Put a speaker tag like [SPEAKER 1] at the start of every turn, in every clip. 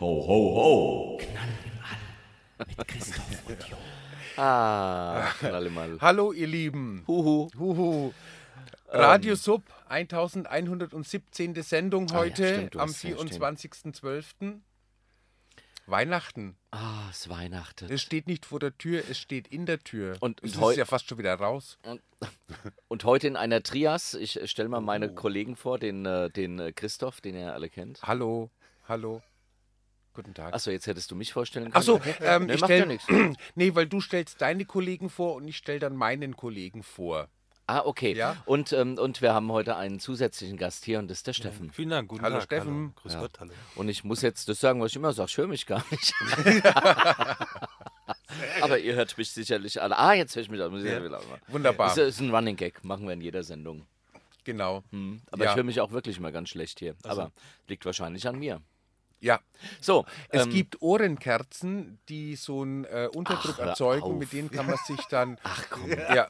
[SPEAKER 1] Ho, ho, ho.
[SPEAKER 2] Mit Christoph und Jo.
[SPEAKER 3] Ah, knalle mal.
[SPEAKER 4] Hallo, ihr Lieben.
[SPEAKER 3] Huhu.
[SPEAKER 4] Huhu. Radio Sub, 1117. Sendung
[SPEAKER 3] Ähm. Ah ja,
[SPEAKER 4] heute
[SPEAKER 3] stimmt, du
[SPEAKER 4] am
[SPEAKER 3] hast recht, stimmt.
[SPEAKER 4] 24.12. Weihnachten.
[SPEAKER 3] Ah, es Weihnachten.
[SPEAKER 4] Es steht nicht vor der Tür, es steht in der Tür.
[SPEAKER 3] Und-
[SPEAKER 4] es
[SPEAKER 3] und heu-
[SPEAKER 4] ist ja fast schon wieder raus.
[SPEAKER 3] Und, und heute in einer Trias, ich stelle mal meine Kollegen vor, den, äh, den äh, Christoph, den ihr alle kennt.
[SPEAKER 4] Hallo, hallo. Guten Tag.
[SPEAKER 3] Achso, jetzt hättest du mich vorstellen können.
[SPEAKER 4] Achso, ähm,
[SPEAKER 3] Nee,
[SPEAKER 4] ich
[SPEAKER 3] macht ja
[SPEAKER 4] stell,
[SPEAKER 3] nichts.
[SPEAKER 4] nee, weil du stellst deine Kollegen vor und ich stelle dann meinen Kollegen vor.
[SPEAKER 3] Ah, okay.
[SPEAKER 4] Ja.
[SPEAKER 3] Und, ähm, und wir haben heute einen zusätzlichen Gast hier und das ist der Steffen.
[SPEAKER 2] Vielen Dank, guten
[SPEAKER 4] Hallo,
[SPEAKER 2] Tag.
[SPEAKER 4] Steffen.
[SPEAKER 2] Hallo. Grüß Gott, hallo.
[SPEAKER 3] Und ich muss jetzt das sagen, was ich immer sage, ich höre mich gar nicht. Aber ihr hört mich sicherlich alle. Ah, jetzt höre ich mich alle. Muss ich
[SPEAKER 2] Ja.
[SPEAKER 3] ja. wieder anmachen.
[SPEAKER 4] Wunderbar.
[SPEAKER 3] Das ist ein Running Gag, machen wir in jeder Sendung. Hm.
[SPEAKER 4] Genau.
[SPEAKER 3] Aber
[SPEAKER 4] ja. Also.
[SPEAKER 3] ich höre mich auch wirklich mal ganz schlecht hier. Aber liegt wahrscheinlich an mir.
[SPEAKER 4] ja.
[SPEAKER 3] So,
[SPEAKER 4] Es
[SPEAKER 3] ähm,
[SPEAKER 4] gibt Ohrenkerzen, die so einen äh, Unterdruck
[SPEAKER 3] Ach, hör
[SPEAKER 4] erzeugen,
[SPEAKER 3] auf.
[SPEAKER 4] mit denen kann man sich dann.
[SPEAKER 3] Ach komm,
[SPEAKER 4] ja,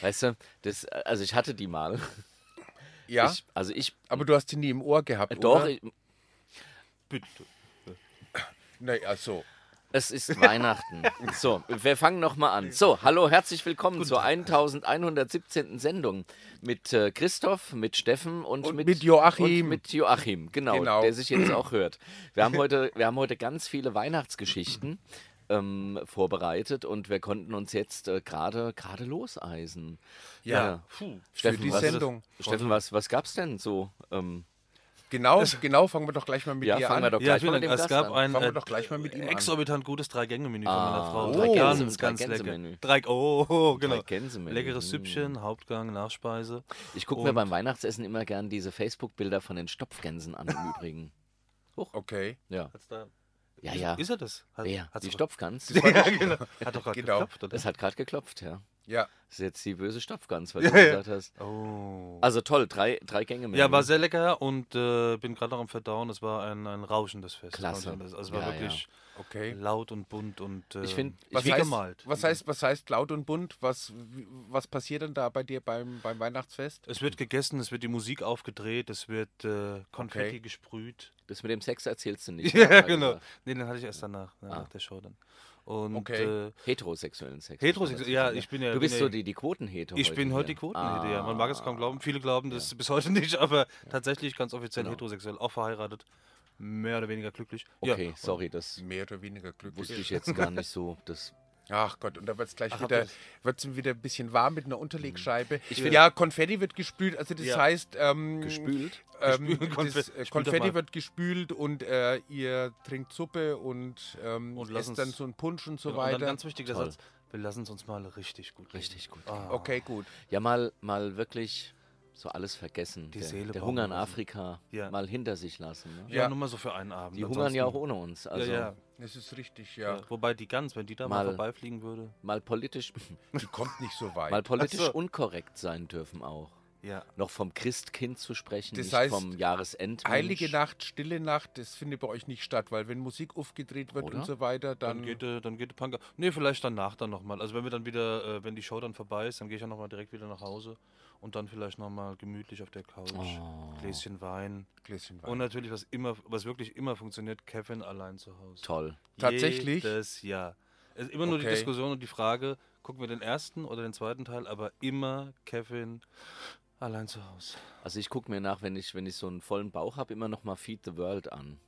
[SPEAKER 3] weißt du, das, also ich hatte die mal.
[SPEAKER 4] ja.
[SPEAKER 3] Ich, also ich,
[SPEAKER 4] aber du hast die nie im Ohr gehabt,
[SPEAKER 3] doch,
[SPEAKER 4] oder?
[SPEAKER 3] ich,
[SPEAKER 2] Bitte.
[SPEAKER 4] Naja, so.
[SPEAKER 3] Es ist Weihnachten. So, wir fangen nochmal an. So, hallo, herzlich willkommen zur 1117. Sendung mit äh, Christoph, mit Steffen und,
[SPEAKER 4] Und
[SPEAKER 3] mit,
[SPEAKER 4] mit Joachim.
[SPEAKER 3] Und mit Joachim, genau,
[SPEAKER 4] Genau.
[SPEAKER 3] der sich jetzt auch hört. Wir haben heute, wir haben heute ganz viele Weihnachtsgeschichten ähm, vorbereitet und wir konnten uns jetzt äh, gerade gerade loseisen.
[SPEAKER 4] Ja.
[SPEAKER 2] Puh.
[SPEAKER 4] die
[SPEAKER 3] was,
[SPEAKER 4] Sendung.
[SPEAKER 3] Steffen, was, was gab's denn so? Ähm,
[SPEAKER 4] Genau, genau, fangen wir doch gleich mal mit
[SPEAKER 3] ja,
[SPEAKER 4] dir
[SPEAKER 3] fangen
[SPEAKER 4] an.
[SPEAKER 3] wir doch
[SPEAKER 2] Ja,
[SPEAKER 3] gleich
[SPEAKER 2] vielen
[SPEAKER 3] mal mit
[SPEAKER 2] Dank.
[SPEAKER 3] dem
[SPEAKER 2] Es
[SPEAKER 3] Gast
[SPEAKER 2] gab
[SPEAKER 3] an.
[SPEAKER 2] ein
[SPEAKER 4] Fangen wir
[SPEAKER 2] äh,
[SPEAKER 4] doch gleich mal mit ihm an.
[SPEAKER 2] exorbitant gutes Drei-Gänge-Menü von
[SPEAKER 3] Ah,
[SPEAKER 2] meiner Frau.
[SPEAKER 3] oh.
[SPEAKER 2] Drei ganz,
[SPEAKER 3] Drei-Gänse-
[SPEAKER 2] ganz
[SPEAKER 3] Drei-Gänse-Menü.
[SPEAKER 2] lecker. Drei, oh, genau.
[SPEAKER 3] Drei-Gänse-Menü.
[SPEAKER 2] Leckeres Süppchen, Hauptgang, Nachspeise.
[SPEAKER 3] Ich gucke mir
[SPEAKER 2] Und-
[SPEAKER 3] beim Weihnachtsessen immer gern diese Facebook-Bilder von den Stopfgänsen an im Übrigen.
[SPEAKER 4] Okay.
[SPEAKER 3] Ja,
[SPEAKER 2] Hat's da,
[SPEAKER 3] ja, ja.
[SPEAKER 2] Ist er das? Hat,
[SPEAKER 3] Wer?
[SPEAKER 2] hat's
[SPEAKER 3] Die
[SPEAKER 2] doch-
[SPEAKER 3] Stopfgans?
[SPEAKER 2] Ja, genau. Hat doch gerade
[SPEAKER 4] Genau.
[SPEAKER 2] geklopft, oder?
[SPEAKER 3] Das hat gerade geklopft, ja.
[SPEAKER 4] Ja.
[SPEAKER 3] Das ist jetzt die böse Stopfgans, weil du gesagt hast.
[SPEAKER 2] Oh.
[SPEAKER 3] Also toll, drei, drei Gänge mit.
[SPEAKER 2] Ja, war sehr lecker und äh, bin gerade noch am Verdauen. Es war ein, ein rauschendes Fest.
[SPEAKER 3] Klasse.
[SPEAKER 2] Also, es war
[SPEAKER 3] Ja,
[SPEAKER 2] wirklich
[SPEAKER 4] Okay.
[SPEAKER 2] laut und bunt und äh,
[SPEAKER 3] Ich find- ich
[SPEAKER 2] was
[SPEAKER 3] find-
[SPEAKER 2] wie
[SPEAKER 4] heißt,
[SPEAKER 2] gemalt.
[SPEAKER 4] Was heißt, was heißt laut und bunt? Was, was passiert denn da bei dir beim, beim Weihnachtsfest?
[SPEAKER 2] Es wird gegessen, es wird die Musik aufgedreht, es wird äh, Konfetti
[SPEAKER 4] Okay.
[SPEAKER 2] gesprüht.
[SPEAKER 3] Das mit dem Sex erzählst du nicht. Also
[SPEAKER 2] Ja,
[SPEAKER 3] hat er
[SPEAKER 2] genau.
[SPEAKER 3] gesagt.
[SPEAKER 2] Nee, den hatte ich erst danach,
[SPEAKER 3] Ah.
[SPEAKER 2] ne, nach der Show dann. Und
[SPEAKER 4] Okay.
[SPEAKER 2] äh,
[SPEAKER 3] Heterosexuellen Sex.
[SPEAKER 2] Heterosexu- ja, ich bin ja-
[SPEAKER 3] Du bist
[SPEAKER 2] bin
[SPEAKER 3] so
[SPEAKER 2] ja-
[SPEAKER 3] die, die Quotenhete.
[SPEAKER 2] ich bin heute die
[SPEAKER 3] hier. Ah,
[SPEAKER 2] Quotenhete, ja. Man mag es kaum glauben. Viele glauben das bis heute nicht, aber tatsächlich ganz offiziell
[SPEAKER 3] Genau.
[SPEAKER 2] heterosexuell, auch verheiratet. Mehr oder weniger glücklich.
[SPEAKER 3] Okay,
[SPEAKER 2] Ja.
[SPEAKER 3] sorry, das
[SPEAKER 4] Mehr oder weniger glücklich.
[SPEAKER 3] wusste ich jetzt gar nicht so. Das,
[SPEAKER 4] Ach Gott, und da wird es gleich
[SPEAKER 2] habt ihr
[SPEAKER 4] wieder,
[SPEAKER 2] das?
[SPEAKER 4] wird's wieder ein bisschen warm mit einer Unterlegscheibe.
[SPEAKER 3] find-
[SPEAKER 4] ja, Konfetti wird gespült, also das
[SPEAKER 2] Mhm. Ja.
[SPEAKER 4] heißt, ähm,
[SPEAKER 3] gespült.
[SPEAKER 4] ähm,
[SPEAKER 2] Gespült, Konfe-
[SPEAKER 4] das, äh,
[SPEAKER 2] spült doch
[SPEAKER 4] Konfetti
[SPEAKER 2] mal.
[SPEAKER 4] wird gespült und äh, ihr trinkt Suppe und, ähm,
[SPEAKER 2] Und lass
[SPEAKER 4] esst dann
[SPEAKER 2] uns-
[SPEAKER 4] so einen Punsch und so
[SPEAKER 2] Und
[SPEAKER 4] weiter.
[SPEAKER 2] dann ganz wichtig der
[SPEAKER 3] Toll.
[SPEAKER 2] Satz, wir lassen es uns mal richtig gut gehen.
[SPEAKER 3] Richtig gut.
[SPEAKER 2] Ah,
[SPEAKER 4] okay, gut.
[SPEAKER 3] Ja, mal, mal wirklich so alles vergessen.
[SPEAKER 2] Die
[SPEAKER 3] der,
[SPEAKER 2] Seele
[SPEAKER 3] der
[SPEAKER 2] baumeln
[SPEAKER 3] Hunger in
[SPEAKER 2] lassen.
[SPEAKER 3] Afrika
[SPEAKER 2] ne? Ja.
[SPEAKER 3] mal hinter sich lassen. Ne?
[SPEAKER 2] Ja,
[SPEAKER 4] Ja.
[SPEAKER 2] nur mal so für einen Abend.
[SPEAKER 3] Die hungern ja auch
[SPEAKER 2] Ansonsten-
[SPEAKER 3] ohne uns. Also
[SPEAKER 2] ja, ja.
[SPEAKER 4] Das ist richtig, ja.
[SPEAKER 2] Wobei die Gans, wenn die da mal,
[SPEAKER 3] Mal-
[SPEAKER 2] vorbeifliegen würde.
[SPEAKER 3] mal politisch,
[SPEAKER 4] Die kommt nicht so weit.
[SPEAKER 3] mal politisch
[SPEAKER 2] so.
[SPEAKER 3] unkorrekt sein dürfen auch.
[SPEAKER 2] Ja.
[SPEAKER 3] Noch vom Christkind zu sprechen,
[SPEAKER 4] Das
[SPEAKER 3] nicht
[SPEAKER 4] heißt,
[SPEAKER 3] vom Jahresend.
[SPEAKER 4] Heilige Nacht, Stille Nacht, das findet bei euch nicht statt, weil wenn Musik aufgedreht wird
[SPEAKER 3] Oder?
[SPEAKER 4] und so weiter,
[SPEAKER 2] Dann,
[SPEAKER 4] dann,
[SPEAKER 2] geht, äh, dann geht der Punker. Nee, vielleicht danach dann nochmal. Also wenn wir dann wieder, äh, wenn die Show dann vorbei ist, dann gehe ich ja nochmal direkt wieder nach Hause und dann vielleicht nochmal gemütlich auf der Couch. Gläschen Wein.
[SPEAKER 4] Gläschen
[SPEAKER 2] Und
[SPEAKER 4] Oh. Wein.
[SPEAKER 2] natürlich, was immer, was wirklich immer funktioniert, Kevin allein zu Hause.
[SPEAKER 3] Toll.
[SPEAKER 4] Tatsächlich?
[SPEAKER 2] Jedes Jahr. Es ist immer nur die
[SPEAKER 4] Okay.
[SPEAKER 2] Diskussion und die Frage, gucken wir den ersten oder den zweiten Teil, aber immer Kevin allein zu Hause.
[SPEAKER 3] Also ich gucke mir nach, wenn ich, wenn ich so einen vollen Bauch habe, immer noch mal Feed the World an.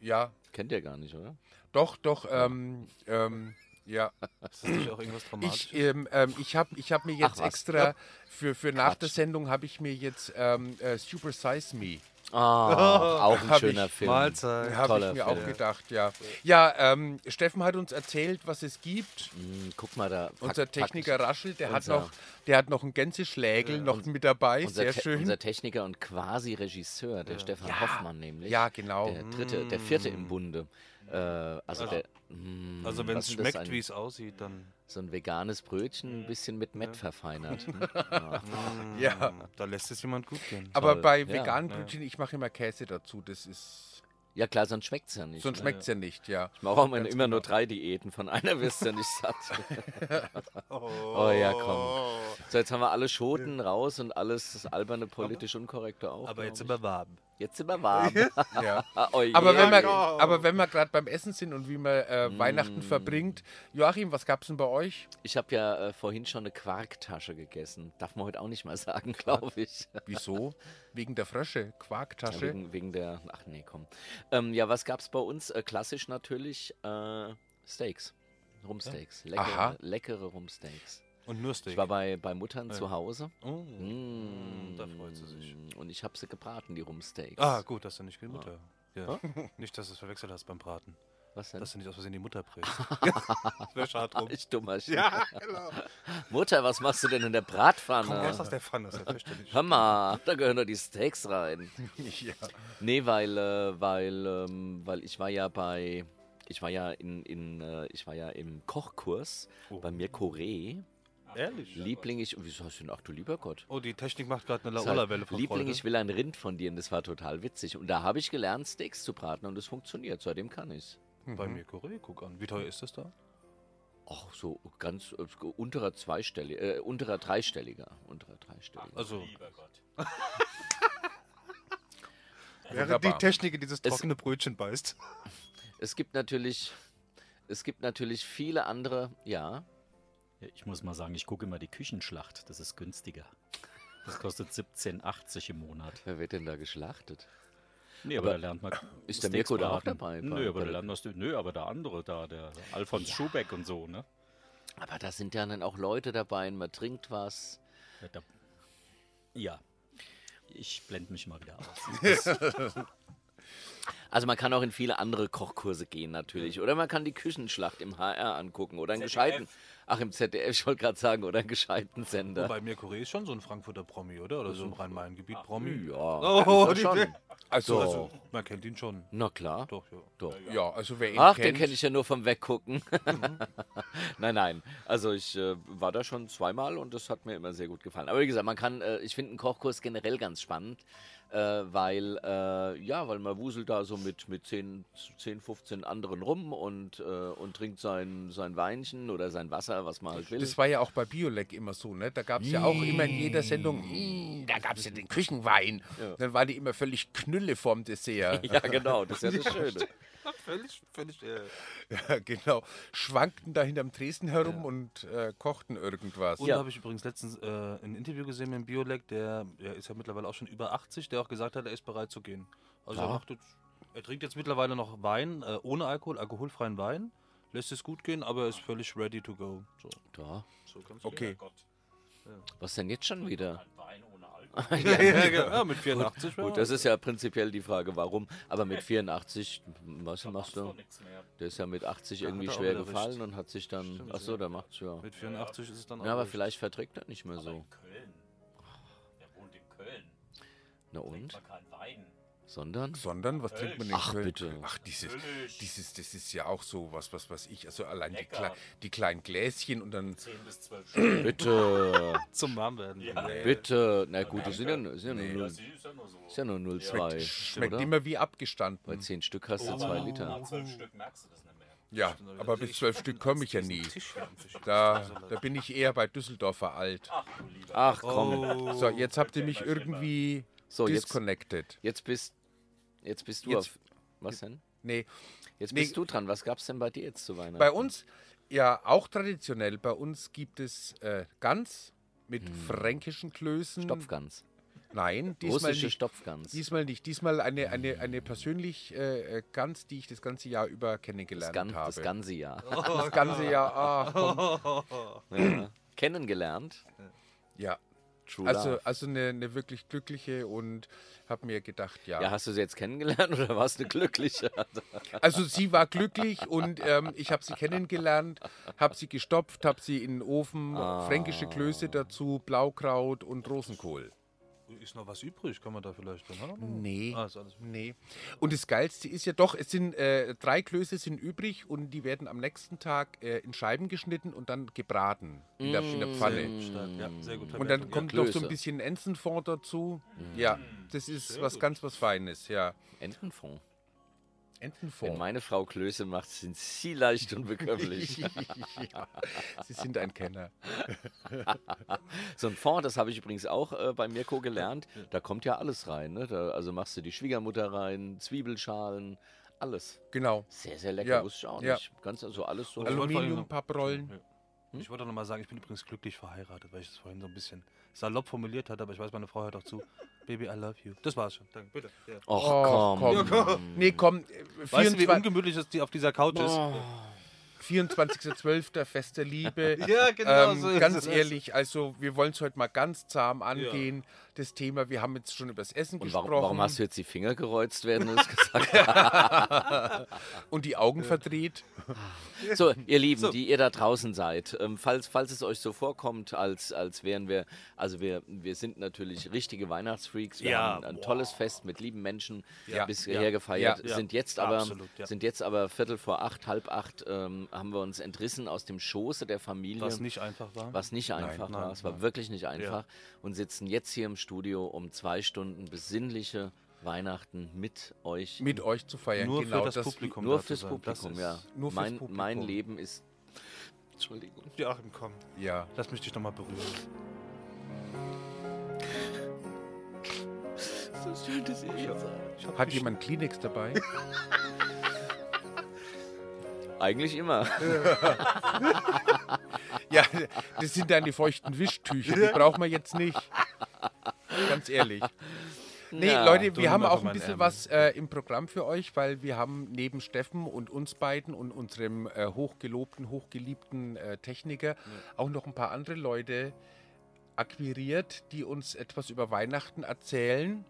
[SPEAKER 4] ja,
[SPEAKER 3] Kennt ihr gar nicht, oder?
[SPEAKER 4] doch, doch, ähm, ähm, ja.
[SPEAKER 2] Ist das nicht auch irgendwas Dramatisches?
[SPEAKER 4] Ich, ähm, ähm, ich habe ich hab mir jetzt
[SPEAKER 3] was.
[SPEAKER 4] extra für, für nach
[SPEAKER 3] Quatsch.
[SPEAKER 4] der Sendung habe ich mir jetzt ähm, äh, Super Size Me.
[SPEAKER 3] Ah, auch ein
[SPEAKER 4] Hab
[SPEAKER 3] schöner
[SPEAKER 4] ich.
[SPEAKER 3] Film.
[SPEAKER 2] Mahlzeit.
[SPEAKER 4] Habe
[SPEAKER 3] Toller
[SPEAKER 4] ich mir
[SPEAKER 3] Film.
[SPEAKER 4] auch gedacht, ja. Ja, ähm, Steffen hat uns erzählt, was es gibt.
[SPEAKER 3] Hm, guck mal da. pack-
[SPEAKER 4] Unser
[SPEAKER 3] pack-
[SPEAKER 4] Techniker Raschel, der hat
[SPEAKER 3] unser- Äh,
[SPEAKER 4] noch, der hat noch einen Gänseschlägel noch mit dabei.
[SPEAKER 3] unser,
[SPEAKER 4] Sehr
[SPEAKER 3] Te-
[SPEAKER 4] schön.
[SPEAKER 3] unser Techniker und quasi Regisseur, der Stefan Hoffmann nämlich.
[SPEAKER 4] Ja, genau. Mm.
[SPEAKER 3] Der dritte, der vierte im Bunde. Äh, also der, mm,
[SPEAKER 2] Also wenn es
[SPEAKER 3] was ist das,
[SPEAKER 2] schmeckt,
[SPEAKER 3] ein-
[SPEAKER 2] wie es aussieht, dann
[SPEAKER 3] So ein veganes Brötchen, ein bisschen mit Met verfeinert. ne?
[SPEAKER 4] Ja.
[SPEAKER 2] mm, da lässt es jemand gut gehen.
[SPEAKER 4] Aber
[SPEAKER 3] Toll.
[SPEAKER 4] bei
[SPEAKER 3] Ja,
[SPEAKER 4] veganen Brötchen, ich mache immer Käse dazu. Das ist.
[SPEAKER 3] Ja klar, sonst schmeckt es ja nicht.
[SPEAKER 4] Sonst
[SPEAKER 3] ne?
[SPEAKER 4] schmeckt genau. es ja nicht, ja.
[SPEAKER 3] Ich mache auch immer, immer nur drei Diäten. Von einer wirst du ja nicht satt. oh ja, komm. So, jetzt haben wir alle Schoten raus und alles das alberne politisch Unkorrekte auch.
[SPEAKER 2] Aber
[SPEAKER 3] glaub
[SPEAKER 2] jetzt
[SPEAKER 3] ich.
[SPEAKER 2] immer warm.
[SPEAKER 3] Jetzt sind wir warm.
[SPEAKER 4] Ja.
[SPEAKER 3] Oje.
[SPEAKER 4] Aber, wenn wir,
[SPEAKER 1] genau.
[SPEAKER 4] aber wenn wir gerade beim Essen sind und wie man äh,
[SPEAKER 3] Mm.
[SPEAKER 4] Weihnachten verbringt, Joachim, was gab's denn bei euch?
[SPEAKER 3] ich habe ja äh, vorhin schon eine Quarktasche gegessen. Darf man heute auch nicht mal sagen, glaube ich.
[SPEAKER 4] Wieso? Wegen der Frösche,
[SPEAKER 3] Ja,
[SPEAKER 4] Quarktasche.
[SPEAKER 3] wegen, wegen der. Ach nee, komm. Ähm, ja, was gab's bei uns? Äh, klassisch natürlich äh, Steaks. Rumsteaks. Leckere,
[SPEAKER 4] Aha.
[SPEAKER 3] leckere Rumsteaks.
[SPEAKER 2] Und nur Steak.
[SPEAKER 3] Ich war bei, bei Muttern zu Hause.
[SPEAKER 2] Oh,
[SPEAKER 3] Mm.
[SPEAKER 2] Hm, Da freut sie sich.
[SPEAKER 3] Und ich habe sie gebraten, die Rumsteaks.
[SPEAKER 2] Ah, gut, dass du nicht die Mutter. Ja. Nicht, dass du es verwechselt hast beim Braten.
[SPEAKER 3] Was denn?
[SPEAKER 2] Dass du nicht aus Versehen die Mutter prägst. das wäre schade drum.
[SPEAKER 3] ich dummer Sch-
[SPEAKER 1] Ja, genau.
[SPEAKER 3] Mutter, was machst du denn in der Bratpfanne?
[SPEAKER 2] Komm erst aus der Pfanne, das ist ja fürchterlich.
[SPEAKER 3] Hör mal, da gehören doch die Steaks rein.
[SPEAKER 4] Ja.
[SPEAKER 3] Nee, weil, äh, weil, ähm, weil ich war ja bei, ich war ja in, in äh, ich war ja im Kochkurs
[SPEAKER 2] Oh.
[SPEAKER 3] bei mir Koree.
[SPEAKER 2] Ehrlich?
[SPEAKER 3] Liebling, ich, wieso hast du denn, ach du lieber Gott.
[SPEAKER 2] Oh, die Technik macht gerade eine
[SPEAKER 3] Das heißt,
[SPEAKER 2] Laola-Welle von
[SPEAKER 3] Liebling,
[SPEAKER 2] Freude.
[SPEAKER 3] ich will ein Rind von dir und das war total witzig. Und da habe ich gelernt, Steaks zu braten und das funktioniert, seitdem kann ich's.
[SPEAKER 2] Hm. Bei
[SPEAKER 3] hm.
[SPEAKER 2] mir Korea, guck an. Wie teuer ist das da?
[SPEAKER 3] Ach, so ganz äh, unterer zweistelliger, äh, unterer dreistelliger, unterer dreistelliger.
[SPEAKER 2] Also,
[SPEAKER 4] Wunderbar.
[SPEAKER 2] während die Technik in dieses trockene Brötchen beißt.
[SPEAKER 3] Es gibt natürlich, es gibt natürlich viele andere, ja,
[SPEAKER 5] Ich muss mal sagen, ich gucke immer die Küchenschlacht. Das ist günstiger. Das kostet 17,80 im Monat.
[SPEAKER 3] wer wird denn da geschlachtet?
[SPEAKER 5] Nee, aber, da lernt man.
[SPEAKER 3] Ist der
[SPEAKER 5] Steaks
[SPEAKER 3] Mirko da auch
[SPEAKER 5] braten.
[SPEAKER 3] dabei? Bei-
[SPEAKER 5] Nö, aber
[SPEAKER 3] bei-
[SPEAKER 5] da lernt man, Ste- nö, aber der andere da, der Alfons Schubeck und so, ne?
[SPEAKER 3] Aber da sind ja dann auch Leute dabei und man trinkt was.
[SPEAKER 5] Ja, da, ja. ich blende mich mal wieder aus.
[SPEAKER 3] Also man kann auch in viele andere Kochkurse gehen natürlich. Oder man kann die Küchenschlacht im HR angucken oder einen gescheiten. Ach, im ZDF, ich wollte gerade sagen, oder einen gescheiten Sender.
[SPEAKER 2] Bei mir Korea ist schon so ein Frankfurter Promi, oder? Oder so ein Rhein-Main-Gebiet Promi.
[SPEAKER 3] ja,
[SPEAKER 2] Oh,
[SPEAKER 3] ist er
[SPEAKER 2] die-
[SPEAKER 3] schon.
[SPEAKER 4] Also,
[SPEAKER 2] Also, man kennt ihn schon.
[SPEAKER 3] Na klar.
[SPEAKER 2] Doch, ja.
[SPEAKER 3] Doch.
[SPEAKER 4] ja, also wer ihn
[SPEAKER 3] Ach, den
[SPEAKER 4] kennt,
[SPEAKER 3] kenne ich ja nur vom Weggucken. nein, nein. Also ich äh, war da schon zweimal und das hat mir immer sehr gut gefallen. Aber wie gesagt, man kann, äh, ich finde einen Kochkurs generell ganz spannend, äh, weil äh, ja, weil man wuselt da so mit, mit 10, 10, 15 anderen rum und, äh, und trinkt sein, sein Weinchen oder sein Wasser, was man halt will.
[SPEAKER 4] Das war ja auch bei Biolek immer so, ne? Da gab es ja auch immer in jeder Sendung, "Mm, da gab es ja den Küchenwein. Dann war die immer völlig Knülle vorm Dessert.
[SPEAKER 3] ja, genau, das ist ja das Schöne.
[SPEAKER 2] Völlig, völlig.
[SPEAKER 4] Ja, genau. Schwankten da hinterm Dresden herum und äh, kochten irgendwas.
[SPEAKER 2] Und
[SPEAKER 3] Ja.
[SPEAKER 2] da habe ich übrigens letztens äh, ein Interview gesehen mit dem Biolek, der, der ist ja mittlerweile auch schon über 80, der auch gesagt hat, er ist bereit zu gehen. Also er, macht jetzt, er trinkt jetzt mittlerweile noch Wein äh, ohne Alkohol, alkoholfreien Wein, lässt es gut gehen, aber er ist völlig ready to go. So,
[SPEAKER 3] Da.
[SPEAKER 2] so kannst du-
[SPEAKER 4] Okay.
[SPEAKER 3] Was denn jetzt schon wieder?
[SPEAKER 5] Halt
[SPEAKER 2] ja, ja, ja, ja, mit 84. ja.
[SPEAKER 3] Gut, das ist ja prinzipiell die Frage, warum. Aber mit 84, was machst du? Der ist ja mit 80 irgendwie
[SPEAKER 2] hat er auch
[SPEAKER 3] schwer
[SPEAKER 2] wieder
[SPEAKER 3] gefallen
[SPEAKER 2] recht.
[SPEAKER 3] und hat sich dann. Achso, da macht's ja.
[SPEAKER 2] mit 84 ist es dann
[SPEAKER 3] Ja, aber
[SPEAKER 2] recht.
[SPEAKER 3] vielleicht verträgt er nicht mehr so.
[SPEAKER 5] Köln. Der wohnt in Köln.
[SPEAKER 3] Na und?
[SPEAKER 5] kein Wein.
[SPEAKER 3] Sondern?
[SPEAKER 4] Sondern, was trinkt man in
[SPEAKER 3] Ach,
[SPEAKER 4] Köln?
[SPEAKER 3] bitte.
[SPEAKER 4] Ach, dieses,
[SPEAKER 5] Natürlich.
[SPEAKER 4] dieses, das ist ja auch so was, was, was ich. Also allein die,
[SPEAKER 5] Lecker.
[SPEAKER 4] Kle die kleinen Gläschen und dann.
[SPEAKER 5] 10 bis 12 Stunden.
[SPEAKER 3] Bitte,
[SPEAKER 2] zum Warm werden.
[SPEAKER 3] bitte. Na gut, das sind ja, das sind ja nur, null-
[SPEAKER 5] ist ja nur so.
[SPEAKER 3] das ist ja nur 0,2.
[SPEAKER 4] Schmeckt
[SPEAKER 3] oder?
[SPEAKER 4] immer wie
[SPEAKER 3] Bei
[SPEAKER 4] abgestanden.
[SPEAKER 3] 10 Stück hast du 2 Liter.
[SPEAKER 5] 12 Stück merkst du das nicht mehr.
[SPEAKER 4] Ja, aber bis zwölf Stück komme ich ja nie. Da, da bin ich eher bei Düsseldorfer alt.
[SPEAKER 3] Ach komm.
[SPEAKER 2] Oh,
[SPEAKER 4] So, jetzt habt ihr mich irgendwie
[SPEAKER 3] So, jetzt-
[SPEAKER 4] disconnected.
[SPEAKER 3] Jetzt bist, jetzt bist du
[SPEAKER 4] Jetzt-
[SPEAKER 3] auf. Was denn?
[SPEAKER 4] Nee,
[SPEAKER 3] Jetzt
[SPEAKER 4] Nee.
[SPEAKER 3] bist du dran. Was gab's denn bei dir jetzt zu Weihnachten?
[SPEAKER 4] bei uns, ja, auch traditionell, bei uns gibt es äh, Gans mit fränkischen Klößen.
[SPEAKER 3] Stopfgans.
[SPEAKER 4] Nein, diesmal
[SPEAKER 3] Hm. Russische Hm.
[SPEAKER 4] nicht.
[SPEAKER 3] Stopfgans.
[SPEAKER 4] Diesmal nicht. Diesmal eine, eine, eine persönlich äh, äh, Gans, die ich das ganze Jahr über
[SPEAKER 3] Das,
[SPEAKER 4] kennengelernt
[SPEAKER 3] Gan
[SPEAKER 4] habe.
[SPEAKER 3] das ganze Jahr.
[SPEAKER 4] Das ganze Jahr. Ah, komm.
[SPEAKER 3] Ja. Kennengelernt.
[SPEAKER 4] Ja.
[SPEAKER 3] True
[SPEAKER 4] Also,
[SPEAKER 3] love.
[SPEAKER 4] also eine, eine wirklich glückliche und habe mir gedacht, ja.
[SPEAKER 3] Ja, hast du sie jetzt kennengelernt oder warst du glücklicher?
[SPEAKER 4] Also sie war glücklich und ähm, ich habe sie kennengelernt, habe sie gestopft, habe sie in den Ofen,
[SPEAKER 2] Ah.
[SPEAKER 4] fränkische Klöße dazu, Blaukraut und Rosenkohl.
[SPEAKER 2] Oh, ist noch was übrig? Kann man da vielleicht dann? haben?
[SPEAKER 4] Nee.
[SPEAKER 2] Ah, ist alles
[SPEAKER 4] Nee. Und das Geilste ist ja doch, es sind äh, drei Klöße sind übrig und die werden am nächsten Tag äh, in Scheiben geschnitten und dann gebraten in der, in der Pfanne.
[SPEAKER 2] stark. Ja, Mm. sehr gut. Mm.
[SPEAKER 4] Und dann
[SPEAKER 2] Verwertung,
[SPEAKER 4] kommt
[SPEAKER 3] Ja,
[SPEAKER 4] noch so
[SPEAKER 3] Klöße.
[SPEAKER 4] ein bisschen Enzenfond dazu. Ja, das ist was ganz was Feines, ja.
[SPEAKER 3] Entenfond.
[SPEAKER 4] Entenfond.
[SPEAKER 3] Wenn meine Frau Klöße macht, sind sie leicht und bekömmlich.
[SPEAKER 4] ja, Sie sind ein Kenner.
[SPEAKER 3] so ein Fond, das habe ich übrigens auch äh, bei Mirko gelernt, da kommt ja alles rein. Ne? Da, also machst du die Schwiegermutter rein, Zwiebelschalen, alles.
[SPEAKER 4] Genau.
[SPEAKER 3] Sehr, sehr lecker,
[SPEAKER 4] Ja,
[SPEAKER 3] wusste ich auch
[SPEAKER 4] ja.
[SPEAKER 3] nicht. Ganz, also alles so.
[SPEAKER 4] Also- Aluminium-Papprollen.
[SPEAKER 2] Ja. Ich wollte noch mal sagen, ich bin übrigens glücklich verheiratet, weil ich das vorhin so ein bisschen salopp formuliert hatte, aber ich weiß, meine Frau hört auch zu. Baby, I love you. Das war's schon. Danke, bitte. Ja.
[SPEAKER 3] Och,
[SPEAKER 4] Och,
[SPEAKER 3] Oh, komm.
[SPEAKER 4] Nee, komm. äh,
[SPEAKER 2] Weißt du, wie
[SPEAKER 4] 24
[SPEAKER 2] ungemütlich es die auf dieser Couch ist?
[SPEAKER 4] 24.12. Fest der Liebe.
[SPEAKER 2] Ja, genau
[SPEAKER 4] ähm, ganz ehrlich, also wir wollen es heute mal ganz zahm angehen, das Thema. Wir haben jetzt schon über das Essen
[SPEAKER 3] Und warum,
[SPEAKER 4] gesprochen
[SPEAKER 3] warum hast du jetzt die Finger gereuzt, während du es gesagt hast?
[SPEAKER 4] und die Augen verdreht.
[SPEAKER 3] So, ihr Lieben, die ihr da draußen seid, ähm, falls, falls es euch so vorkommt, als, als wären wir, also wir, wir sind natürlich richtige Weihnachtsfreaks, wir
[SPEAKER 2] Ja,
[SPEAKER 3] haben ein
[SPEAKER 2] boah.
[SPEAKER 3] tolles Fest mit lieben Menschen
[SPEAKER 4] Ja,
[SPEAKER 3] bisher
[SPEAKER 2] ja,
[SPEAKER 3] gefeiert,
[SPEAKER 2] ja, ja,
[SPEAKER 3] sind, jetzt aber,
[SPEAKER 2] absolut, ja.
[SPEAKER 3] sind jetzt aber Viertel vor acht, halb acht, ähm, haben wir uns entrissen aus dem Schoße der Familie.
[SPEAKER 2] Was nicht einfach war.
[SPEAKER 3] Was nicht einfach
[SPEAKER 2] nein,
[SPEAKER 3] war, es war
[SPEAKER 2] nein.
[SPEAKER 3] wirklich nicht einfach. Und sitzen jetzt hier im Studio, um zwei Stunden besinnliche Weihnachten mit euch.
[SPEAKER 4] Mit euch zu feiern,
[SPEAKER 2] Nur
[SPEAKER 4] genau
[SPEAKER 2] für das, Publikum.
[SPEAKER 3] nur
[SPEAKER 2] da zu
[SPEAKER 3] fürs
[SPEAKER 2] sein. Das
[SPEAKER 3] Publikum,
[SPEAKER 2] ist-
[SPEAKER 3] ja.
[SPEAKER 4] nur fürs
[SPEAKER 3] mein, mein
[SPEAKER 4] Publikum.
[SPEAKER 3] Leben ist. Entschuldigung.
[SPEAKER 2] Joachim, komm.
[SPEAKER 4] Ja.
[SPEAKER 2] Lass mich dich nochmal berühren.
[SPEAKER 3] So schön, dass ihr hier seid.
[SPEAKER 4] Hat jemand Kleenex dabei?
[SPEAKER 3] Eigentlich immer.
[SPEAKER 4] ja, das sind deine feuchten Wischtücher, die brauchen wir jetzt nicht. Ganz ehrlich. Nee,
[SPEAKER 3] Na,
[SPEAKER 4] Leute,
[SPEAKER 2] du
[SPEAKER 4] wir
[SPEAKER 2] nimm
[SPEAKER 4] haben
[SPEAKER 2] einfach
[SPEAKER 4] auch ein
[SPEAKER 2] meine
[SPEAKER 4] bisschen
[SPEAKER 2] Ärmel.
[SPEAKER 4] was äh, im Programm für euch, weil wir haben neben Steffen und uns beiden und unserem äh, hochgelobten, hochgeliebten äh, Techniker auch noch ein paar andere Leute akquiriert, die uns etwas über Weihnachten erzählen.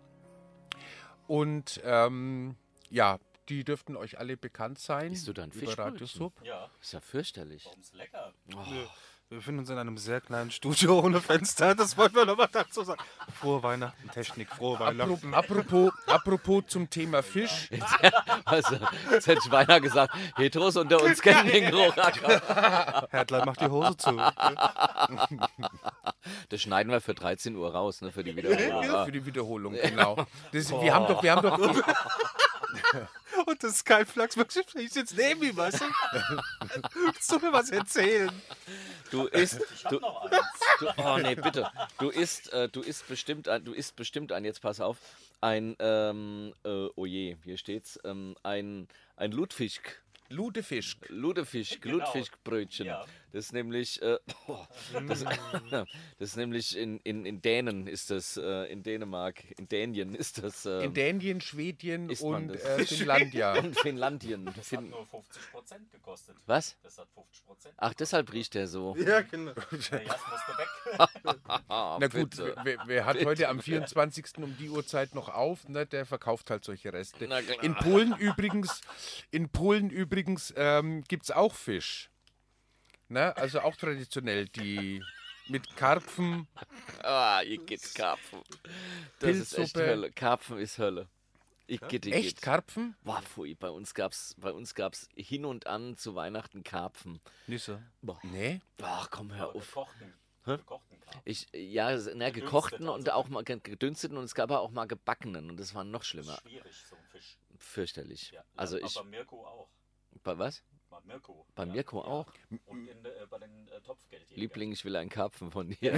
[SPEAKER 4] Und ähm, ja, die dürften euch alle bekannt sein.
[SPEAKER 3] Isst du da ein
[SPEAKER 4] über Radio
[SPEAKER 3] Fischbrötchen?
[SPEAKER 4] Sub.
[SPEAKER 5] Ja,
[SPEAKER 3] Ist ja fürchterlich.
[SPEAKER 5] ist lecker.
[SPEAKER 2] Wir befinden uns in einem sehr kleinen Studio ohne Fenster. Das wollten wir nochmal dazu sagen. Frohe Weihnachten, Technik, frohe Weihnachten.
[SPEAKER 4] Apropos, apropos, apropos zum Thema Fisch.
[SPEAKER 3] Also, jetzt hätte ich beinahe gesagt, Heteros unter uns kennen den Geruch.
[SPEAKER 2] Hertlein macht die Hose zu.
[SPEAKER 3] Das schneiden wir für 13 Uhr raus, ne, für die Wiederholung. Ah.
[SPEAKER 4] Für die Wiederholung, genau. Das, wir haben doch, wir haben doch,
[SPEAKER 2] Und das Skyflax wirklich sitzt neben ihm, weißt du? Willst du mir was erzählen?
[SPEAKER 3] Du isst, du,
[SPEAKER 5] Noch eins.
[SPEAKER 3] Du, oh nee, bitte. Du isst, äh, du isst bestimmt ein, du isst bestimmt ein, jetzt pass auf, ein, ähm, äh, oh je, hier steht's, ähm, ein, ein Ludwig,
[SPEAKER 4] Ludefisch.
[SPEAKER 3] Ludefisch, Ludwigbrötchen. Das ist nämlich, äh, boah, das, das ist nämlich in, in, in Dänen ist das, äh, in Dänemark, in Dänien ist das, äh,
[SPEAKER 4] In Dänien, Schwedien
[SPEAKER 3] isst man
[SPEAKER 4] und
[SPEAKER 3] das?
[SPEAKER 4] äh, Finnlandia.
[SPEAKER 3] in Finnlandien. Finn,
[SPEAKER 5] Nur 50 Prozent gekostet.
[SPEAKER 3] was?
[SPEAKER 5] Das hat 50 Prozent.
[SPEAKER 3] Ach, deshalb riecht der so.
[SPEAKER 2] Ja, genau.
[SPEAKER 5] Ja, das musste weg.
[SPEAKER 3] Ah,
[SPEAKER 4] Na gut,
[SPEAKER 3] bitte.
[SPEAKER 4] wer, wer hat heute am 24. um die Uhrzeit noch auf? Ne, der verkauft halt solche Reste.
[SPEAKER 3] Na klar.
[SPEAKER 4] In Polen übrigens, in Polen übrigens ähm, gibt es auch Fisch. Ne, also auch traditionell die mit Karpfen.
[SPEAKER 3] Ah, ich geht Karpfen. Das ist echt
[SPEAKER 4] Pilzsuppe.
[SPEAKER 3] Hölle. Karpfen ist Hölle. Ich geht, ich
[SPEAKER 4] Echt Karpfen?
[SPEAKER 3] Boah, pfui, bei uns gab's, bei uns gab's hin und an zu Weihnachten Karpfen.
[SPEAKER 2] Nüsse.
[SPEAKER 3] Boah,
[SPEAKER 4] Nee.
[SPEAKER 3] boah komm hör auf.
[SPEAKER 5] Gekochten. Gekochten Karpfen.
[SPEAKER 3] Ich, ja, s- na,
[SPEAKER 5] also,
[SPEAKER 3] gekochten und
[SPEAKER 5] ne?
[SPEAKER 3] auch mal ge- gedünsteten und es gab aber auch mal gebackenen und das war noch schlimmer.
[SPEAKER 5] Schwierig, so ein Fisch.
[SPEAKER 3] Fürchterlich.
[SPEAKER 5] Ja,
[SPEAKER 3] Also
[SPEAKER 5] aber
[SPEAKER 3] ich,
[SPEAKER 5] Bei Mirko auch.
[SPEAKER 3] bei was?
[SPEAKER 5] Bei Mirko.
[SPEAKER 3] Bei
[SPEAKER 5] ja.
[SPEAKER 3] Mirko auch.
[SPEAKER 5] Und in, der- äh, bei den äh, Topfgeldjägern.
[SPEAKER 3] Liebling, ich will einen Karpfen von dir.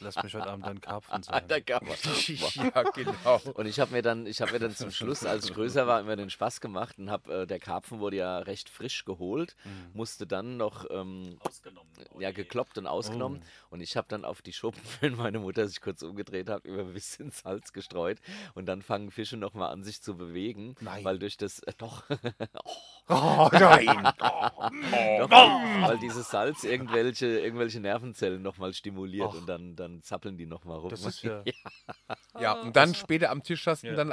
[SPEAKER 2] Lass mich heute Abend deinen Karpfen sein.
[SPEAKER 3] Ah, da gab man.
[SPEAKER 4] ja, genau.
[SPEAKER 3] Und ich habe mir dann, ich habe mir dann zum Schluss, als ich größer war, immer den Spaß gemacht und habe, äh, der Karpfen wurde ja recht frisch geholt,
[SPEAKER 4] Mhm.
[SPEAKER 3] musste dann noch ähm,
[SPEAKER 5] Ausgenommen. Oh
[SPEAKER 3] ja
[SPEAKER 5] je.
[SPEAKER 3] gekloppt und ausgenommen.
[SPEAKER 4] Oh.
[SPEAKER 3] Und ich habe dann auf die Schuppen, wenn meine Mutter sich kurz umgedreht hat, über ein bisschen Salz gestreut. Und dann fangen Fische nochmal an, sich zu bewegen,
[SPEAKER 4] Nein.
[SPEAKER 3] weil durch das äh, doch,
[SPEAKER 4] Oh nein. Oh,
[SPEAKER 3] doch weil, weil dieses Salz irgendwelche irgendwelche Nervenzellen nochmal stimuliert und dann dann zappeln die nochmal rum.
[SPEAKER 2] Das ist ja.
[SPEAKER 4] Ja,
[SPEAKER 2] Oh.
[SPEAKER 4] und dann später am Tisch hast du ihn dann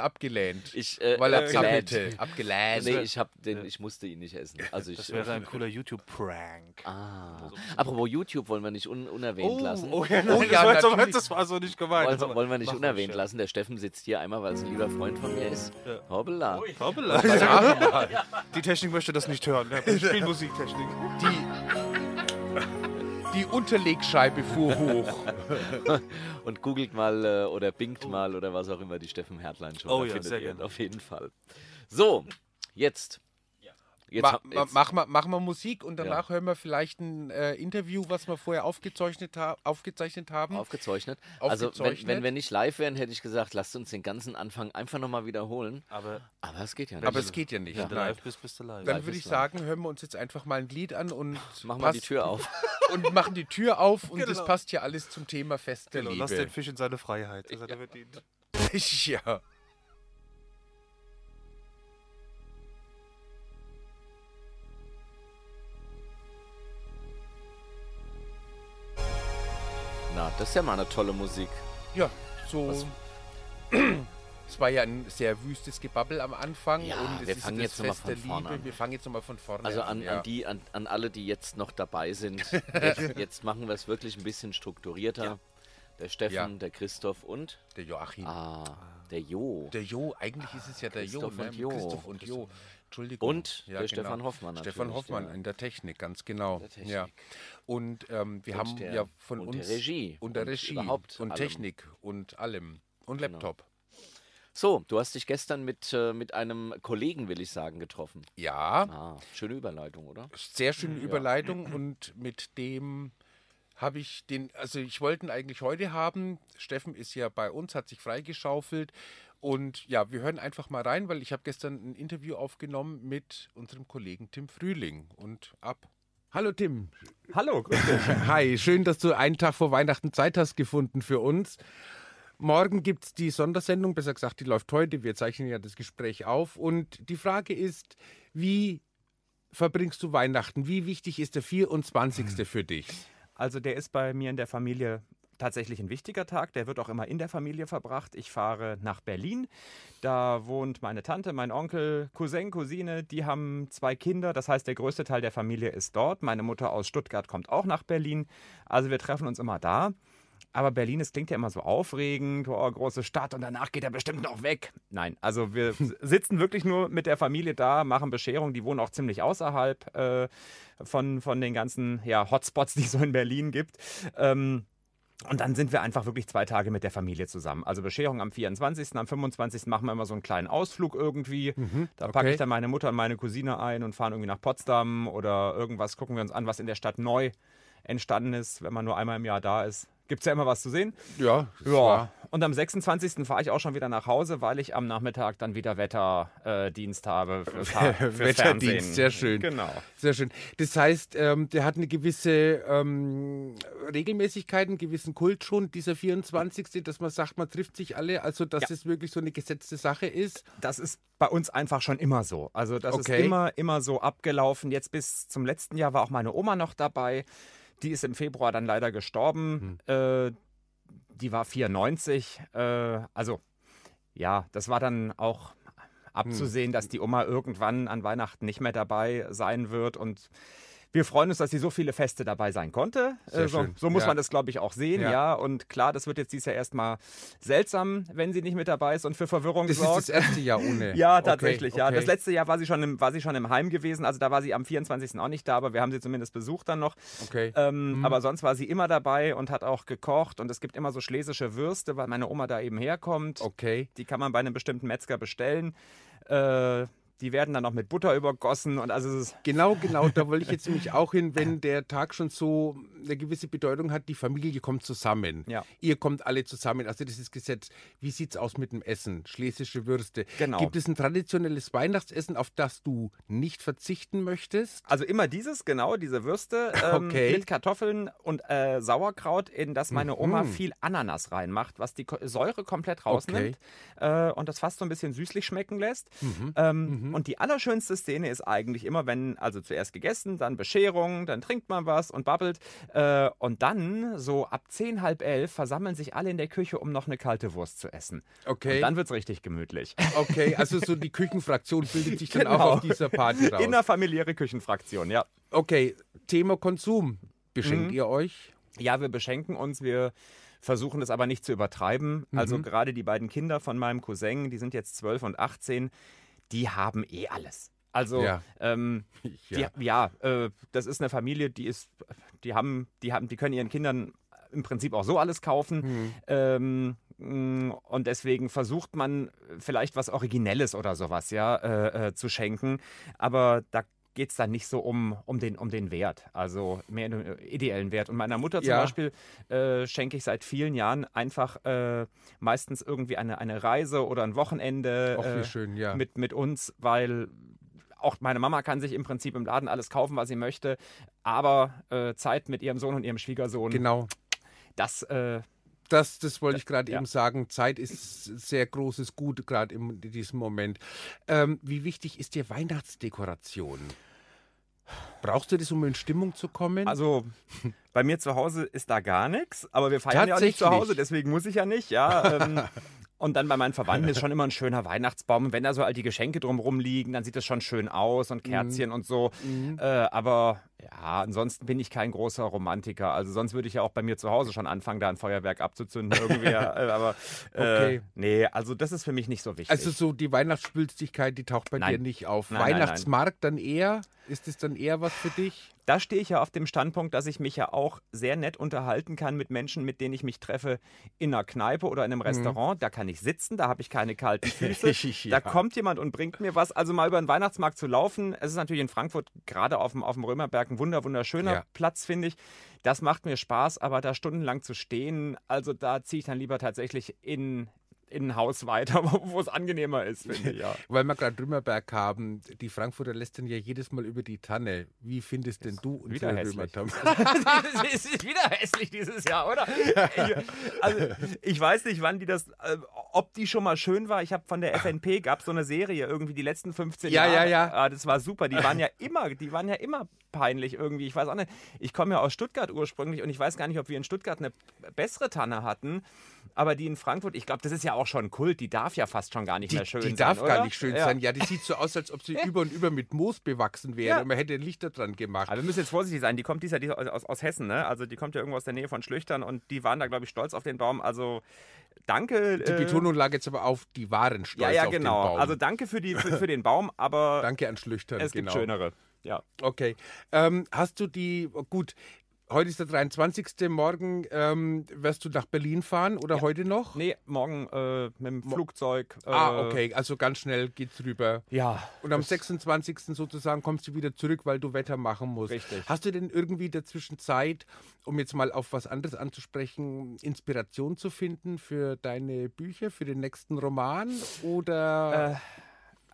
[SPEAKER 4] abgelehnt.
[SPEAKER 3] ich, äh,
[SPEAKER 4] weil er
[SPEAKER 3] äh,
[SPEAKER 4] zappelte.
[SPEAKER 3] gelähnt.
[SPEAKER 4] Abgelähnt.
[SPEAKER 3] Nee, ich habe den, ich musste ihn nicht essen. Also ich
[SPEAKER 2] Das wäre ein cooler YouTube-Prank.
[SPEAKER 3] Ah. Apropos YouTube wollen wir nicht un unerwähnt lassen.
[SPEAKER 2] ja,
[SPEAKER 4] Oh ja,
[SPEAKER 2] das, war jetzt,
[SPEAKER 4] natürlich.
[SPEAKER 2] das war so nicht gemeint.
[SPEAKER 3] wollen, wir, wollen wir nicht
[SPEAKER 2] Mach ruhig,
[SPEAKER 3] unerwähnt
[SPEAKER 2] ja.
[SPEAKER 3] lassen. Der Steffen sitzt hier einmal, weil es ein lieber Freund von mir ist. Hoppla.
[SPEAKER 5] Ui.
[SPEAKER 2] Hoppla.
[SPEAKER 4] Sag mal.
[SPEAKER 2] Die Technik möchte das nicht hören. Ja, Spiel Musiktechnik.
[SPEAKER 4] Die, die Unterlegscheibe fuhr hoch.
[SPEAKER 3] Und
[SPEAKER 4] Oh.
[SPEAKER 3] googelt mal äh, oder bingt mal oder was auch immer die Steffen Hertlein schon.
[SPEAKER 2] Oh
[SPEAKER 3] da
[SPEAKER 2] ja,
[SPEAKER 3] findet
[SPEAKER 2] sehr
[SPEAKER 3] ihr ihn
[SPEAKER 2] gerne.
[SPEAKER 3] Auf jeden Fall. So, jetzt. Jetzt,
[SPEAKER 4] Ma
[SPEAKER 3] hab-
[SPEAKER 4] ma-
[SPEAKER 3] jetzt.
[SPEAKER 4] mach, mal, mach mal Musik und
[SPEAKER 3] Ja.
[SPEAKER 4] danach hören wir vielleicht ein äh, Interview, was wir vorher aufgezeichnet, ha aufgezeichnet haben.
[SPEAKER 3] Aufgezeichnet. Also, wenn,
[SPEAKER 4] Aufgezeichnet.
[SPEAKER 3] wenn wir nicht live wären, hätte ich gesagt, lasst uns den ganzen Anfang einfach nochmal wiederholen.
[SPEAKER 2] Aber
[SPEAKER 3] Aber es geht ja nicht.
[SPEAKER 4] Aber es geht ja nicht.
[SPEAKER 2] wenn du
[SPEAKER 4] Nein.
[SPEAKER 2] live bist, bist du live.
[SPEAKER 4] Dann
[SPEAKER 3] live
[SPEAKER 4] würde
[SPEAKER 3] ist
[SPEAKER 4] ich
[SPEAKER 3] live.
[SPEAKER 4] sagen, hören wir uns jetzt einfach mal ein Lied an und,
[SPEAKER 3] Mach mal die
[SPEAKER 4] passt-
[SPEAKER 3] Tür auf.
[SPEAKER 4] und machen die Tür auf und das
[SPEAKER 2] Genau.
[SPEAKER 4] passt ja alles zum Thema Fest der
[SPEAKER 2] Genau, lass den
[SPEAKER 4] Liebe.
[SPEAKER 2] Fisch in seine Freiheit. Das hat er verdient.
[SPEAKER 4] ja.
[SPEAKER 3] Na, das ist ja mal eine tolle Musik.
[SPEAKER 4] ja, so.
[SPEAKER 3] Was-
[SPEAKER 4] Es war ja ein sehr wüstes Gebabbel am Anfang
[SPEAKER 3] Ja,
[SPEAKER 4] und es
[SPEAKER 3] wir
[SPEAKER 4] ist
[SPEAKER 3] fangen
[SPEAKER 4] das
[SPEAKER 3] jetzt noch mal
[SPEAKER 4] Fest
[SPEAKER 3] von
[SPEAKER 4] der
[SPEAKER 3] vorne
[SPEAKER 4] Liebe.
[SPEAKER 3] an.
[SPEAKER 4] Wir fangen jetzt nochmal von vorne
[SPEAKER 3] Also an,
[SPEAKER 4] ja.
[SPEAKER 3] an die, an, an alle, die jetzt noch dabei sind. Jetzt, jetzt machen wir es wirklich ein bisschen strukturierter. Der Steffen,
[SPEAKER 4] Ja.
[SPEAKER 3] der Christoph und
[SPEAKER 4] Der Joachim.
[SPEAKER 3] ah, der Jo.
[SPEAKER 4] Der Jo, eigentlich ist es ja der Jo,
[SPEAKER 3] Christoph
[SPEAKER 4] ne?
[SPEAKER 3] und Jo.
[SPEAKER 4] Christoph und Jo. Entschuldigung. genau.
[SPEAKER 3] Und der Stefan Hoffmann
[SPEAKER 4] Stefan
[SPEAKER 3] natürlich,
[SPEAKER 4] Hoffmann
[SPEAKER 3] ja.
[SPEAKER 4] in der Technik, ganz genau.
[SPEAKER 3] Der Technik.
[SPEAKER 4] Ja. Und ähm, wir haben
[SPEAKER 3] der-
[SPEAKER 4] ja von
[SPEAKER 3] und der
[SPEAKER 4] uns
[SPEAKER 3] Regie.
[SPEAKER 4] und der
[SPEAKER 3] Und
[SPEAKER 4] Regie
[SPEAKER 3] überhaupt
[SPEAKER 4] und
[SPEAKER 3] allem. Genau.
[SPEAKER 4] Technik und allem und Laptop.
[SPEAKER 3] So, du hast dich gestern mit, äh, mit einem Kollegen, will ich sagen, getroffen.
[SPEAKER 4] Ja,
[SPEAKER 3] Ah, schöne Überleitung, oder?
[SPEAKER 4] sehr schöne Überleitung und mit dem habe ich den, also ich wollte ihn eigentlich heute haben. Steffen ist ja bei uns, hat sich freigeschaufelt und ja, wir hören einfach mal rein, weil ich habe gestern ein Interview aufgenommen mit unserem Kollegen Tim Frühling und ab.
[SPEAKER 1] Hallo Tim.
[SPEAKER 6] Hallo, grüß dich.
[SPEAKER 1] Hi, schön, dass du einen Tag vor Weihnachten Zeit hast gefunden für uns. Morgen gibt es die Sondersendung, besser gesagt, die läuft heute. Wir zeichnen ja das Gespräch auf. Und die Frage ist, wie verbringst du Weihnachten? Wie wichtig ist der
[SPEAKER 6] Hm.
[SPEAKER 1] 24. für dich?
[SPEAKER 6] Also der ist bei mir in der Familie tatsächlich ein wichtiger Tag. Der wird auch immer in der Familie verbracht. Ich fahre nach Berlin. Da wohnt meine Tante, mein Onkel, Cousin, Cousine. Die haben zwei Kinder. Das heißt, der größte Teil der Familie ist dort. Meine Mutter aus Stuttgart kommt auch nach Berlin. Also wir treffen uns immer da. Aber Berlin, es klingt ja immer so aufregend, oh, große Stadt und danach geht er bestimmt noch weg. Nein, also wir sitzen wirklich nur mit der Familie da, machen Bescherung, die wohnen auch ziemlich außerhalb äh, von, von den ganzen ja, Hotspots, die es so in Berlin gibt. Ähm, und dann sind wir einfach wirklich zwei Tage mit der Familie zusammen. Also Bescherung am 24., am 25. machen wir immer so einen kleinen Ausflug irgendwie. da packe
[SPEAKER 1] Mhm, okay.
[SPEAKER 6] ich dann meine Mutter und meine Cousine ein und fahren irgendwie nach Potsdam oder irgendwas, gucken wir uns an, was in der Stadt neu entstanden ist, wenn man nur einmal im Jahr da ist. Gibt es ja immer was zu sehen.
[SPEAKER 1] Ja, das
[SPEAKER 6] Ja,
[SPEAKER 1] war-
[SPEAKER 6] und am 26. fahre ich auch schon wieder nach Hause, weil ich am Nachmittag dann wieder Wetterdienst habe. Für, fürs Fernsehen.
[SPEAKER 1] Wetterdienst, sehr schön.
[SPEAKER 6] Genau.
[SPEAKER 1] Sehr schön. Das heißt, ähm, der hat eine gewisse ähm, Regelmäßigkeit, einen gewissen Kult schon, dieser 24., dass man sagt, man trifft sich alle, also dass
[SPEAKER 6] Ja.
[SPEAKER 1] es wirklich so eine gesetzte Sache ist.
[SPEAKER 6] Das ist bei uns einfach schon immer so. Also das
[SPEAKER 1] Okay.
[SPEAKER 6] ist immer, immer so abgelaufen. Jetzt bis zum letzten Jahr war auch meine Oma noch dabei. Die ist im Februar dann leider gestorben.
[SPEAKER 1] Hm.
[SPEAKER 6] Äh, die war 94. Äh, also ja, das war dann auch
[SPEAKER 1] Hm.
[SPEAKER 6] abzusehen, dass die Oma irgendwann an Weihnachten nicht mehr dabei sein wird. Und wir freuen uns, dass sie so viele Feste dabei sein konnte. Äh, so,
[SPEAKER 1] schön.
[SPEAKER 6] so muss
[SPEAKER 1] Ja.
[SPEAKER 6] man das, glaube ich, auch sehen.
[SPEAKER 1] Ja.
[SPEAKER 6] Ja. und klar, das wird jetzt dieses Jahr erstmal seltsam, wenn sie nicht mit dabei ist und für Verwirrung
[SPEAKER 1] Das
[SPEAKER 6] sorgt.
[SPEAKER 1] ist das erste Jahr ohne.
[SPEAKER 6] Ja,
[SPEAKER 1] Okay,
[SPEAKER 6] tatsächlich, ja.
[SPEAKER 1] okay.
[SPEAKER 6] Das letzte Jahr war sie, schon im, war sie schon im Heim gewesen. Also da war sie am 24. auch nicht da, aber wir haben sie zumindest besucht dann noch.
[SPEAKER 1] Okay.
[SPEAKER 6] Ähm, Aber sonst war sie immer dabei und hat auch gekocht. Und es gibt immer so schlesische Würste, weil meine Oma da eben herkommt.
[SPEAKER 1] Okay.
[SPEAKER 6] Die kann man bei einem bestimmten Metzger bestellen. Äh, die werden dann noch mit Butter übergossen. Und also es ist
[SPEAKER 1] Genau, genau, da wollte ich jetzt nämlich auch hin, wenn der Tag schon so eine gewisse Bedeutung hat, die Familie kommt zusammen.
[SPEAKER 6] Ja.
[SPEAKER 1] Ihr kommt alle zusammen, also das ist Gesetz. Wie sieht's aus mit dem Essen? Schlesische Würste.
[SPEAKER 6] Genau.
[SPEAKER 1] Gibt es ein traditionelles Weihnachtsessen, auf das du nicht verzichten möchtest?
[SPEAKER 6] Also immer dieses, genau, diese Würste ähm,
[SPEAKER 1] Okay.
[SPEAKER 6] mit Kartoffeln und äh, Sauerkraut, in das meine Oma
[SPEAKER 1] Mhm.
[SPEAKER 6] viel Ananas reinmacht, was die Ko Säure komplett rausnimmt äh, und das fast so ein bisschen süßlich schmecken lässt.
[SPEAKER 1] Mhm.
[SPEAKER 6] Ähm, Und die allerschönste Szene ist eigentlich immer, wenn, also zuerst gegessen, dann Bescherung, dann trinkt man was und babbelt. Äh, und dann, so ab zehn, halb elf, versammeln sich alle in der Küche, um noch eine kalte Wurst zu essen.
[SPEAKER 1] Okay.
[SPEAKER 6] Und dann wird's richtig gemütlich.
[SPEAKER 1] Okay, also so die Küchenfraktion bildet sich dann
[SPEAKER 6] Genau.
[SPEAKER 1] auch auf dieser Party raus.
[SPEAKER 6] Innerfamiliäre Küchenfraktion, ja.
[SPEAKER 1] okay, Thema Konsum.
[SPEAKER 6] Mhm.
[SPEAKER 1] Beschenkt ihr euch?
[SPEAKER 6] Ja, wir beschenken uns, wir versuchen es aber nicht zu übertreiben. Also gerade die beiden Kinder von meinem Cousin, die sind jetzt 12 und 18, die haben eh alles. Also
[SPEAKER 1] Ja.
[SPEAKER 6] ja, ähm,
[SPEAKER 1] Ja.
[SPEAKER 6] ja. Die, ja äh, das ist eine Familie, die ist,
[SPEAKER 4] Hm.
[SPEAKER 6] die haben, die haben, die können ihren Kindern im Prinzip auch so alles kaufen. Ähm, Und deswegen versucht man vielleicht was Originelles oder sowas, ja, äh, äh, zu schenken. Aber da geht es dann nicht so um, um, den, um den Wert, also mehr den ideellen Wert. Und meiner Mutter zum
[SPEAKER 4] Ja.
[SPEAKER 6] Beispiel äh, schenke ich seit vielen Jahren einfach äh, meistens irgendwie eine, eine Reise oder ein Wochenende
[SPEAKER 4] Auch
[SPEAKER 6] äh,
[SPEAKER 4] wie schön, ja.
[SPEAKER 6] mit, mit uns, weil auch meine Mama kann sich im Prinzip im Laden alles kaufen, was sie möchte, aber äh, Zeit mit ihrem Sohn und ihrem Schwiegersohn,
[SPEAKER 4] genau.
[SPEAKER 6] das äh,
[SPEAKER 4] Das, das wollte ich gerade
[SPEAKER 6] Ja.
[SPEAKER 4] eben sagen. Zeit ist ein sehr großes Gut, gerade in diesem Moment. Ähm, wie wichtig ist dir Weihnachtsdekoration? Brauchst du das, um in Stimmung zu kommen?
[SPEAKER 6] Also bei mir zu Hause ist da gar nichts, aber wir feiern ja auch nicht zu
[SPEAKER 4] Tatsächlich.
[SPEAKER 6] Hause, deswegen muss ich ja nicht, ja. Ähm, und dann bei meinen Verwandten ist schon immer ein schöner Weihnachtsbaum. Und wenn da so all die Geschenke drumrum liegen, dann sieht das schon schön aus und Kerzchen und so. Äh, aber ja, ansonsten bin ich kein großer Romantiker. Also sonst würde ich ja auch bei mir zu Hause schon anfangen, da ein Feuerwerk abzuzünden irgendwie. ja, äh, aber äh,
[SPEAKER 4] Okay.
[SPEAKER 6] nee, also das ist für mich nicht so wichtig.
[SPEAKER 4] also so die Weihnachtsspülstigkeit, die taucht bei
[SPEAKER 6] Nein.
[SPEAKER 4] dir nicht auf.
[SPEAKER 6] Nein, nein, nein.
[SPEAKER 4] Weihnachtsmarkt dann eher? Ist es dann eher was für dich?
[SPEAKER 6] da stehe ich ja auf dem Standpunkt, dass ich mich ja auch sehr nett unterhalten kann mit Menschen, mit denen ich mich treffe in einer Kneipe oder in einem Restaurant. Da kann ich sitzen, da habe ich keine kalten Füße. Also, Da kommt jemand und bringt mir was. Also mal über den Weihnachtsmarkt zu laufen, es ist natürlich in Frankfurt gerade auf dem, auf dem Römerberg ein wunder, wunderschöner
[SPEAKER 4] Ja.
[SPEAKER 6] Platz, finde ich. Das macht mir Spaß, aber da stundenlang zu stehen, also da ziehe ich dann lieber tatsächlich in, in ein Haus weiter, wo wo es angenehmer ist, finde ich. Ja.
[SPEAKER 4] Weil wir gerade Römerberg haben, die Frankfurter lässt dann ja jedes Mal über die Tanne. Wie findest denn du
[SPEAKER 6] wieder
[SPEAKER 4] unsere
[SPEAKER 6] hässlich.
[SPEAKER 4] Römertanne?
[SPEAKER 6] es ist wieder hässlich dieses Jahr, oder? Ich, also, ich weiß nicht, wann die das, äh, ob die schon mal schön war. Ich habe von der FNP gab so eine Serie irgendwie die letzten 15
[SPEAKER 4] Ah. Ja,
[SPEAKER 6] Jahre.
[SPEAKER 4] ja, ja.
[SPEAKER 6] Ah, das war super. Die waren ja immer, die waren ja immer peinlich irgendwie. Ich weiß auch nicht. Ich komme ja aus Stuttgart ursprünglich und ich weiß gar nicht, ob wir in Stuttgart eine bessere Tanne hatten. Aber die in Frankfurt, ich glaube, das ist ja auch schon Kult. Die darf ja fast schon gar nicht
[SPEAKER 4] Die,
[SPEAKER 6] mehr schön sein.
[SPEAKER 4] die darf
[SPEAKER 6] oder?
[SPEAKER 4] gar nicht schön sein. Ja, die sieht so aus, als ob sie über und über mit Moos bewachsen wäre.
[SPEAKER 6] Ja.
[SPEAKER 4] Man hätte ein Lichter dran gemacht.
[SPEAKER 6] Aber wir müssen jetzt vorsichtig sein. Die kommt dies Jahr dies- aus, aus Hessen, ne? Also die kommt ja irgendwo aus der Nähe von Schlüchtern und die waren da, glaube ich, stolz auf den Baum. Also danke. äh,
[SPEAKER 4] Die Betonung lag jetzt aber auf, die waren stolz
[SPEAKER 6] Ja, ja,
[SPEAKER 4] auf den
[SPEAKER 6] genau.
[SPEAKER 4] Baum.
[SPEAKER 6] Also danke für, die, für, für den Baum, aber
[SPEAKER 4] Danke an Schlüchtern,
[SPEAKER 6] es
[SPEAKER 4] genau.
[SPEAKER 6] gibt schönere. Ja.
[SPEAKER 4] Okay. Ähm, hast du die, gut, heute ist der 23. Morgen ähm, wirst du nach Berlin fahren oder heute noch?
[SPEAKER 6] Nee, morgen äh, mit dem Flugzeug. Äh,
[SPEAKER 4] Ah, okay, also ganz schnell geht's rüber.
[SPEAKER 6] Ja.
[SPEAKER 4] Und am 26. sozusagen kommst du wieder zurück, weil du Wetter machen musst.
[SPEAKER 6] Richtig.
[SPEAKER 4] Hast du denn irgendwie dazwischen Zeit, um jetzt mal auf was anderes anzusprechen, Inspiration zu finden für deine Bücher, für den nächsten Roman? Oder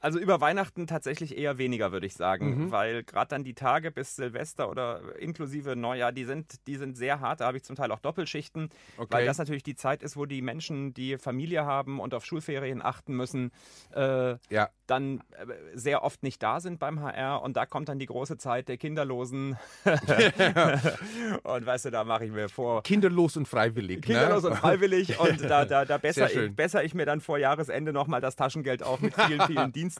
[SPEAKER 6] Also über Weihnachten tatsächlich eher weniger, würde ich sagen, weil gerade dann die Tage bis Silvester oder inklusive Neujahr, die sind, die sind sehr hart. Da habe ich zum Teil auch Doppelschichten, weil
[SPEAKER 4] Okay.
[SPEAKER 6] das natürlich die Zeit ist, wo die Menschen, die Familie haben und auf Schulferien achten müssen, äh,
[SPEAKER 4] ja,
[SPEAKER 6] dann äh, sehr oft nicht da sind beim HR und da kommt dann die große Zeit der Kinderlosen. und weißt du, da mache ich mir vor.
[SPEAKER 4] kinderlos und freiwillig.
[SPEAKER 6] Kinderlos
[SPEAKER 4] ne?
[SPEAKER 6] und freiwillig und da, da, da besser,
[SPEAKER 4] Sehr schön.
[SPEAKER 6] ich, besser ich mir dann vor Jahresende nochmal das Taschengeld auf mit vielen, vielen Diensten.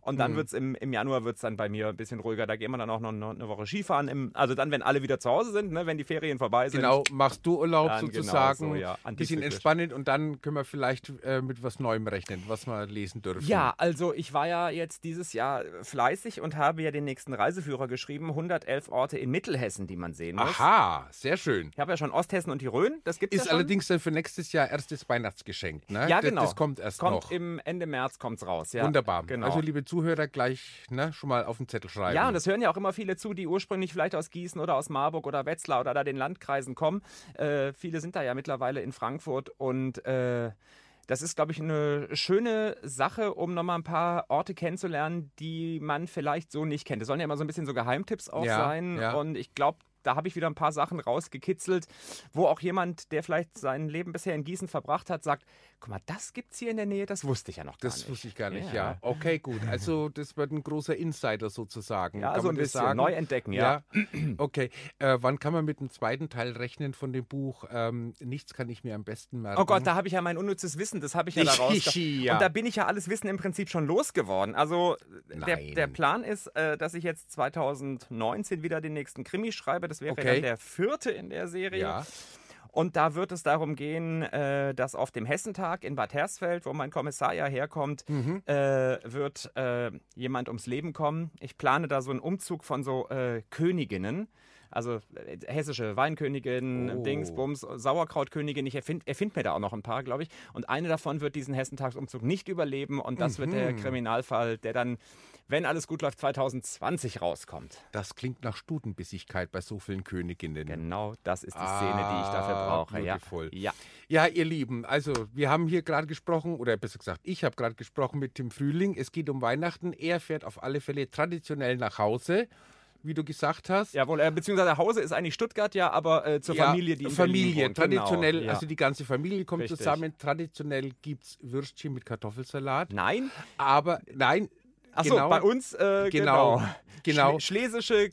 [SPEAKER 6] Und
[SPEAKER 4] Mhm.
[SPEAKER 6] dann wird es im, im Januar wird's dann bei mir ein bisschen ruhiger. Da gehen wir dann auch noch, noch eine Woche Skifahren. Im, also dann, wenn alle wieder zu Hause sind, ne, wenn die Ferien vorbei sind.
[SPEAKER 4] Genau, machst du Urlaub
[SPEAKER 6] Dann genau
[SPEAKER 4] sozusagen.
[SPEAKER 6] so, ja,
[SPEAKER 4] Ein bisschen
[SPEAKER 6] antizyklisch.
[SPEAKER 4] entspannend und dann können wir vielleicht äh, mit was Neuem rechnen, was wir lesen dürfen.
[SPEAKER 6] Ja, also ich war ja jetzt dieses Jahr fleißig und habe ja den nächsten Reiseführer geschrieben. 111 Orte in Mittelhessen, die man sehen muss.
[SPEAKER 4] Aha, sehr schön.
[SPEAKER 6] Ich habe ja schon Osthessen und die Rhön, das gibt es
[SPEAKER 4] Ist
[SPEAKER 6] ja schon.
[SPEAKER 4] allerdings dann für nächstes Jahr erstes Weihnachtsgeschenk. Ne?
[SPEAKER 6] ja,
[SPEAKER 4] Das-
[SPEAKER 6] genau.
[SPEAKER 4] Das kommt erst
[SPEAKER 6] kommt
[SPEAKER 4] noch.
[SPEAKER 6] Im Ende März kommt's raus. Ja.
[SPEAKER 4] Wunderbar.
[SPEAKER 6] Genau.
[SPEAKER 4] Also, liebe Zuhörer, gleich ne, schon mal auf den Zettel schreiben.
[SPEAKER 6] ja, und das hören ja auch immer viele zu, die ursprünglich vielleicht aus Gießen oder aus Marburg oder Wetzlar oder da den Landkreisen kommen. Äh, viele sind da ja mittlerweile in Frankfurt und äh, das ist, glaube ich, eine schöne Sache, um nochmal ein paar Orte kennenzulernen, die man vielleicht so nicht kennt. Es sollen ja immer so ein bisschen so Geheimtipps auch
[SPEAKER 4] Ja,
[SPEAKER 6] sein
[SPEAKER 4] ja.
[SPEAKER 6] und ich glaube, da habe ich wieder ein paar Sachen rausgekitzelt, wo auch jemand, der vielleicht sein Leben bisher in Gießen verbracht hat, sagt, guck mal, das gibt's hier in der Nähe, das wusste ich ja noch gar
[SPEAKER 4] Das
[SPEAKER 6] nicht.
[SPEAKER 4] wusste ich gar nicht,
[SPEAKER 6] Ja.
[SPEAKER 4] ja. Okay, gut. Also, das wird ein großer Insider sozusagen.
[SPEAKER 6] Ja,
[SPEAKER 4] Kann
[SPEAKER 6] so
[SPEAKER 4] man
[SPEAKER 6] ein
[SPEAKER 4] das
[SPEAKER 6] bisschen
[SPEAKER 4] sagen?
[SPEAKER 6] neu entdecken, ja.
[SPEAKER 4] Okay. Äh, wann kann man mit dem zweiten Teil rechnen von dem Buch? Ähm, nichts kann ich mir am besten merken.
[SPEAKER 6] Oh Gott, da habe ich ja mein unnützes Wissen, das habe ich ja da rausge-
[SPEAKER 4] Ja.
[SPEAKER 6] Und da bin ich ja alles Wissen im Prinzip schon losgeworden. Also der,
[SPEAKER 4] Nein.
[SPEAKER 6] der Plan ist, äh, dass ich jetzt 2019 wieder den nächsten Krimi schreibe. Das wäre
[SPEAKER 4] Okay.
[SPEAKER 6] dann der vierte in der Serie.
[SPEAKER 4] Ja.
[SPEAKER 6] Und da wird es darum gehen, äh, dass auf dem Hessentag in Bad Hersfeld, wo mein Kommissar ja herkommt, äh, wird äh, jemand ums Leben kommen. Ich plane da so einen Umzug von so äh, Königinnen. Also äh, hessische Weinkönigin,
[SPEAKER 4] Oh.
[SPEAKER 6] Dingsbums, Sauerkrautkönigin. Ich erfinde erfind mir da auch noch ein paar, glaube ich. Und eine davon wird diesen Hessentagsumzug nicht überleben. Und das wird der Kriminalfall, der dann, wenn alles gut läuft, 2020 rauskommt.
[SPEAKER 4] Das klingt nach Stutenbissigkeit bei so vielen Königinnen.
[SPEAKER 6] Genau, das ist die Szene, die ich dafür brauche. Ja.
[SPEAKER 4] beautiful.
[SPEAKER 6] ja.
[SPEAKER 4] Ja, ihr Lieben, also wir haben hier gerade gesprochen, oder besser gesagt, ich habe gerade gesprochen mit Tim Frühling. Es geht um Weihnachten. Er fährt auf alle Fälle traditionell nach Hause, wie du gesagt hast.
[SPEAKER 6] Jawohl, äh, beziehungsweise Hause ist eigentlich Stuttgart, ja, aber äh, zur
[SPEAKER 4] Ja,
[SPEAKER 6] Familie, die in Berlin
[SPEAKER 4] Familie,
[SPEAKER 6] wohnt.
[SPEAKER 4] traditionell,
[SPEAKER 6] genau, ja.
[SPEAKER 4] also die ganze Familie kommt
[SPEAKER 6] Richtig.
[SPEAKER 4] zusammen. Traditionell gibt es Würstchen mit Kartoffelsalat.
[SPEAKER 6] Nein?
[SPEAKER 4] Aber nein,
[SPEAKER 6] Achso,
[SPEAKER 4] Genau.
[SPEAKER 6] bei uns, äh,
[SPEAKER 4] genau.
[SPEAKER 6] genau.
[SPEAKER 4] Genau.
[SPEAKER 6] Schle- Schlesische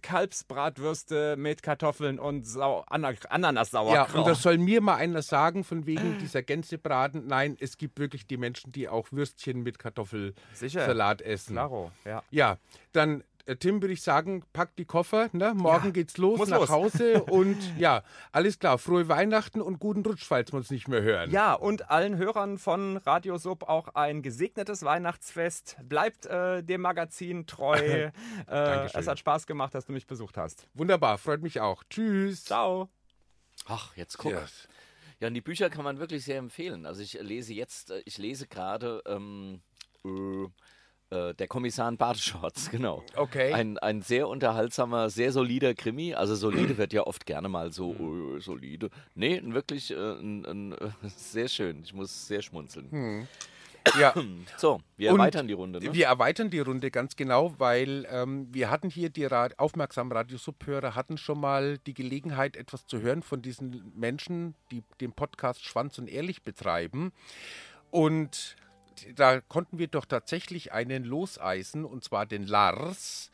[SPEAKER 6] Kalbsbratwürste mit Kartoffeln und Sau Ana
[SPEAKER 4] Ja,
[SPEAKER 6] Ananas-Sauerkraut.
[SPEAKER 4] und das soll mir mal einer sagen, von wegen dieser Gänsebraten. Nein, es gibt wirklich die Menschen, die auch Würstchen mit
[SPEAKER 6] Sicher.
[SPEAKER 4] Kartoffelsalat essen.
[SPEAKER 6] Claro, ja.
[SPEAKER 4] Ja, dann, äh, Tim, würde ich sagen, pack die Koffer. Ne? Morgen
[SPEAKER 6] Ja,
[SPEAKER 4] geht's los
[SPEAKER 6] muss
[SPEAKER 4] nach
[SPEAKER 6] los.
[SPEAKER 4] Hause. Und ja, alles klar. Frohe Weihnachten und guten Rutsch, falls wir uns nicht mehr hören.
[SPEAKER 6] Ja, und allen Hörern von Radio Sub auch ein gesegnetes Weihnachtsfest. Bleibt äh, dem Magazin treu. äh,
[SPEAKER 4] Dankeschön.
[SPEAKER 6] es hat Spaß gemacht, dass du mich besucht hast.
[SPEAKER 4] Wunderbar, freut mich auch. Tschüss.
[SPEAKER 6] Ciao.
[SPEAKER 3] Ach, jetzt guck. Ja, und die Bücher kann man wirklich sehr empfehlen. Also ich lese jetzt, äh, ich lese gerade ähm, äh, äh, Der Kommissar in Badeschorts, genau.
[SPEAKER 4] Okay.
[SPEAKER 3] Ein, ein sehr unterhaltsamer, sehr solider Krimi. Also solide wird ja oft gerne mal so
[SPEAKER 4] Hm.
[SPEAKER 3] äh, solide. Nee, wirklich äh, ein, ein, äh, sehr schön. Ich muss sehr schmunzeln. Hm.
[SPEAKER 4] Ja.
[SPEAKER 3] So, wir
[SPEAKER 4] Hm. Und
[SPEAKER 3] erweitern die Runde. Ne?
[SPEAKER 4] Wir erweitern die Runde ganz genau, weil ähm, wir hatten hier die Ra aufmerksamen Radiosubhörer hatten schon mal die Gelegenheit, etwas zu hören von diesen Menschen, die den Podcast Schwanz und Ehrlich betreiben. Und da konnten wir doch tatsächlich einen loseisen, und zwar den Lars.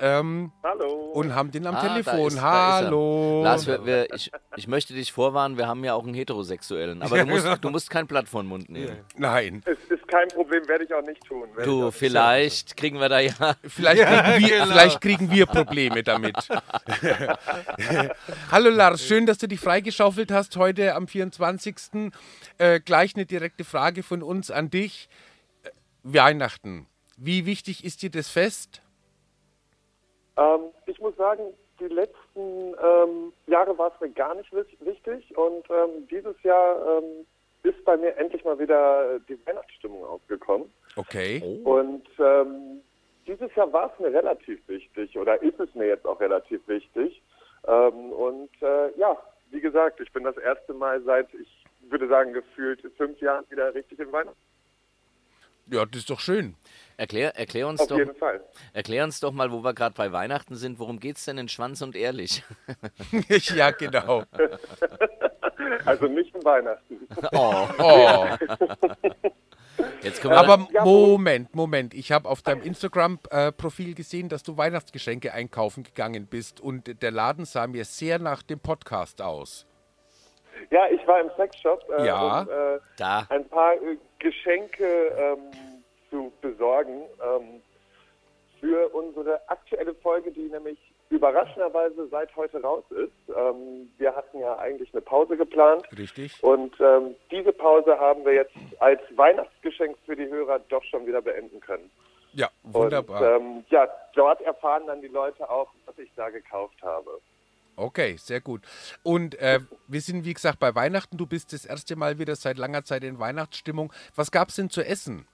[SPEAKER 4] Ähm,
[SPEAKER 7] Hallo.
[SPEAKER 4] und haben den am
[SPEAKER 3] Ah, da
[SPEAKER 4] Telefon.
[SPEAKER 3] ist- da ist er.
[SPEAKER 4] Hallo.
[SPEAKER 3] Lars, wir, wir, ich, ich möchte dich vorwarnen, wir haben ja auch einen Heterosexuellen. Aber du musst, du musst kein Blatt vor den Mund nehmen.
[SPEAKER 4] Nein,
[SPEAKER 7] Es ist kein Problem, werde ich auch nicht tun. Werde ich auch
[SPEAKER 3] Du,
[SPEAKER 7] nicht
[SPEAKER 3] vielleicht kriegen wir da ja.
[SPEAKER 4] vielleicht, kriegen wir, vielleicht kriegen wir Probleme damit. Hallo Lars, schön, dass du dich freigeschaufelt hast heute am 24. Äh, gleich eine direkte Frage von uns an dich. Äh, Weihnachten. Wie wichtig ist dir das Fest?
[SPEAKER 7] Ähm, ich muss sagen, die letzten ähm, Jahre war es mir gar nicht wis- wichtig und ähm, dieses Jahr ähm, ist bei mir endlich mal wieder die Weihnachtsstimmung aufgekommen.
[SPEAKER 4] Okay.
[SPEAKER 7] Oh. Und ähm, dieses Jahr war es mir relativ wichtig oder ist es mir jetzt auch relativ wichtig. Ähm, und äh, ja, wie gesagt, ich bin das erste Mal seit, ich würde sagen, gefühlt fünf Jahren wieder richtig in Weihnachten.
[SPEAKER 4] Ja, das ist doch schön.
[SPEAKER 3] Erklär, erklär, uns
[SPEAKER 7] Auf
[SPEAKER 3] doch,
[SPEAKER 7] jeden Fall.
[SPEAKER 3] erklär uns doch mal, wo wir gerade bei Weihnachten sind. Worum geht's denn in Schwanz und Ehrlich?
[SPEAKER 4] ja, genau.
[SPEAKER 7] Also nicht in Weihnachten.
[SPEAKER 3] Oh,
[SPEAKER 4] Oh.
[SPEAKER 3] jetzt können wir.
[SPEAKER 4] Aber
[SPEAKER 7] Ja, wo-
[SPEAKER 4] Moment, Moment. Ich habe auf deinem Instagram-Profil gesehen, dass du Weihnachtsgeschenke einkaufen gegangen bist und der Laden sah mir sehr nach dem Podcast aus.
[SPEAKER 7] Ja, ich war im Sexshop äh,
[SPEAKER 4] Ja.
[SPEAKER 7] und äh,
[SPEAKER 3] da,
[SPEAKER 7] ein paar äh, Geschenke ähm, zu besorgen ähm, für unsere aktuelle Folge, die nämlich überraschenderweise seit heute raus ist. Ähm, wir hatten ja eigentlich eine Pause geplant
[SPEAKER 4] Richtig?
[SPEAKER 7] und ähm, diese Pause haben wir jetzt als Weihnachtsgeschenk für die Hörer doch schon wieder beenden können.
[SPEAKER 4] Ja, wunderbar.
[SPEAKER 7] Und ähm, ja, dort erfahren dann die Leute auch, was ich da gekauft habe.
[SPEAKER 4] Okay, sehr gut. Und äh, wir sind, wie gesagt, bei Weihnachten. Du bist das erste Mal wieder seit langer Zeit in Weihnachtsstimmung. Was gab es denn zu essen?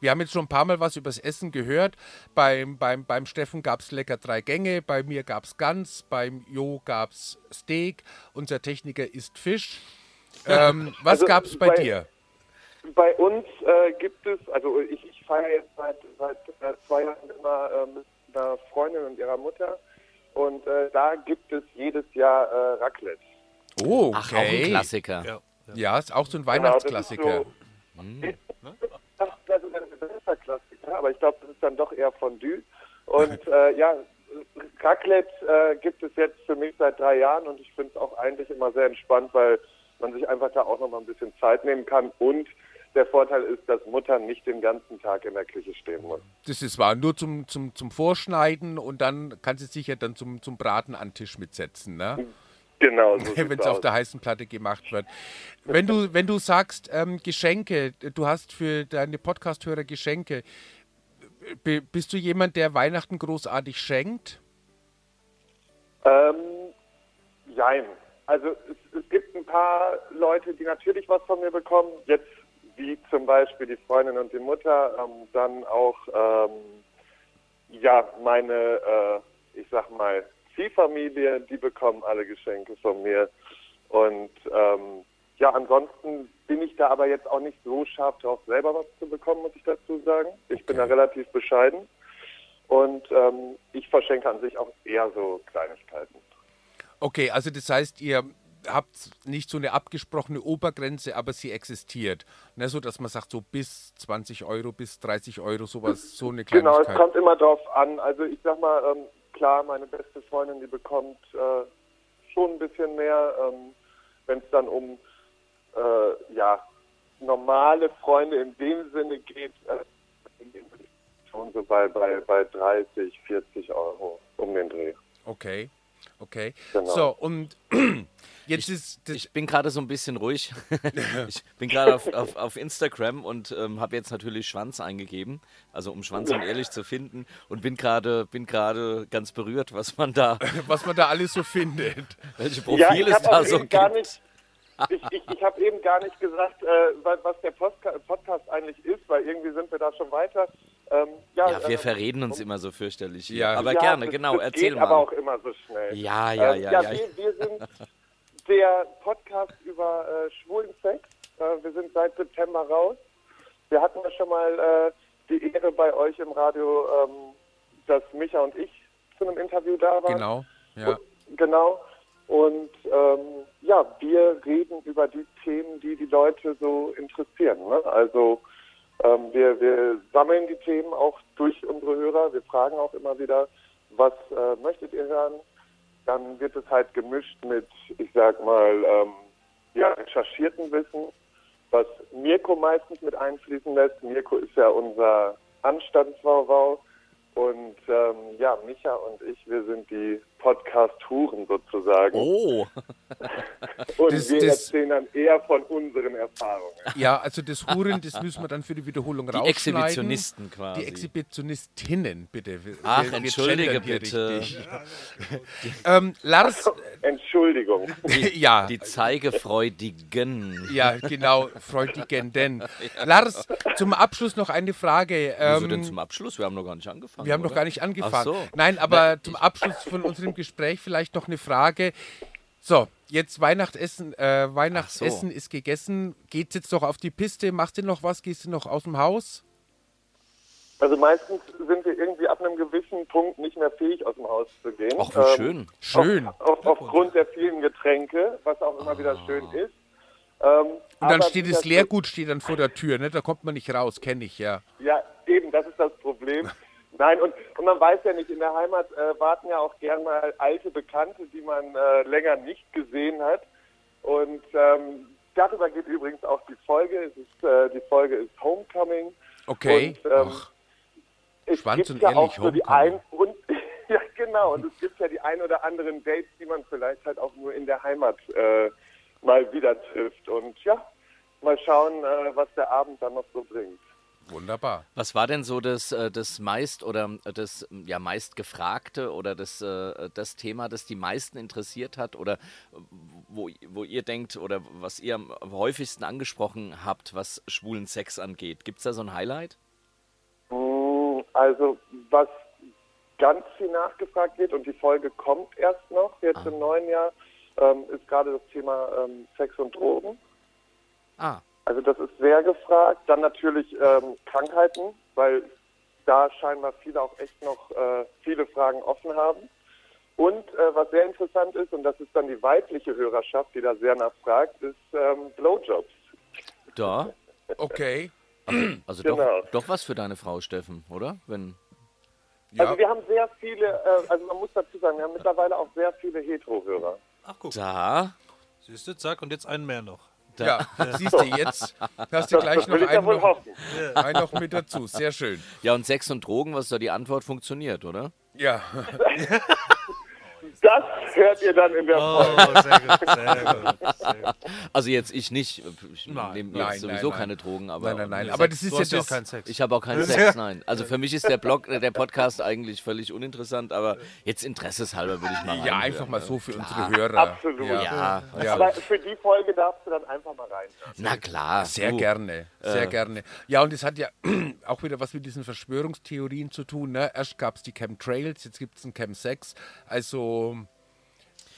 [SPEAKER 4] Wir haben jetzt schon ein paar Mal was übers Essen gehört. Beim, beim, beim Steffen gab es lecker drei Gänge, bei mir gab es Gans, beim Jo gab es Steak, unser Techniker isst Fisch. Ähm, was
[SPEAKER 7] Also,
[SPEAKER 4] gab es bei
[SPEAKER 7] bei-
[SPEAKER 4] dir?
[SPEAKER 7] Bei uns äh, gibt es, also ich, ich feiere jetzt seit, seit äh, zwei Jahren immer äh, mit einer Freundin und ihrer Mutter und äh, da gibt es jedes Jahr äh, Raclette.
[SPEAKER 4] Oh, okay.
[SPEAKER 3] ach, auch ein Klassiker.
[SPEAKER 2] Ja.
[SPEAKER 4] Ja, ist auch so ein
[SPEAKER 7] Genau, das ist
[SPEAKER 4] Weihnachtsklassiker. Hm, ne?
[SPEAKER 7] so- Ich dachte, das ist ein Silvesterklassiker, aber ich glaube, das ist dann doch eher Fondue. Und äh, ja, Raclette äh, gibt es jetzt für mich seit drei Jahren und ich finde es auch eigentlich immer sehr entspannt, weil man sich einfach da auch noch mal ein bisschen Zeit nehmen kann und der Vorteil ist, dass Mutter nicht den ganzen Tag in der Küche stehen muss.
[SPEAKER 4] Das ist wahr. Nur zum, zum, zum Vorschneiden und dann kannst du dich ja dann zum, zum Braten an den Tisch mitsetzen, ne?
[SPEAKER 7] Genau, so
[SPEAKER 4] wenn es
[SPEAKER 7] sieht's
[SPEAKER 4] auf
[SPEAKER 7] aus.
[SPEAKER 4] der heißen Platte gemacht wird. Wenn du, wenn du sagst, ähm, Geschenke, du hast für deine Podcasthörer Geschenke, b- bist du jemand, der Weihnachten großartig schenkt?
[SPEAKER 7] Ähm, jein. Also es, es gibt ein paar Leute, die natürlich was von mir bekommen. Jetzt wie zum Beispiel die Freundin und die Mutter, ähm, dann auch ähm, ja meine, äh, ich sag mal, Ziehfamilie, die bekommen alle Geschenke von mir. Und ähm, ja, ansonsten bin ich da aber jetzt auch nicht so scharf drauf, selber was zu bekommen, muss ich dazu sagen. Ich bin da relativ bescheiden und ähm, ich verschenke an sich auch eher so Kleinigkeiten.
[SPEAKER 4] Okay, also das heißt, ihr habt nicht so eine abgesprochene Obergrenze, aber sie existiert. Ne, so dass man sagt, so bis 20 Euro, bis 30 Euro, sowas, so eine
[SPEAKER 7] Genau,
[SPEAKER 4] Kleinigkeit.
[SPEAKER 7] es kommt immer drauf an. Also ich sag mal, ähm, klar, meine beste Freundin, die bekommt äh, schon ein bisschen mehr, ähm, wenn es dann um äh, ja normale Freunde in dem Sinne geht, äh, schon so bei, bei, bei 30, 40 Euro um den Dreh.
[SPEAKER 4] Okay, okay.
[SPEAKER 7] Genau.
[SPEAKER 4] So, und jetzt ist das,
[SPEAKER 3] Ich bin gerade so ein bisschen ruhig. ich bin gerade auf, auf, auf Instagram und ähm, habe jetzt natürlich Schwanz eingegeben, also um Schwanz und ehrlich zu finden und bin gerade bin gerade ganz berührt, was man da,
[SPEAKER 4] was man da alles so findet.
[SPEAKER 3] welche Profile es
[SPEAKER 7] hab
[SPEAKER 3] Um da
[SPEAKER 7] auch
[SPEAKER 3] so
[SPEAKER 7] eben gar
[SPEAKER 3] gibt.
[SPEAKER 7] nicht. Ich, ich, ich habe eben gar nicht gesagt, äh, wa- was der Postka Podcast eigentlich ist, weil irgendwie sind wir da schon weiter. Ähm, ja,
[SPEAKER 3] Ja, wir
[SPEAKER 7] ähm,
[SPEAKER 3] verreden uns immer so fürchterlich. Hier.
[SPEAKER 4] Ja.
[SPEAKER 3] aber
[SPEAKER 7] ja,
[SPEAKER 3] gerne,
[SPEAKER 7] das-
[SPEAKER 3] genau,
[SPEAKER 7] das
[SPEAKER 3] erzähl
[SPEAKER 7] geht
[SPEAKER 3] mal.
[SPEAKER 7] aber auch immer so schnell.
[SPEAKER 3] ja, ja,
[SPEAKER 7] Ähm,
[SPEAKER 3] ja, ja.
[SPEAKER 7] Wir, wir sind der Podcast über äh, schwulen Sex. Äh, wir sind seit September raus. Wir hatten ja schon mal äh, die Ehre bei euch im Radio, ähm, dass Micha und ich zu einem Interview da waren.
[SPEAKER 4] Genau, ja.
[SPEAKER 7] Genau. Und ähm, ja, wir reden über die Themen, die die Leute so interessieren. Ne? Also ähm, wir, wir sammeln die Themen auch durch unsere Hörer. Wir fragen auch immer wieder, was äh, möchtet ihr hören? Dann wird es halt gemischt mit, ich sag mal, ähm, ja, recherchierten Wissen, was Mirko meistens mit einfließen lässt. Mirko ist ja unser Anstandswauwau. Und ähm, ja, Micha und ich, wir sind die Podcast-Huren sozusagen.
[SPEAKER 3] Oh,
[SPEAKER 7] und
[SPEAKER 4] das-
[SPEAKER 7] wir
[SPEAKER 4] das-
[SPEAKER 7] erzählen dann eher von unseren Erfahrungen.
[SPEAKER 4] Ja, also das Huren, das müssen wir dann für die Wiederholung
[SPEAKER 3] die
[SPEAKER 4] rausschneiden.
[SPEAKER 3] Exhibitionisten quasi.
[SPEAKER 4] Die Exhibitionistinnen, bitte. Wir-
[SPEAKER 3] Ach,
[SPEAKER 4] wir- wir
[SPEAKER 3] entschuldige
[SPEAKER 4] gendern hier
[SPEAKER 3] bitte.
[SPEAKER 4] richtig. Ähm, Lars,
[SPEAKER 7] Entschuldigung.
[SPEAKER 4] ja,
[SPEAKER 3] Die Zeigefreudigen.
[SPEAKER 4] ja, genau, freudigen denn. Lars, zum Abschluss noch eine Frage.
[SPEAKER 3] Wieso
[SPEAKER 4] Ähm,
[SPEAKER 3] denn zum Abschluss? Wir haben noch gar nicht angefangen.
[SPEAKER 4] Wir haben noch
[SPEAKER 3] oder?
[SPEAKER 4] gar nicht angefangen.
[SPEAKER 3] Ach so. Ne,
[SPEAKER 4] Nein, aber zum Abschluss von unserem Gespräch vielleicht noch eine Frage. So, jetzt Weihnachtsessen, äh, Weihnachtsessen ist gegessen. Geht's jetzt noch auf die Piste? Macht ihr noch was? Gehst du noch aus dem Haus?
[SPEAKER 7] Also meistens sind wir irgendwie ab einem gewissen Punkt nicht mehr fähig, aus dem Haus zu gehen.
[SPEAKER 3] Ach,
[SPEAKER 7] Ähm,
[SPEAKER 3] wie schön.
[SPEAKER 4] Schön. Ah.
[SPEAKER 7] Auf, auf, aufgrund der vielen Getränke, was auch immer wieder schön ist. Ähm,
[SPEAKER 4] Und dann steht das Leergut steht dann vor der Tür, ne? Da kommt man nicht raus, kenne ich ja.
[SPEAKER 7] Ja, eben, das ist das Problem. Nein, und, und man weiß ja nicht, in der Heimat äh, warten ja auch gern mal alte Bekannte, die man äh, länger nicht gesehen hat. Und ähm, darüber geht übrigens auch die Folge. Es ist, äh, die Folge ist Homecoming.
[SPEAKER 4] Okay.
[SPEAKER 7] Und, ähm,
[SPEAKER 4] Ach,
[SPEAKER 7] es
[SPEAKER 4] Schwanz
[SPEAKER 7] gibt
[SPEAKER 4] und
[SPEAKER 7] ja
[SPEAKER 4] ehrlich,
[SPEAKER 7] auch so die
[SPEAKER 4] Homecoming.
[SPEAKER 7] ein und ja genau und es gibt ja die ein oder anderen Dates, die man vielleicht halt auch nur in der Heimat äh, mal wieder trifft und ja mal schauen, äh, was der Abend dann noch so bringt.
[SPEAKER 4] wunderbar.
[SPEAKER 3] Was war denn so das, äh, das meist oder äh, das ja meist gefragte oder das, äh, das Thema, das die meisten interessiert hat oder äh, wo, wo ihr denkt oder was ihr am häufigsten angesprochen habt, was schwulen Sex angeht? Gibt es da so ein Highlight?
[SPEAKER 7] Mm, Also was ganz viel nachgefragt wird und die Folge kommt erst noch, jetzt im neuen Jahr, ähm, ist gerade das Thema ähm, Sex und Drogen.
[SPEAKER 3] Ah,
[SPEAKER 7] Also das ist sehr gefragt. Dann natürlich ähm, Krankheiten, weil da scheinbar viele auch echt noch äh, viele Fragen offen haben. Und äh, was sehr interessant ist, und das ist dann die weibliche Hörerschaft, die da sehr nachfragt, ist ähm, Blowjobs.
[SPEAKER 3] da.
[SPEAKER 4] Okay.
[SPEAKER 3] Also
[SPEAKER 7] Genau.
[SPEAKER 3] doch, doch was für deine Frau, Steffen, oder? Wenn,
[SPEAKER 4] Ja.
[SPEAKER 7] Also wir haben sehr viele, äh, also man muss dazu sagen, wir haben mittlerweile auch sehr viele Hetero-Hörer.
[SPEAKER 2] Ach guck,
[SPEAKER 3] da.
[SPEAKER 2] siehst du, zack, und jetzt einen mehr noch.
[SPEAKER 4] Ja, siehst du jetzt? Hast du gleich
[SPEAKER 7] Das
[SPEAKER 4] noch
[SPEAKER 7] will ich ja
[SPEAKER 4] einen
[SPEAKER 7] wohl
[SPEAKER 4] noch,
[SPEAKER 7] hoffen.
[SPEAKER 4] einen noch mit dazu. Sehr schön.
[SPEAKER 3] Ja, und Sex und Drogen, was ist da die Antwort funktioniert, oder?
[SPEAKER 4] Ja.
[SPEAKER 7] Das
[SPEAKER 8] Das hört ihr dann in der
[SPEAKER 3] Oh,
[SPEAKER 8] Folge.
[SPEAKER 2] Oh, sehr gut, sehr gut. Sehr gut.
[SPEAKER 3] Also jetzt ich nicht. Ich
[SPEAKER 2] Nein,
[SPEAKER 3] nehme
[SPEAKER 4] nein,
[SPEAKER 3] jetzt sowieso
[SPEAKER 4] nein, nein.
[SPEAKER 3] keine Drogen, aber.
[SPEAKER 4] Nein, nein, nein. Aber das ist
[SPEAKER 2] Du
[SPEAKER 4] ja
[SPEAKER 2] hast ja auch
[SPEAKER 4] das.
[SPEAKER 2] keinen Sex.
[SPEAKER 3] Ich habe auch keinen Sex, nein. Also für mich ist der Blog, äh, der Podcast eigentlich völlig uninteressant, aber jetzt interesseshalber würde ich mal
[SPEAKER 4] ja,
[SPEAKER 3] reinhören.
[SPEAKER 4] einfach mal so für unsere Hörer.
[SPEAKER 8] Absolut.
[SPEAKER 4] Ja,
[SPEAKER 3] Ja,
[SPEAKER 4] Ja.
[SPEAKER 8] Aber für die Folge darfst du dann einfach mal rein.
[SPEAKER 3] na klar.
[SPEAKER 4] Sehr
[SPEAKER 3] du.
[SPEAKER 4] gerne,
[SPEAKER 3] Äh.
[SPEAKER 4] sehr gerne. Ja, und es hat ja auch wieder was mit diesen Verschwörungstheorien zu tun. Ne? Erst gab es die Chemtrails, jetzt gibt es ein Chem 6. Also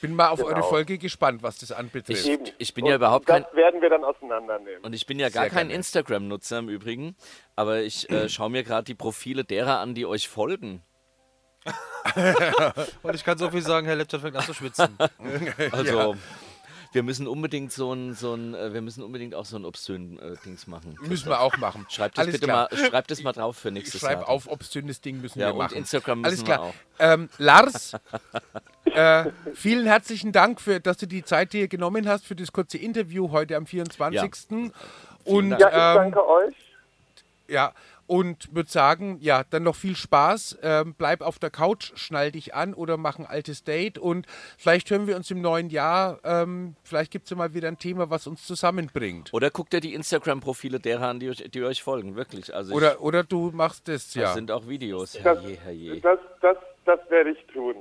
[SPEAKER 4] bin mal auf eure
[SPEAKER 8] Genau.
[SPEAKER 4] Folge gespannt, was das anbetrifft.
[SPEAKER 3] Ich,
[SPEAKER 8] Eben.
[SPEAKER 3] ich bin ja
[SPEAKER 8] Und
[SPEAKER 3] überhaupt kein.
[SPEAKER 8] das werden wir dann auseinandernehmen.
[SPEAKER 3] Und ich bin ja gar
[SPEAKER 4] Sehr
[SPEAKER 3] kein
[SPEAKER 4] gerne.
[SPEAKER 3] Instagram-Nutzer im Übrigen, aber ich äh, schaue mir gerade die Profile derer an, die euch folgen.
[SPEAKER 2] Und ich kann so viel sagen, Herr Lepton fängt an zu schwitzen.
[SPEAKER 3] Also wir müssen unbedingt so ein, so ein, äh, wir müssen unbedingt auch so ein obszön äh, Dings machen.
[SPEAKER 4] Müssen wir auch machen.
[SPEAKER 3] Schreibt das
[SPEAKER 4] Alles
[SPEAKER 3] bitte
[SPEAKER 4] klar.
[SPEAKER 3] mal, schreibt das mal drauf für nächstes
[SPEAKER 4] Schreib
[SPEAKER 3] Jahr.
[SPEAKER 4] auf, obszönes Ding müssen
[SPEAKER 3] Ja,
[SPEAKER 4] wir
[SPEAKER 3] und
[SPEAKER 4] machen.
[SPEAKER 3] Instagram müssen
[SPEAKER 4] Alles klar.
[SPEAKER 3] wir auch.
[SPEAKER 4] Ähm, Lars, äh, vielen herzlichen Dank, für, dass du die Zeit dir genommen hast für das kurze Interview heute am 24. Und
[SPEAKER 3] Dank.
[SPEAKER 8] Ja, ich
[SPEAKER 4] ähm,
[SPEAKER 8] danke euch.
[SPEAKER 4] Ja, und würde sagen, ja, dann noch viel Spaß. Ähm, bleib auf der Couch, schnall dich an oder mach ein altes Date und vielleicht hören wir uns im neuen Jahr. Ähm, vielleicht gibt es ja mal wieder ein Thema, was uns zusammenbringt.
[SPEAKER 3] Oder guckt ihr die Instagram-Profile derer an, die euch, die euch folgen, wirklich. Also ich,
[SPEAKER 4] Oder, oder du machst es,
[SPEAKER 3] das
[SPEAKER 4] ja.
[SPEAKER 3] sind auch Videos.
[SPEAKER 8] Das-
[SPEAKER 3] Herrje, herrje.
[SPEAKER 8] Das, das, das werde ich tun.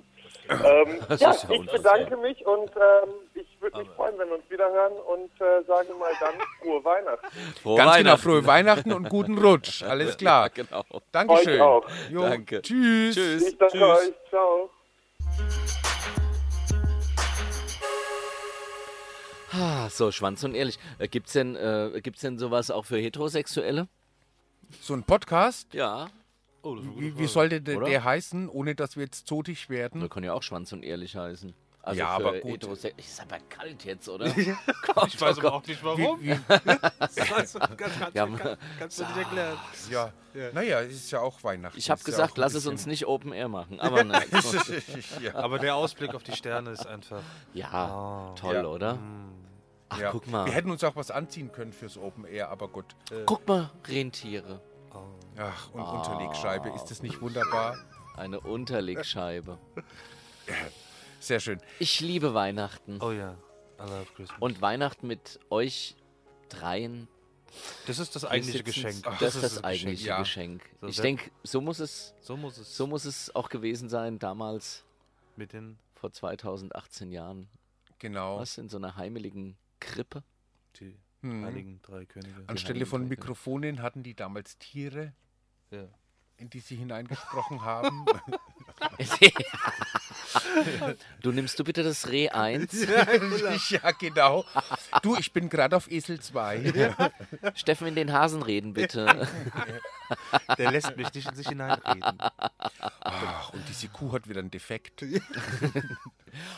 [SPEAKER 8] Ähm,
[SPEAKER 3] Das
[SPEAKER 8] ja,
[SPEAKER 3] ist ja
[SPEAKER 8] ich
[SPEAKER 3] unfassbar.
[SPEAKER 8] bedanke mich und ähm, ich würde mich freuen, wenn wir uns wieder hören und äh, sage mal dann frohe Weihnachten.
[SPEAKER 3] Frohe
[SPEAKER 4] Ganz genau,
[SPEAKER 3] Weihnachten.
[SPEAKER 4] frohe Weihnachten und guten Rutsch. Alles klar.
[SPEAKER 3] Ja, genau.
[SPEAKER 8] Euch
[SPEAKER 4] Dankeschön.
[SPEAKER 8] auch.
[SPEAKER 4] Jo,
[SPEAKER 3] Danke.
[SPEAKER 4] Tschüss.
[SPEAKER 3] Tschüss.
[SPEAKER 8] Ich danke euch. Ciao.
[SPEAKER 3] Ah, so, Schwanz und ehrlich. Äh, gibt's denn, äh, gibt's denn sowas auch für Heterosexuelle?
[SPEAKER 4] So ein Podcast.
[SPEAKER 3] Ja.
[SPEAKER 2] Oh, das ist eine gute
[SPEAKER 4] Wie, wie
[SPEAKER 2] Frage.
[SPEAKER 4] sollte der,
[SPEAKER 3] Oder?
[SPEAKER 4] der heißen, ohne dass wir jetzt zotig werden?
[SPEAKER 3] Da kann ja auch Schwanz und ehrlich heißen. Also
[SPEAKER 4] Ja,
[SPEAKER 3] für
[SPEAKER 4] aber gut.
[SPEAKER 3] Heterose ist aber kalt jetzt, oder?
[SPEAKER 2] Ich weiß aber auch nicht warum.
[SPEAKER 4] Wie, wie,
[SPEAKER 2] Also, ganz, ganz,
[SPEAKER 3] Ja,
[SPEAKER 2] ganz, kannst du nicht erklären.
[SPEAKER 4] ja. Naja, es ist ja auch Weihnachten.
[SPEAKER 3] Ich habe
[SPEAKER 4] Ist ja auch
[SPEAKER 3] gesagt,
[SPEAKER 4] ein
[SPEAKER 3] lass es
[SPEAKER 4] bisschen-
[SPEAKER 3] uns nicht Open Air machen. Aber nein.
[SPEAKER 2] Aber der Ausblick auf die Sterne ist einfach.
[SPEAKER 3] Ah. ja, Hm. toll,
[SPEAKER 4] Ja.
[SPEAKER 3] oder? Ach,
[SPEAKER 4] Ja.
[SPEAKER 3] guck mal.
[SPEAKER 4] Wir hätten uns auch was anziehen können fürs Open Air, aber gut.
[SPEAKER 3] Guck mal, Rentiere.
[SPEAKER 4] Ach, und
[SPEAKER 3] Ah.
[SPEAKER 4] Unterlegscheibe, ist das nicht wunderbar?
[SPEAKER 3] Eine Unterlegscheibe.
[SPEAKER 4] Sehr schön.
[SPEAKER 3] Ich liebe Weihnachten.
[SPEAKER 2] Oh ja. I love Christmas.
[SPEAKER 3] Und Weihnachten mit euch dreien.
[SPEAKER 2] das ist das
[SPEAKER 3] Wir
[SPEAKER 2] eigentliche
[SPEAKER 3] sitzen's-
[SPEAKER 2] Geschenk.
[SPEAKER 3] Ach, das, ist das
[SPEAKER 2] Geschenk.
[SPEAKER 3] eigentliche
[SPEAKER 4] ja.
[SPEAKER 3] Geschenk.
[SPEAKER 2] So,
[SPEAKER 3] ich
[SPEAKER 2] wer-
[SPEAKER 3] denke, so muss es,
[SPEAKER 2] So muss es.
[SPEAKER 3] so muss es auch gewesen sein damals
[SPEAKER 2] mit den
[SPEAKER 3] vor 2018 Jahren.
[SPEAKER 4] Genau.
[SPEAKER 3] Was in so einer heimeligen Krippe?
[SPEAKER 2] die
[SPEAKER 4] Hm.
[SPEAKER 2] heiligen drei Könige.
[SPEAKER 4] Anstelle von
[SPEAKER 3] Geheimträger.
[SPEAKER 4] Mikrofonen hatten die damals Tiere,
[SPEAKER 2] Ja.
[SPEAKER 4] in die sie hineingesprochen haben.
[SPEAKER 3] du nimmst du bitte das Reh 1.
[SPEAKER 4] ja, genau. Du, ich bin gerade auf Esel 2.
[SPEAKER 3] Steffen in den Hasen reden bitte.
[SPEAKER 2] Der lässt mich nicht in sich hineinreden.
[SPEAKER 4] Ach, und diese Kuh hat wieder einen Defekt.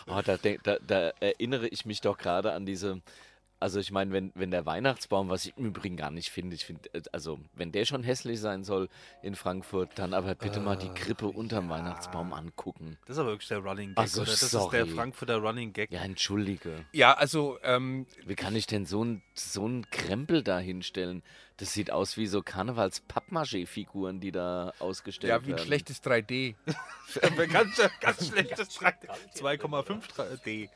[SPEAKER 3] Oh, da, denk- da, da erinnere ich mich doch gerade an diese. Also ich meine, wenn, wenn der Weihnachtsbaum, was ich im Übrigen gar nicht finde, ich finde, äh, also wenn der schon hässlich sein soll in Frankfurt, dann aber bitte mal die Krippe unterm Weihnachtsbaum angucken.
[SPEAKER 2] Das ist aber wirklich der Running Gag.
[SPEAKER 3] Also,
[SPEAKER 2] oder? Das ist
[SPEAKER 3] sorry.
[SPEAKER 2] der Frankfurter Running Gag.
[SPEAKER 3] Ja, entschuldige.
[SPEAKER 4] Ja, also, ähm,
[SPEAKER 3] Wie kann ich denn so einen so einen Krempel da hinstellen? Das sieht aus wie so Karnevals-Pappmaché-Figuren, die da ausgestellt
[SPEAKER 4] ja,
[SPEAKER 3] werden.
[SPEAKER 4] wie ein schlechtes 3D.
[SPEAKER 2] ganz, ganz schlechtes 2,5D.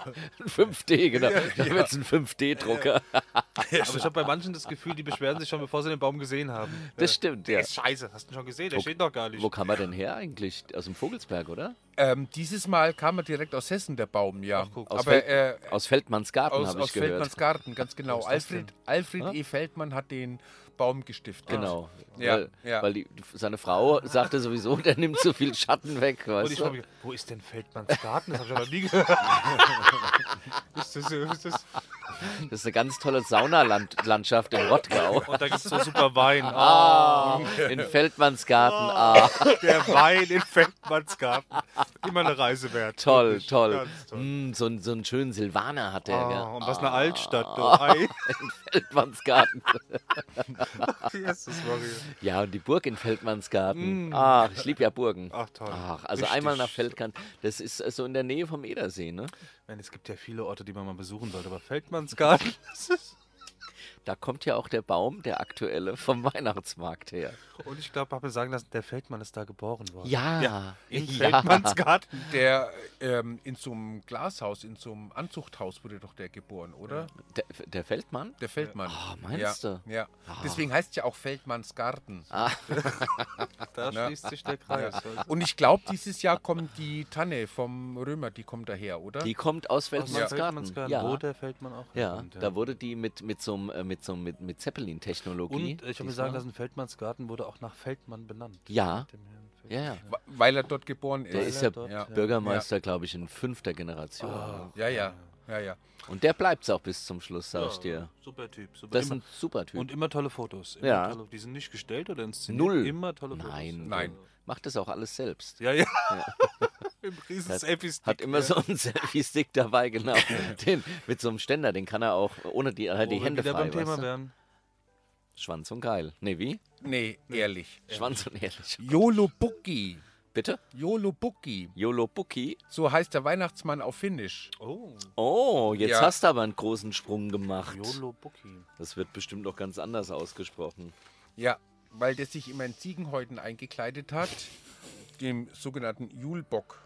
[SPEAKER 3] 5D, genau. Da wird es ein 5D-Drucker.
[SPEAKER 2] Aber ich habe bei manchen das Gefühl, die beschweren sich schon, bevor sie den Baum gesehen haben.
[SPEAKER 3] Das stimmt, ja.
[SPEAKER 2] Der ist scheiße, hast du ihn schon gesehen? Der
[SPEAKER 3] Wo-
[SPEAKER 2] steht doch gar nicht.
[SPEAKER 3] Wo kam er denn her eigentlich? Aus dem Vogelsberg, oder?
[SPEAKER 4] Ähm, dieses Mal kam er direkt aus Hessen, der Baum, ja.
[SPEAKER 2] guck.
[SPEAKER 3] Aus
[SPEAKER 4] aber äh,
[SPEAKER 3] Aus Feldmannsgarten
[SPEAKER 4] aus,
[SPEAKER 3] habe ich
[SPEAKER 4] aus
[SPEAKER 3] gehört.
[SPEAKER 4] Feldmanns Garten, ganz genau.
[SPEAKER 2] ist das
[SPEAKER 4] Alfred, Alfred E. Feldmann hat den Baum gestiftet.
[SPEAKER 3] Genau.
[SPEAKER 4] Ja,
[SPEAKER 3] weil,
[SPEAKER 4] ja.
[SPEAKER 3] weil die, seine Frau sagte sowieso, der nimmt so viel Schatten weg,
[SPEAKER 2] Und
[SPEAKER 3] weißt
[SPEAKER 2] ich
[SPEAKER 3] du?
[SPEAKER 2] frage mich, wo ist denn Feldmanns Garten? Das habe ich noch nie gehört. ist das, ist das?
[SPEAKER 3] Das ist eine ganz tolle Saunalandschaft in Rottgau.
[SPEAKER 2] Und da gibt es so super Wein.
[SPEAKER 3] Ah, in Feldmannsgarten. Ah,
[SPEAKER 2] Der Wein in Feldmannsgarten. Immer eine Reise wert.
[SPEAKER 3] toll,
[SPEAKER 2] Wirklich,
[SPEAKER 3] toll.
[SPEAKER 2] Ganz toll.
[SPEAKER 3] Mm, so, einen- so einen schönen Silvaner hat der,
[SPEAKER 2] Ah,
[SPEAKER 3] gell?
[SPEAKER 2] und was eine Altstadt. Du. Ei,
[SPEAKER 3] in Feldmannsgarten.
[SPEAKER 2] Jesus Maria.
[SPEAKER 3] Ja, und die Burg in Feldmannsgarten. Ach, ich liebe ja Burgen.
[SPEAKER 2] Mm. Ach toll.
[SPEAKER 3] Ach, also
[SPEAKER 2] Richtig.
[SPEAKER 3] einmal nach Feldkant. Das ist äh, so in der Nähe vom Edersee, ne?
[SPEAKER 2] Ich meine, es gibt ja viele Orte, die man mal besuchen sollte, aber Feldmannsgarten, das ist
[SPEAKER 3] Da kommt ja auch der Baum, der aktuelle, vom Weihnachtsmarkt her.
[SPEAKER 2] Und ich glaube, habe sagen lassen, der Feldmann ist da geboren worden.
[SPEAKER 3] Ja,
[SPEAKER 2] Im
[SPEAKER 3] ja.
[SPEAKER 2] Feldmannsgarten.
[SPEAKER 4] Der ähm, in so einem Glashaus, in so einem Anzuchthaus wurde doch der geboren, oder?
[SPEAKER 3] Der, der Feldmann?
[SPEAKER 4] Der Feldmann.
[SPEAKER 3] Ah, meinst
[SPEAKER 4] ja,
[SPEAKER 3] du? Ah.
[SPEAKER 4] Ja. Deswegen heißt es ja auch Feldmanns Garten.
[SPEAKER 2] Da
[SPEAKER 4] Ne?
[SPEAKER 2] schließt sich der Kreis. Also, weißt du?
[SPEAKER 4] Und ich glaube, dieses Jahr kommt die Tanne vom Römer, die kommt daher, oder?
[SPEAKER 3] Die kommt aus
[SPEAKER 2] Aus dem
[SPEAKER 3] Feldmannsgarten.
[SPEAKER 2] Feldmannsgarten,
[SPEAKER 3] Ja.
[SPEAKER 2] wo der Feldmann auch
[SPEAKER 3] Ja,
[SPEAKER 2] herkommt,
[SPEAKER 3] da wurde die mit, mit so einem, äh, mit so einem, mit, mit Zeppelin-Technologie.
[SPEAKER 2] Und äh, ich habe mir
[SPEAKER 3] diesmal.
[SPEAKER 2] sagen lassen, Feldmannsgarten wurde auch nach Feldmann benannt.
[SPEAKER 3] Ja.
[SPEAKER 2] Dem Herrn Feldmann.
[SPEAKER 3] Ja, ja.
[SPEAKER 4] Wa- Weil er dort geboren ist.
[SPEAKER 3] Der ist ja,
[SPEAKER 2] dort, Oh.
[SPEAKER 4] ja.
[SPEAKER 3] Bürgermeister, glaube ich, in fünfter Generation.
[SPEAKER 4] ja, ja, ja, ja.
[SPEAKER 3] Und der bleibt es auch bis zum Schluss, sag ich
[SPEAKER 2] Ja,
[SPEAKER 3] dir.
[SPEAKER 2] Super Typ. Super
[SPEAKER 3] Das ist
[SPEAKER 2] immer,
[SPEAKER 3] ein super Typ.
[SPEAKER 2] und immer tolle Fotos. Immer
[SPEAKER 3] Ja.
[SPEAKER 2] Tolle, die sind nicht gestellt oder inszeniert.
[SPEAKER 3] Null.
[SPEAKER 2] Immer tolle Fotos.
[SPEAKER 3] Nein.
[SPEAKER 4] Nein.
[SPEAKER 3] Macht das auch alles selbst.
[SPEAKER 2] Ja, ja. Im riesen Selfie-Stick.
[SPEAKER 3] Hat immer so einen Selfie-Stick dabei, genau. Den, mit so einem Ständer, den kann er auch ohne die,
[SPEAKER 2] Wo
[SPEAKER 3] halt die
[SPEAKER 2] wir
[SPEAKER 3] Hände
[SPEAKER 2] wieder
[SPEAKER 3] frei.
[SPEAKER 2] beim Thema
[SPEAKER 3] weißt du?
[SPEAKER 2] wären.
[SPEAKER 3] Schwanz und geil. Nee, wie?
[SPEAKER 4] Nee, ehrlich.
[SPEAKER 3] Schwanz und ehrlich.
[SPEAKER 4] Jolobuki.
[SPEAKER 3] Bitte?
[SPEAKER 4] Jolobuki.
[SPEAKER 3] Jolobuki.
[SPEAKER 4] So heißt der Weihnachtsmann auf Finnisch.
[SPEAKER 2] Oh,
[SPEAKER 3] Oh, jetzt
[SPEAKER 4] Ja.
[SPEAKER 3] hast du aber einen großen Sprung gemacht.
[SPEAKER 2] Yolo Buki.
[SPEAKER 3] Das wird bestimmt noch ganz anders ausgesprochen.
[SPEAKER 4] Ja, weil der sich immer in Ziegenhäuten eingekleidet hat, dem sogenannten Julbock.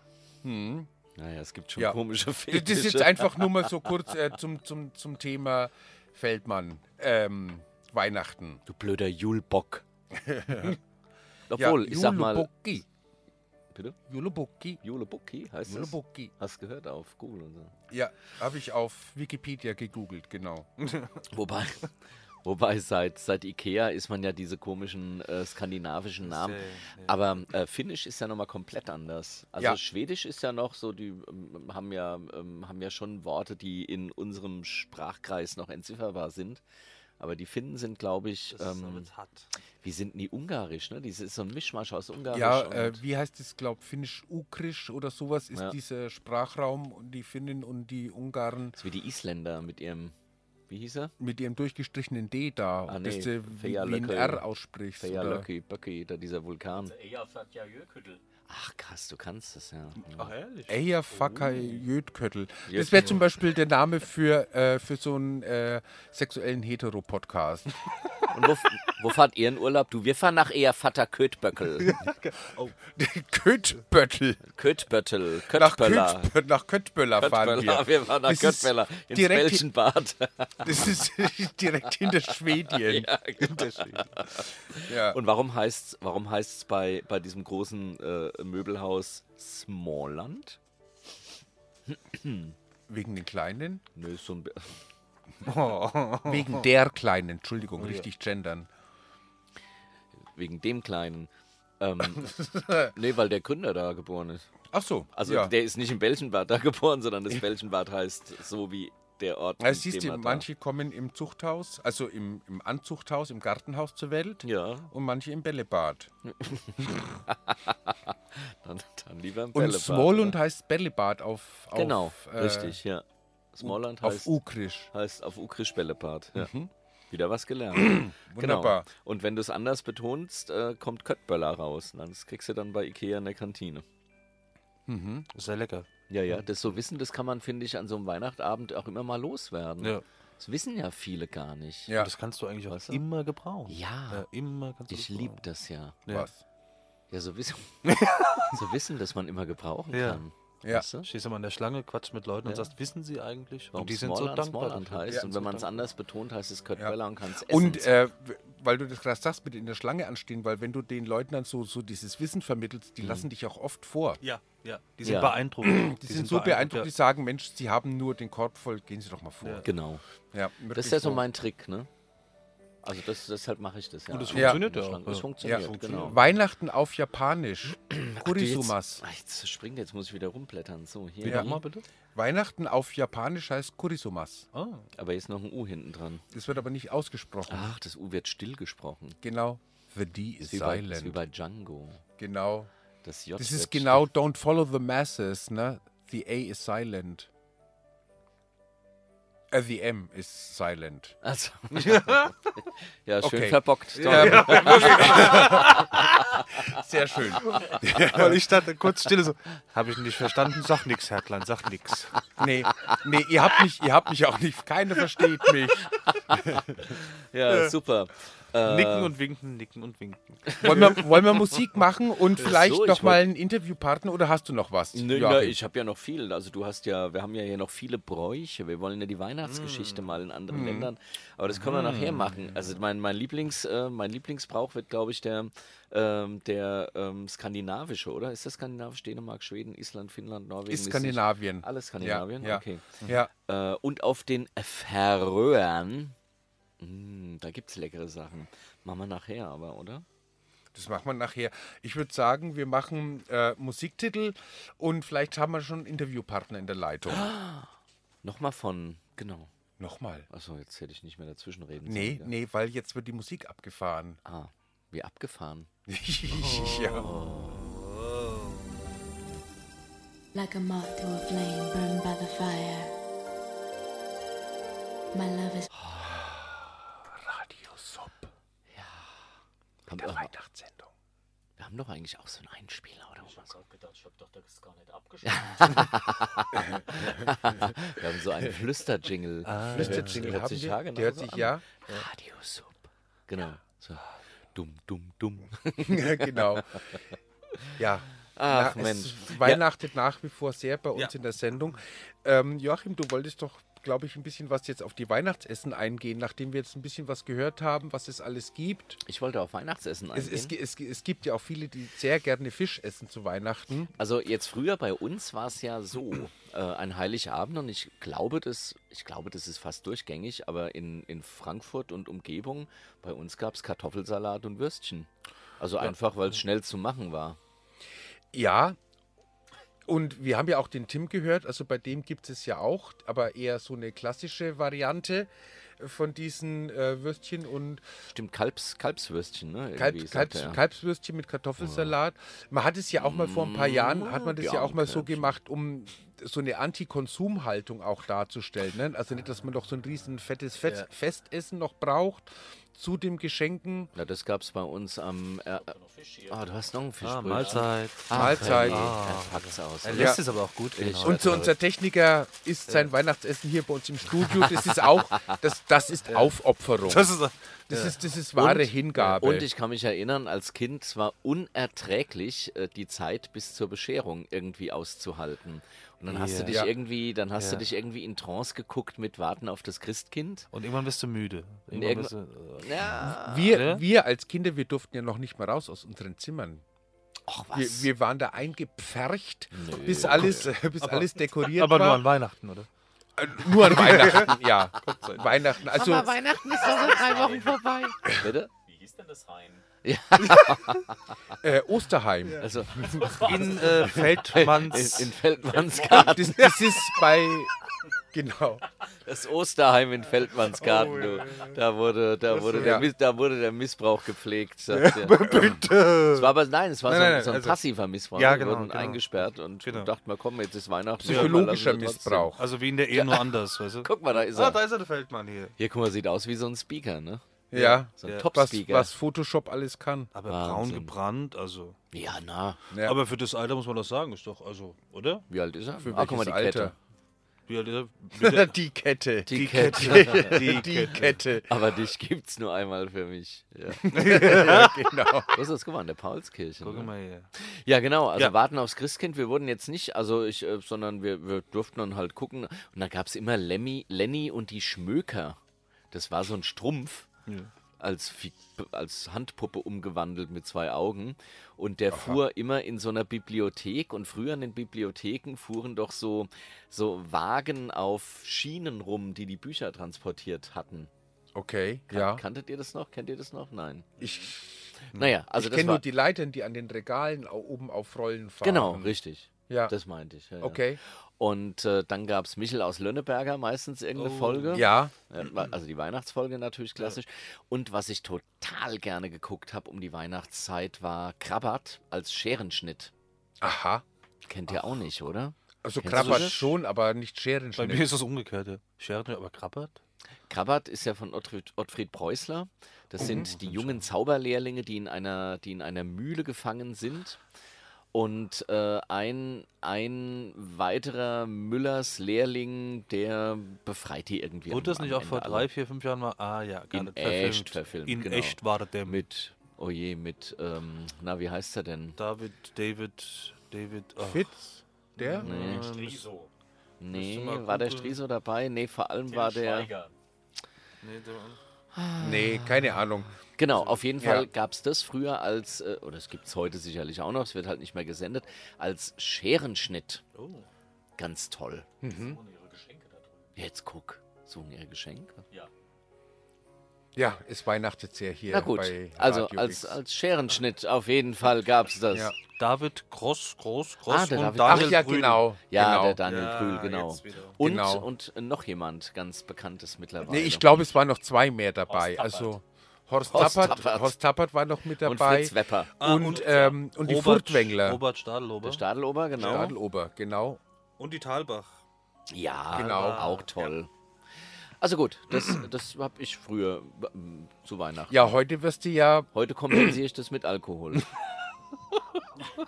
[SPEAKER 3] Naja, es gibt schon
[SPEAKER 4] Ja.
[SPEAKER 3] komische
[SPEAKER 4] Das
[SPEAKER 3] Fetische.
[SPEAKER 4] ist jetzt einfach nur mal so kurz äh, zum, zum, zum Thema Feldmann. Ähm, Weihnachten.
[SPEAKER 3] du blöder Julbock. Obwohl, ich sag mal,
[SPEAKER 4] Julubuki.
[SPEAKER 3] Bitte?
[SPEAKER 4] Julubuki.
[SPEAKER 3] Julebuki heißt es.
[SPEAKER 4] Julubuki.
[SPEAKER 3] Hast gehört auf Google und so.
[SPEAKER 4] Ja, habe ich auf Wikipedia gegoogelt, genau.
[SPEAKER 3] Wobei, wobei seit, seit Ikea ist man ja diese komischen äh, skandinavischen Namen. Aber äh, Finnisch ist ja nochmal komplett anders. Also
[SPEAKER 4] Ja.
[SPEAKER 3] Schwedisch ist ja noch so, die ähm, haben, ja, ähm, haben ja schon Worte, die in unserem Sprachkreis noch entzifferbar sind. Aber die Finnen sind, glaube ich,
[SPEAKER 2] Das ist aber
[SPEAKER 3] ähm,
[SPEAKER 2] jetzt hart.
[SPEAKER 3] wie sind denn die Ungarisch? Ne? Die ist so ein Mischmasch aus Ungarisch.
[SPEAKER 4] Ja,
[SPEAKER 3] und-
[SPEAKER 4] äh, wie heißt es, glaube Finnisch-Ukrisch oder sowas ist
[SPEAKER 3] Ja.
[SPEAKER 4] dieser Sprachraum und die Finnen und die Ungarn
[SPEAKER 3] ist wie die Isländer mit ihrem, wie hieß er?
[SPEAKER 4] mit ihrem durchgestrichenen D da,
[SPEAKER 3] Ah, nee,
[SPEAKER 4] dass du wie, wie ein
[SPEAKER 3] Fejalökö.
[SPEAKER 4] R aussprichst. oder?
[SPEAKER 3] Fejalöki, Böcki, da dieser Vulkan.
[SPEAKER 5] Ja, sagt ja Jöküttel.
[SPEAKER 3] Ach krass, du kannst das ja.
[SPEAKER 2] Ach, ehrlich?
[SPEAKER 4] Eja
[SPEAKER 3] Oh.
[SPEAKER 4] Facker Jödköttel. Das wäre
[SPEAKER 3] Jödköttel.
[SPEAKER 4] zum Beispiel der Name für, äh, für so einen äh, sexuellen Hetero-Podcast.
[SPEAKER 3] Und wo, wo fahrt ihr in Urlaub? Du, wir fahren nach eher Vater Kötböckel.
[SPEAKER 4] Köttböttel.
[SPEAKER 3] Kötböttel,
[SPEAKER 4] Nach,
[SPEAKER 3] Kötböller.
[SPEAKER 4] Köttbö- nach Köttböller fahren
[SPEAKER 3] Kötböller,
[SPEAKER 4] wir.
[SPEAKER 3] wir fahren nach
[SPEAKER 4] Das ist
[SPEAKER 3] Kötböller ins
[SPEAKER 4] direkt-
[SPEAKER 3] Belchenbad.
[SPEAKER 4] Das ist direkt hinter Schwedien.
[SPEAKER 3] Ja, genau.
[SPEAKER 4] Ja.
[SPEAKER 3] Und warum heißt es warum heißt's bei, bei diesem großen äh, Möbelhaus Smallland?
[SPEAKER 4] Wegen den Kleinen?
[SPEAKER 3] Nö, ist so ein Be-
[SPEAKER 4] Wegen der Kleinen, Entschuldigung,
[SPEAKER 3] Oh,
[SPEAKER 4] richtig gendern.
[SPEAKER 3] wegen dem Kleinen. Ähm, nee, weil der Gründer da geboren ist.
[SPEAKER 4] Ach so,
[SPEAKER 3] Also
[SPEAKER 4] ja.
[SPEAKER 3] der ist nicht im Belchenbad da geboren, sondern das Belchenbad heißt so wie der Ort.
[SPEAKER 4] Also
[SPEAKER 3] in
[SPEAKER 4] siehst
[SPEAKER 3] dem
[SPEAKER 4] du,
[SPEAKER 3] er da-
[SPEAKER 4] manche kommen im Zuchthaus, also im, im Anzuchthaus, im Gartenhaus zur Welt
[SPEAKER 3] Ja,
[SPEAKER 4] und manche im Bällebad.
[SPEAKER 3] dann, dann lieber im
[SPEAKER 4] Und
[SPEAKER 3] Bällebad.
[SPEAKER 4] Smolund
[SPEAKER 3] oder?
[SPEAKER 4] heißt Bällebad auf, auf
[SPEAKER 3] Genau,
[SPEAKER 4] äh,
[SPEAKER 3] richtig, ja. Smallland
[SPEAKER 4] auf
[SPEAKER 3] heißt
[SPEAKER 4] Ukrisch.
[SPEAKER 3] heißt auf Ukrisch Bällebad. Ja. Wieder was gelernt.
[SPEAKER 4] Wunderbar.
[SPEAKER 3] Genau. Und wenn du es anders betonst, äh, kommt Köttböller raus. Na, das kriegst du dann bei Ikea in der Kantine.
[SPEAKER 4] Mhm,
[SPEAKER 2] Sehr lecker.
[SPEAKER 3] Ja, ja, das so Wissen, das kann man, finde ich, an so einem Weihnachtabend auch immer mal loswerden.
[SPEAKER 2] Ja.
[SPEAKER 3] Das wissen ja viele gar nicht.
[SPEAKER 4] Ja.
[SPEAKER 2] Das kannst du eigentlich auch
[SPEAKER 3] Weißt du?
[SPEAKER 2] immer gebrauchen.
[SPEAKER 3] Ja.
[SPEAKER 2] Ja, immer kannst du
[SPEAKER 3] Ich
[SPEAKER 2] das
[SPEAKER 3] liebe
[SPEAKER 2] gebrauchen.
[SPEAKER 3] das ja.
[SPEAKER 2] Ja.
[SPEAKER 4] Was?
[SPEAKER 3] Ja, so Wissen, so Wissen das man immer gebrauchen
[SPEAKER 2] Ja.
[SPEAKER 3] kann.
[SPEAKER 4] Ja.
[SPEAKER 3] Weißt du?
[SPEAKER 2] Stehst immer in der Schlange, quatscht mit Leuten und
[SPEAKER 3] Ja.
[SPEAKER 2] sagst, wissen sie eigentlich?
[SPEAKER 3] Warum
[SPEAKER 2] und die sind so
[SPEAKER 3] Smallland
[SPEAKER 2] dankbar.
[SPEAKER 3] Smallland
[SPEAKER 2] dafür.
[SPEAKER 3] heißt.
[SPEAKER 2] Ja.
[SPEAKER 3] Und wenn man es anders betont, heißt es Köttböller und kann es essen.
[SPEAKER 4] Und äh, w- weil du das gerade sagst, mit in der Schlange anstehen, weil wenn du den Leuten dann so, so dieses Wissen vermittelst, die
[SPEAKER 3] Mhm.
[SPEAKER 4] lassen dich auch oft vor.
[SPEAKER 2] Ja, ja. Die sind
[SPEAKER 3] Ja.
[SPEAKER 2] beeindruckt.
[SPEAKER 4] Die, sind, so beeindruckt, die
[SPEAKER 2] ja.
[SPEAKER 4] sagen, Mensch, sie haben nur den Korb voll, gehen sie doch mal vor.
[SPEAKER 3] genau.
[SPEAKER 4] Ja,
[SPEAKER 3] Das
[SPEAKER 4] wirklich
[SPEAKER 3] ist ja so mein Trick, ne? Also das, deshalb mache ich das ja.
[SPEAKER 2] Und es
[SPEAKER 4] Ja.
[SPEAKER 2] funktioniert ja.
[SPEAKER 3] Das
[SPEAKER 2] auch.
[SPEAKER 3] Das
[SPEAKER 2] Ja.
[SPEAKER 3] funktioniert,
[SPEAKER 4] Ja.
[SPEAKER 3] genau.
[SPEAKER 4] Weihnachten auf Japanisch.
[SPEAKER 3] Du, jetzt-
[SPEAKER 4] Kurisumas.
[SPEAKER 3] Ah, Jetzt springt, jetzt muss ich wieder rumblättern. So, hier.
[SPEAKER 4] Ja.
[SPEAKER 2] Nochmal bitte.
[SPEAKER 4] Weihnachten auf Japanisch heißt Kurisumas.
[SPEAKER 2] Ah.
[SPEAKER 3] Aber jetzt noch ein U hinten dran.
[SPEAKER 4] Das wird aber nicht ausgesprochen.
[SPEAKER 3] Ach, das U wird stillgesprochen.
[SPEAKER 4] Genau. The D is
[SPEAKER 3] Ist wie, bei, ist wie
[SPEAKER 4] silent.
[SPEAKER 3] bei Django.
[SPEAKER 4] Genau.
[SPEAKER 3] Das J
[SPEAKER 4] Das
[SPEAKER 3] wird
[SPEAKER 4] ist genau Don't follow the masses, ne? The A is silent. Äh, the M ist silent.
[SPEAKER 3] Also. ja, schön
[SPEAKER 4] Okay.
[SPEAKER 3] verbockt.
[SPEAKER 4] Sehr schön.
[SPEAKER 2] Weil ich dachte kurz stille so, habe ich nicht verstanden, sag nix, Herr Klein, sag nix.
[SPEAKER 4] Nee, nee ihr, habt mich, ihr habt mich auch nicht. Keine versteht mich.
[SPEAKER 3] Ja, super. Äh,
[SPEAKER 2] Nicken und winken, nicken und winken.
[SPEAKER 4] Wollen wir, wollen wir Musik machen und
[SPEAKER 3] so,
[SPEAKER 4] vielleicht
[SPEAKER 3] ich
[SPEAKER 4] noch mal einen Interviewpartner oder hast du noch was?
[SPEAKER 3] Nö, na,
[SPEAKER 4] Joachim?
[SPEAKER 3] ich habe ja noch viel. Also du hast ja, wir haben ja hier noch viele Bräuche. Wir wollen ja die Weihnachtsgeschichte
[SPEAKER 4] Hm.
[SPEAKER 3] mal in anderen Ländern. Aber das können wir nachher machen. Also mein, mein, Lieblings, äh, mein Lieblingsbrauch wird, glaube ich, der, ähm, der ähm, skandinavische, oder? Ist das skandinavisch? Dänemark, Schweden, Island, Finnland, Norwegen?
[SPEAKER 4] Ist
[SPEAKER 3] Österreich?
[SPEAKER 4] Skandinavien.
[SPEAKER 3] Alles Skandinavien?
[SPEAKER 4] Ja, ja.
[SPEAKER 3] Okay.
[SPEAKER 4] Ja,
[SPEAKER 3] Äh, und auf den Färöern, mh, da gibt es leckere Sachen. Machen wir nachher aber, oder?
[SPEAKER 4] das machen wir nachher. Ich würde sagen, wir machen äh, Musiktitel und vielleicht haben wir schon einen Interviewpartner in der Leitung.
[SPEAKER 3] Nochmal von, genau.
[SPEAKER 4] Nochmal.
[SPEAKER 3] Achso, jetzt hätte ich nicht mehr dazwischen reden
[SPEAKER 4] Nee,
[SPEAKER 3] sollen. gell?
[SPEAKER 4] nee, weil jetzt wird die Musik abgefahren.
[SPEAKER 3] Ah, wie abgefahren.
[SPEAKER 4] ja.
[SPEAKER 9] Like a moth to a flame burned by the fire. My love is.
[SPEAKER 4] Radio Sub.
[SPEAKER 3] Haben,
[SPEAKER 4] Der
[SPEAKER 3] wir-
[SPEAKER 4] Weihnachtssendung.
[SPEAKER 3] wir haben doch eigentlich auch so einen Einspieler, oder? Wir haben so einen Flüsterjingle. Ah,
[SPEAKER 4] Flüsterjingle
[SPEAKER 3] hört
[SPEAKER 4] haben
[SPEAKER 3] sich genau
[SPEAKER 4] wir.
[SPEAKER 3] haargenau
[SPEAKER 4] Der hört
[SPEAKER 3] so
[SPEAKER 4] sich,
[SPEAKER 3] an.
[SPEAKER 4] ja.
[SPEAKER 3] Radio Sub. Genau. So. Dumm, dumm, dumm.
[SPEAKER 4] Ja, genau. Ja.
[SPEAKER 3] Ach,
[SPEAKER 4] Na,
[SPEAKER 3] Mensch.
[SPEAKER 4] Es weihnachtet nach wie vor sehr bei uns in der Sendung. Ähm, Joachim, du wolltest doch, glaube ich, ein bisschen was jetzt auf die Weihnachtsessen eingehen, nachdem wir jetzt ein bisschen was gehört haben, was es alles gibt.
[SPEAKER 3] Ich wollte auf Weihnachtsessen
[SPEAKER 4] Es, es,
[SPEAKER 3] eingehen.
[SPEAKER 4] gi- es, gi- es gibt ja auch viele, die sehr gerne Fisch essen zu Weihnachten.
[SPEAKER 3] Also jetzt früher bei uns war es ja so, äh, ein Heiligabend und ich glaube, das, ich glaube, das ist fast durchgängig, aber in, in Frankfurt und Umgebung, bei uns gab es Kartoffelsalat und Würstchen. Also einfach, weil es schnell zu machen war.
[SPEAKER 4] Ja. Und wir haben ja auch den Tim gehört, also bei dem gibt es ja auch, aber eher so eine klassische Variante von diesen äh, Würstchen und
[SPEAKER 3] Stimmt, Kalbs, Kalbswürstchen, ne? Irgendwie
[SPEAKER 4] Kalb,
[SPEAKER 3] sagt
[SPEAKER 4] Kalbs,
[SPEAKER 3] er.
[SPEAKER 4] Kalbswürstchen mit Kartoffelsalat. Man hat es ja auch mal vor ein paar Jahren, hat man das ja auch mal so
[SPEAKER 3] Björnkölbchen.
[SPEAKER 4] gemacht, um so eine Antikonsumhaltung auch darzustellen. Ne? Also nicht, dass man noch so ein riesen fettes Fett,
[SPEAKER 2] Ja.
[SPEAKER 4] Festessen noch braucht zu dem Geschenken.
[SPEAKER 3] Na, das gab es bei uns am. Äh, ah, du hast noch einen Fischbrötchen.
[SPEAKER 2] Ah, Mahlzeit.
[SPEAKER 3] Ach,
[SPEAKER 4] Mahlzeit.
[SPEAKER 3] Herrje, dann packt's aus. Also
[SPEAKER 2] Er
[SPEAKER 4] lässt
[SPEAKER 2] lässt
[SPEAKER 4] Ja.
[SPEAKER 2] es aber auch gut
[SPEAKER 3] gehen heute.
[SPEAKER 4] Und so unser Techniker isst sein Weihnachtsessen hier bei uns im Studio. Das ist auch, das, das ist Aufopferung. Das,
[SPEAKER 2] ist
[SPEAKER 4] ist, das ist wahre
[SPEAKER 3] Und-
[SPEAKER 4] Hingabe.
[SPEAKER 3] Und ich kann mich erinnern, als Kind es war unerträglich, äh, die Zeit bis zur Bescherung irgendwie auszuhalten. Und dann hast du
[SPEAKER 2] Ja.
[SPEAKER 3] dich
[SPEAKER 4] Ja.
[SPEAKER 3] irgendwie, dann hast du
[SPEAKER 2] Ja.
[SPEAKER 3] dich irgendwie in Trance geguckt mit Warten auf das Christkind.
[SPEAKER 2] Und irgendwann bist du müde.
[SPEAKER 3] Und
[SPEAKER 2] Irgendwann bist du, äh,
[SPEAKER 3] Ja.
[SPEAKER 4] wir,
[SPEAKER 2] ne?
[SPEAKER 4] wir als Kinder, wir durften ja noch nicht mal raus aus unseren Zimmern.
[SPEAKER 3] Ach
[SPEAKER 4] Wir,
[SPEAKER 3] was.
[SPEAKER 4] wir waren da eingepfercht, bis alles, bis alles dekoriert
[SPEAKER 2] aber nur
[SPEAKER 4] war. Äh,
[SPEAKER 2] an Weihnachten, oder?
[SPEAKER 4] Nur an Weihnachten, ja. Weihnachten. Also,
[SPEAKER 3] Weihnachten ist doch in drei Wochen vorbei. Bitte?
[SPEAKER 5] Wie hieß denn das rein?
[SPEAKER 4] äh, Osterheim.
[SPEAKER 3] Also
[SPEAKER 2] In äh,
[SPEAKER 3] in,
[SPEAKER 2] Feldmanns.
[SPEAKER 3] in Feldmannsgarten.
[SPEAKER 4] Das, das ist bei. Genau.
[SPEAKER 3] Das Osterheim in
[SPEAKER 4] Oh,
[SPEAKER 3] Feldmannsgarten, du. Da wurde, da wurde, der,
[SPEAKER 4] ja.
[SPEAKER 3] Miss, da wurde der Missbrauch gepflegt. Sagt ja, Es war aber nein, es war
[SPEAKER 4] Nein,
[SPEAKER 3] so, ein-
[SPEAKER 4] nein,
[SPEAKER 3] so ein
[SPEAKER 4] also-
[SPEAKER 3] passiver Missbrauch.
[SPEAKER 2] Ja,
[SPEAKER 3] Wir
[SPEAKER 2] genau,
[SPEAKER 3] wurden
[SPEAKER 2] genau.
[SPEAKER 3] eingesperrt und
[SPEAKER 2] Genau.
[SPEAKER 3] dachten wir, komm, jetzt ist Weihnachten.
[SPEAKER 4] Psychologischer
[SPEAKER 3] wir lassen sie trotzdem.
[SPEAKER 4] Missbrauch.
[SPEAKER 2] Also wie in der Ehe nur anders, weißt du?
[SPEAKER 3] Guck mal, da ist
[SPEAKER 2] Ah,
[SPEAKER 3] er.
[SPEAKER 2] da ist er, der Feldmann hier.
[SPEAKER 3] Hier, guck mal, sieht aus wie so ein Speaker, ne?
[SPEAKER 4] Ja.
[SPEAKER 3] So ein
[SPEAKER 2] Ja.
[SPEAKER 4] Was,
[SPEAKER 3] Top-Speaker.
[SPEAKER 4] was Photoshop alles kann.
[SPEAKER 2] Aber braun
[SPEAKER 3] Wahnsinn.
[SPEAKER 2] gebrannt, also.
[SPEAKER 3] Ja, na,
[SPEAKER 4] Ja.
[SPEAKER 2] Aber für das Alter muss man das sagen, ist doch, also, oder?
[SPEAKER 3] wie alt ist er?
[SPEAKER 4] Für
[SPEAKER 3] ah, guck mal,
[SPEAKER 4] welches
[SPEAKER 3] die
[SPEAKER 4] Alter?
[SPEAKER 3] Kette.
[SPEAKER 2] Wie alt ist er? Wie der-
[SPEAKER 4] Die Kette.
[SPEAKER 3] Die,
[SPEAKER 2] Die
[SPEAKER 3] Kette.
[SPEAKER 2] Kette. Die
[SPEAKER 4] Die Kette.
[SPEAKER 3] Aber dich gibt's nur einmal für mich. Ja.
[SPEAKER 4] Genau.
[SPEAKER 3] Was ist das? Guck mal, in der Paulskirche.
[SPEAKER 2] Guck
[SPEAKER 3] Ne?
[SPEAKER 2] mal hier.
[SPEAKER 3] Ja, genau. Also
[SPEAKER 2] Ja.
[SPEAKER 3] warten aufs Christkind. Wir wurden jetzt nicht, also ich, äh, sondern wir, wir durften dann halt gucken. Und da gab es immer Lemmy, Lenny und die Schmöker. Das war so ein Strumpf. Als, Fi- als Handpuppe umgewandelt mit zwei Augen. Und der fuhr immer in so einer Bibliothek. Und früher in den Bibliotheken fuhren doch so, so Wagen auf Schienen rum, die die Bücher transportiert hatten.
[SPEAKER 4] Okay,
[SPEAKER 3] Kan
[SPEAKER 4] ja.
[SPEAKER 3] Kanntet ihr das noch? Kennt ihr das noch? Nein.
[SPEAKER 4] Ich,
[SPEAKER 3] Naja, also
[SPEAKER 4] ich
[SPEAKER 3] das
[SPEAKER 4] kenne
[SPEAKER 3] war...
[SPEAKER 4] nur die Leitern, die an den Regalen au- oben auf Rollen fahren.
[SPEAKER 3] genau, richtig.
[SPEAKER 4] Ja.
[SPEAKER 3] Das meinte ich. Ja, ja.
[SPEAKER 4] Okay.
[SPEAKER 3] Und äh, dann gab es Michel aus Lönneberger meistens
[SPEAKER 2] Oh,
[SPEAKER 3] irgendeine Folge.
[SPEAKER 4] Ja.
[SPEAKER 3] Äh, wa- Also die Weihnachtsfolge natürlich klassisch. Und was ich total gerne geguckt habe um die Weihnachtszeit war Krabbat als Scherenschnitt.
[SPEAKER 4] Aha.
[SPEAKER 3] Kennt ihr auch nicht, oder?
[SPEAKER 4] Also
[SPEAKER 3] Kennst du
[SPEAKER 4] krabbert
[SPEAKER 3] das?
[SPEAKER 4] schon, aber nicht
[SPEAKER 2] Bei
[SPEAKER 4] Scherenschnitt.
[SPEAKER 2] mir ist es umgekehrt, ja. Scheren, aber krabbert?
[SPEAKER 3] Krabbert ist ja von Ottfried, Ottfried Preußler.
[SPEAKER 2] Oh,
[SPEAKER 3] Das sind die jungen Zauberlehrlinge, die in einer, die in einer Mühle gefangen sind. Und äh, ein, ein weiterer Müllers Lehrling, der befreit die irgendwie.
[SPEAKER 2] Wurde
[SPEAKER 3] am-
[SPEAKER 2] das nicht
[SPEAKER 3] am
[SPEAKER 2] auch vor
[SPEAKER 3] Ende
[SPEAKER 2] drei,
[SPEAKER 3] alle.
[SPEAKER 2] vier, fünf Jahren mal? Ah ja, gar
[SPEAKER 3] In
[SPEAKER 2] nicht
[SPEAKER 3] echt verfilmt,
[SPEAKER 2] In
[SPEAKER 3] genau.
[SPEAKER 2] echt war der mit
[SPEAKER 3] Mit, oh je, mit, ähm, na, wie heißt er denn?
[SPEAKER 2] David, David, David. ach,
[SPEAKER 4] Fitz, der?
[SPEAKER 3] Nee,
[SPEAKER 5] Striso,
[SPEAKER 3] nee
[SPEAKER 2] mal
[SPEAKER 3] war der
[SPEAKER 2] gucken.
[SPEAKER 3] Striso dabei? Nee, vor allem war der.
[SPEAKER 2] nee, der-
[SPEAKER 4] Nee, keine Ahnung.
[SPEAKER 3] Genau, auf jeden
[SPEAKER 4] ja.
[SPEAKER 3] Fall gab es das früher als, äh, oder es gibt es heute sicherlich auch noch, es wird halt nicht mehr gesendet, als Scherenschnitt.
[SPEAKER 4] Oh.
[SPEAKER 3] Ganz toll.
[SPEAKER 4] Mhm.
[SPEAKER 3] Mhm. Jetzt guck, suchen ihre Geschenke.
[SPEAKER 4] Ja, es weihnachtet sehr hier.
[SPEAKER 3] Na gut,
[SPEAKER 4] bei
[SPEAKER 3] also
[SPEAKER 4] Radio
[SPEAKER 3] als,
[SPEAKER 4] X.
[SPEAKER 3] als Scherenschnitt auf jeden Fall gab es das.
[SPEAKER 4] Ja.
[SPEAKER 3] Ja,
[SPEAKER 2] David Gross, Groß, Gross
[SPEAKER 3] Ah, der
[SPEAKER 2] und
[SPEAKER 3] David-
[SPEAKER 2] Daniel
[SPEAKER 4] Ach ja,
[SPEAKER 2] Brühl.
[SPEAKER 4] genau. genau.
[SPEAKER 3] der Daniel
[SPEAKER 2] Ja,
[SPEAKER 3] Brühl, genau.
[SPEAKER 2] jetzt wieder.
[SPEAKER 3] Und,
[SPEAKER 4] Genau.
[SPEAKER 3] und noch jemand ganz bekanntes mittlerweile.
[SPEAKER 4] Nee, ich glaube, es waren noch zwei mehr dabei.
[SPEAKER 5] Horst Tappert.
[SPEAKER 4] also Horst
[SPEAKER 3] Horst
[SPEAKER 4] Tappert,
[SPEAKER 3] Tappert.
[SPEAKER 4] Horst Tappert war noch mit
[SPEAKER 3] Und
[SPEAKER 4] dabei.
[SPEAKER 3] Fritz Wepper,
[SPEAKER 2] Ah,
[SPEAKER 4] und, ähm, und die Furtwängler.
[SPEAKER 2] Robert
[SPEAKER 3] der
[SPEAKER 2] Stadelober.
[SPEAKER 3] Stadelober, genau.
[SPEAKER 4] Stadelober, genau.
[SPEAKER 2] Und die Talbach.
[SPEAKER 3] Ja,
[SPEAKER 4] Genau.
[SPEAKER 3] auch toll. Also gut, das, das habe ich früher ähm, zu Weihnachten.
[SPEAKER 4] Ja, heute wirst du ja.
[SPEAKER 3] Heute kompensiere ich das mit Alkohol.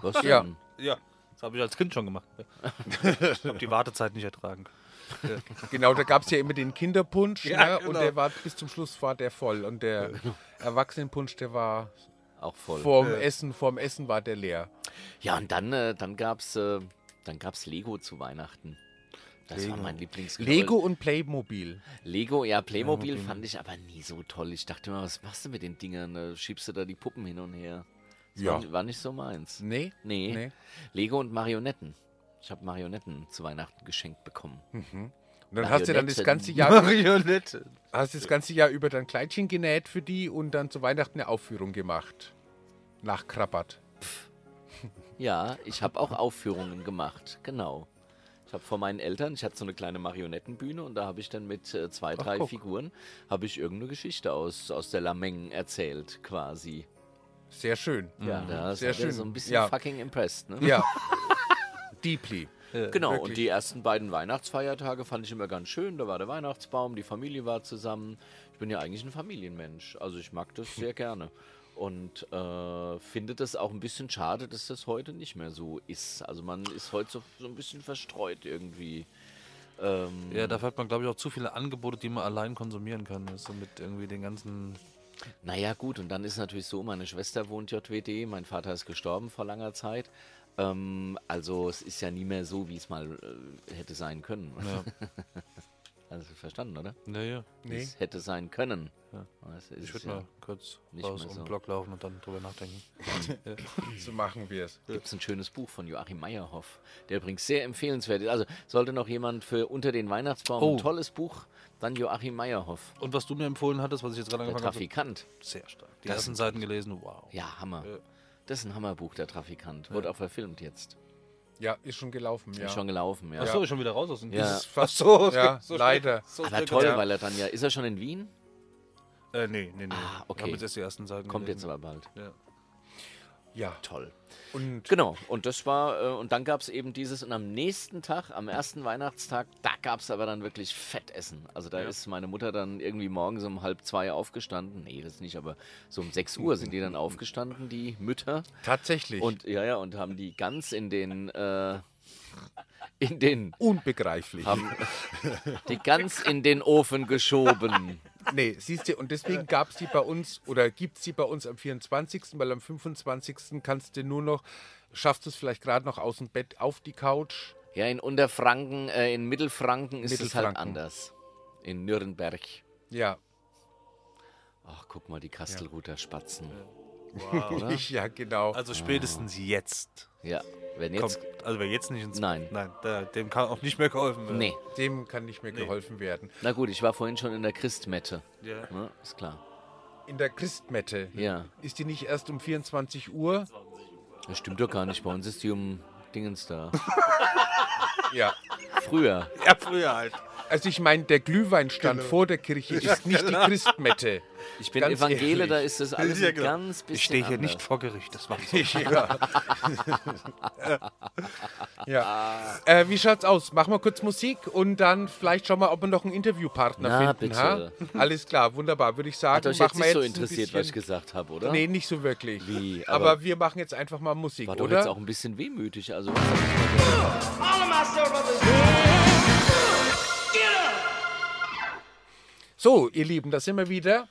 [SPEAKER 3] Was denn?
[SPEAKER 4] Ja.
[SPEAKER 2] Ja, das habe ich als Kind schon gemacht. ich habe die Wartezeit nicht ertragen. können.
[SPEAKER 4] Genau, da gab es ja immer den Kinderpunsch
[SPEAKER 2] Ja,
[SPEAKER 4] ne? und
[SPEAKER 2] genau.
[SPEAKER 4] der war bis zum Schluss war der voll. Und der Erwachsenenpunsch, der war
[SPEAKER 3] Auch genau. voll.
[SPEAKER 4] vorm Essen, vorm Essen war der leer.
[SPEAKER 3] Ja, und dann, äh, dann gab es äh, dann gab's Lego zu Weihnachten. Das war mein Lieblingsgeschenk.
[SPEAKER 4] Lego und Playmobil.
[SPEAKER 3] Lego, ja, Playmobil fand ich aber nie so toll. Ich dachte immer, was machst du mit den Dingern? Äh, Schiebst du da die Puppen hin und her? Das
[SPEAKER 4] Ja.
[SPEAKER 3] War, war nicht so meins.
[SPEAKER 4] Nee?
[SPEAKER 3] Nee.
[SPEAKER 4] ne? Nee.
[SPEAKER 3] Lego und Marionetten. Ich habe Marionetten zu Weihnachten geschenkt bekommen.
[SPEAKER 4] Und dann hast du dann das
[SPEAKER 3] Marionetten.
[SPEAKER 4] ganze Jahr
[SPEAKER 2] Marionette.
[SPEAKER 4] hast das ganze Jahr über dein Kleidchen genäht für die und dann zu Weihnachten eine Aufführung gemacht. Nach Krabbert.
[SPEAKER 3] Ja, ich habe auch Aufführungen gemacht, genau. Ich habe vor meinen Eltern, ich hatte so eine kleine Marionettenbühne und da habe ich dann mit äh, zwei, drei
[SPEAKER 4] guck.
[SPEAKER 3] Figuren, habe ich irgendeine Geschichte aus, aus der Lameng erzählt, quasi.
[SPEAKER 4] Sehr schön.
[SPEAKER 3] Ja, das
[SPEAKER 4] Mhm. Sehr
[SPEAKER 3] hat er
[SPEAKER 4] schön.
[SPEAKER 3] so ein bisschen
[SPEAKER 4] Ja.
[SPEAKER 3] fucking impressed, ne?
[SPEAKER 4] Ja. Deeply.
[SPEAKER 3] Genau,
[SPEAKER 4] wirklich.
[SPEAKER 3] und die ersten beiden Weihnachtsfeiertage fand ich immer ganz schön. Da war der Weihnachtsbaum, die Familie war zusammen. Ich bin ja eigentlich ein Familienmensch, also ich mag das sehr gerne. Und äh, finde das auch ein bisschen schade, dass das heute nicht mehr so ist. Also man ist heute so, so ein bisschen verstreut irgendwie. Ähm,
[SPEAKER 2] Ja, dafür hat man, glaube ich, auch zu viele Angebote, die man allein konsumieren kann. Also mit irgendwie den ganzen.
[SPEAKER 3] Naja, gut, und dann ist natürlich so, meine Schwester wohnt JWD, mein Vater ist gestorben vor langer Zeit. Ähm, also es ist ja nie mehr so, wie es mal äh, hätte sein können.
[SPEAKER 2] Ja.
[SPEAKER 3] Also verstanden, oder?
[SPEAKER 2] Naja,
[SPEAKER 3] Wie Es hätte sein können. Das ist
[SPEAKER 2] ich würde
[SPEAKER 3] ja-
[SPEAKER 2] mal kurz
[SPEAKER 3] nicht
[SPEAKER 2] raus
[SPEAKER 3] mehr
[SPEAKER 2] um
[SPEAKER 3] so.
[SPEAKER 2] den Block laufen und dann drüber nachdenken.
[SPEAKER 4] So machen wir es.
[SPEAKER 3] Gibt es ein schönes Buch von Joachim Meyerhoff, der übrigens sehr empfehlenswert ist. Also sollte noch jemand für unter den Weihnachtsbaum
[SPEAKER 2] Oh.
[SPEAKER 3] ein tolles Buch, dann Joachim Meyerhoff,
[SPEAKER 2] Und was du mir empfohlen hattest, was ich jetzt gerade
[SPEAKER 3] der
[SPEAKER 2] angefangen habe,
[SPEAKER 3] Trafikant.
[SPEAKER 2] sehr stark. Die ersten Seiten gelesen, wow.
[SPEAKER 3] Ja, Hammer.
[SPEAKER 2] Ja.
[SPEAKER 3] Das ist ein Hammerbuch, der Trafikant. Wurde auch verfilmt jetzt.
[SPEAKER 4] Ja, ist schon gelaufen, ja.
[SPEAKER 3] Ist schon gelaufen, ja.
[SPEAKER 2] Achso, schon wieder raus aus dem
[SPEAKER 3] Ja.
[SPEAKER 4] Ist fast
[SPEAKER 2] so,
[SPEAKER 4] ja,
[SPEAKER 2] so
[SPEAKER 4] leider.
[SPEAKER 2] So
[SPEAKER 3] Aber
[SPEAKER 2] schnell
[SPEAKER 3] toll,
[SPEAKER 2] geht's.
[SPEAKER 3] weil er dann ja. Ist er schon in Wien?
[SPEAKER 2] Äh, nee, nee, nee.
[SPEAKER 3] Ah, okay.
[SPEAKER 2] Ich habe jetzt erst die ersten Seiten
[SPEAKER 3] Kommt jetzt
[SPEAKER 2] gelesen.
[SPEAKER 3] aber bald.
[SPEAKER 2] Ja.
[SPEAKER 4] Ja.
[SPEAKER 3] Toll.
[SPEAKER 4] Und
[SPEAKER 3] Genau, und das war, äh, und dann gab es eben dieses, und am nächsten Tag, am ersten Weihnachtstag, da gab es aber dann wirklich Fettessen. Also da ist meine Mutter dann irgendwie morgens um halb zwei aufgestanden. Nee, das nicht, aber so um sechs Uhr sind die dann aufgestanden, die Mütter.
[SPEAKER 4] tatsächlich
[SPEAKER 3] Und ja, ja, und haben die ganz in den, äh, in den,
[SPEAKER 4] unbegreiflich.
[SPEAKER 3] haben die ganz in den Ofen geschoben.
[SPEAKER 4] Nee, siehst du, und deswegen gab es die bei uns oder gibt es die bei uns am 24., weil am 25. kannst du nur noch, schaffst du es vielleicht gerade noch aus dem Bett auf die Couch.
[SPEAKER 3] Ja, in Unterfranken, äh, in Mittelfranken ist es halt
[SPEAKER 4] Mittelfranken.
[SPEAKER 3] anders. In Nürnberg.
[SPEAKER 4] Ja,
[SPEAKER 3] Ach, guck mal, die Kastelruther Spatzen.
[SPEAKER 4] ich, ja, genau.
[SPEAKER 2] Also spätestens jetzt.
[SPEAKER 3] Ja, wenn Ah. jetzt.
[SPEAKER 2] Kommt. Also wer jetzt nicht ins
[SPEAKER 3] Nein.
[SPEAKER 2] Nein, da, dem kann auch nicht mehr geholfen werden.
[SPEAKER 3] Nee.
[SPEAKER 4] Dem kann nicht mehr geholfen werden.
[SPEAKER 3] Na gut, ich war vorhin schon in der Christmette.
[SPEAKER 2] Ja.
[SPEAKER 3] Ne? Ist klar.
[SPEAKER 4] In der Christmette
[SPEAKER 3] Ja.
[SPEAKER 4] ist die nicht erst um 24 Uhr?
[SPEAKER 3] Das stimmt doch gar nicht. Bei uns ist die um Dingens da.
[SPEAKER 4] Ja,
[SPEAKER 3] Früher.
[SPEAKER 2] Ja, früher halt.
[SPEAKER 4] Also ich meine, der Glühweinstand vor der Kirche ist nicht die Christmette.
[SPEAKER 3] Ich bin
[SPEAKER 4] Ganz
[SPEAKER 3] Evangele,
[SPEAKER 4] ehrlich.
[SPEAKER 3] da ist das alles
[SPEAKER 2] Ja,
[SPEAKER 3] ein
[SPEAKER 2] genau.
[SPEAKER 3] ganz bisschen
[SPEAKER 2] Ich stehe hier
[SPEAKER 3] anders.
[SPEAKER 2] nicht vor Gericht, das macht
[SPEAKER 3] Ah.
[SPEAKER 4] Ja. Äh, wie schaut's aus? Machen wir kurz Musik und dann vielleicht schauen wir, ob wir noch einen Interviewpartner
[SPEAKER 3] Na,
[SPEAKER 4] finden.
[SPEAKER 3] bitte.
[SPEAKER 4] Ha? Alles klar, wunderbar. Würde ich sagen,
[SPEAKER 3] Hat euch jetzt
[SPEAKER 4] machen wir
[SPEAKER 3] nicht so
[SPEAKER 4] jetzt ein
[SPEAKER 3] interessiert, was ich
[SPEAKER 4] bisschen-
[SPEAKER 3] gesagt habe, oder?
[SPEAKER 4] Nee, nicht so wirklich.
[SPEAKER 3] Wie?
[SPEAKER 4] Aber,
[SPEAKER 3] Aber-
[SPEAKER 4] wir machen jetzt einfach mal Musik,
[SPEAKER 3] War doch
[SPEAKER 4] oder?
[SPEAKER 3] jetzt auch ein bisschen wehmütig. Also,
[SPEAKER 4] So, ihr Lieben, da sind wir wieder.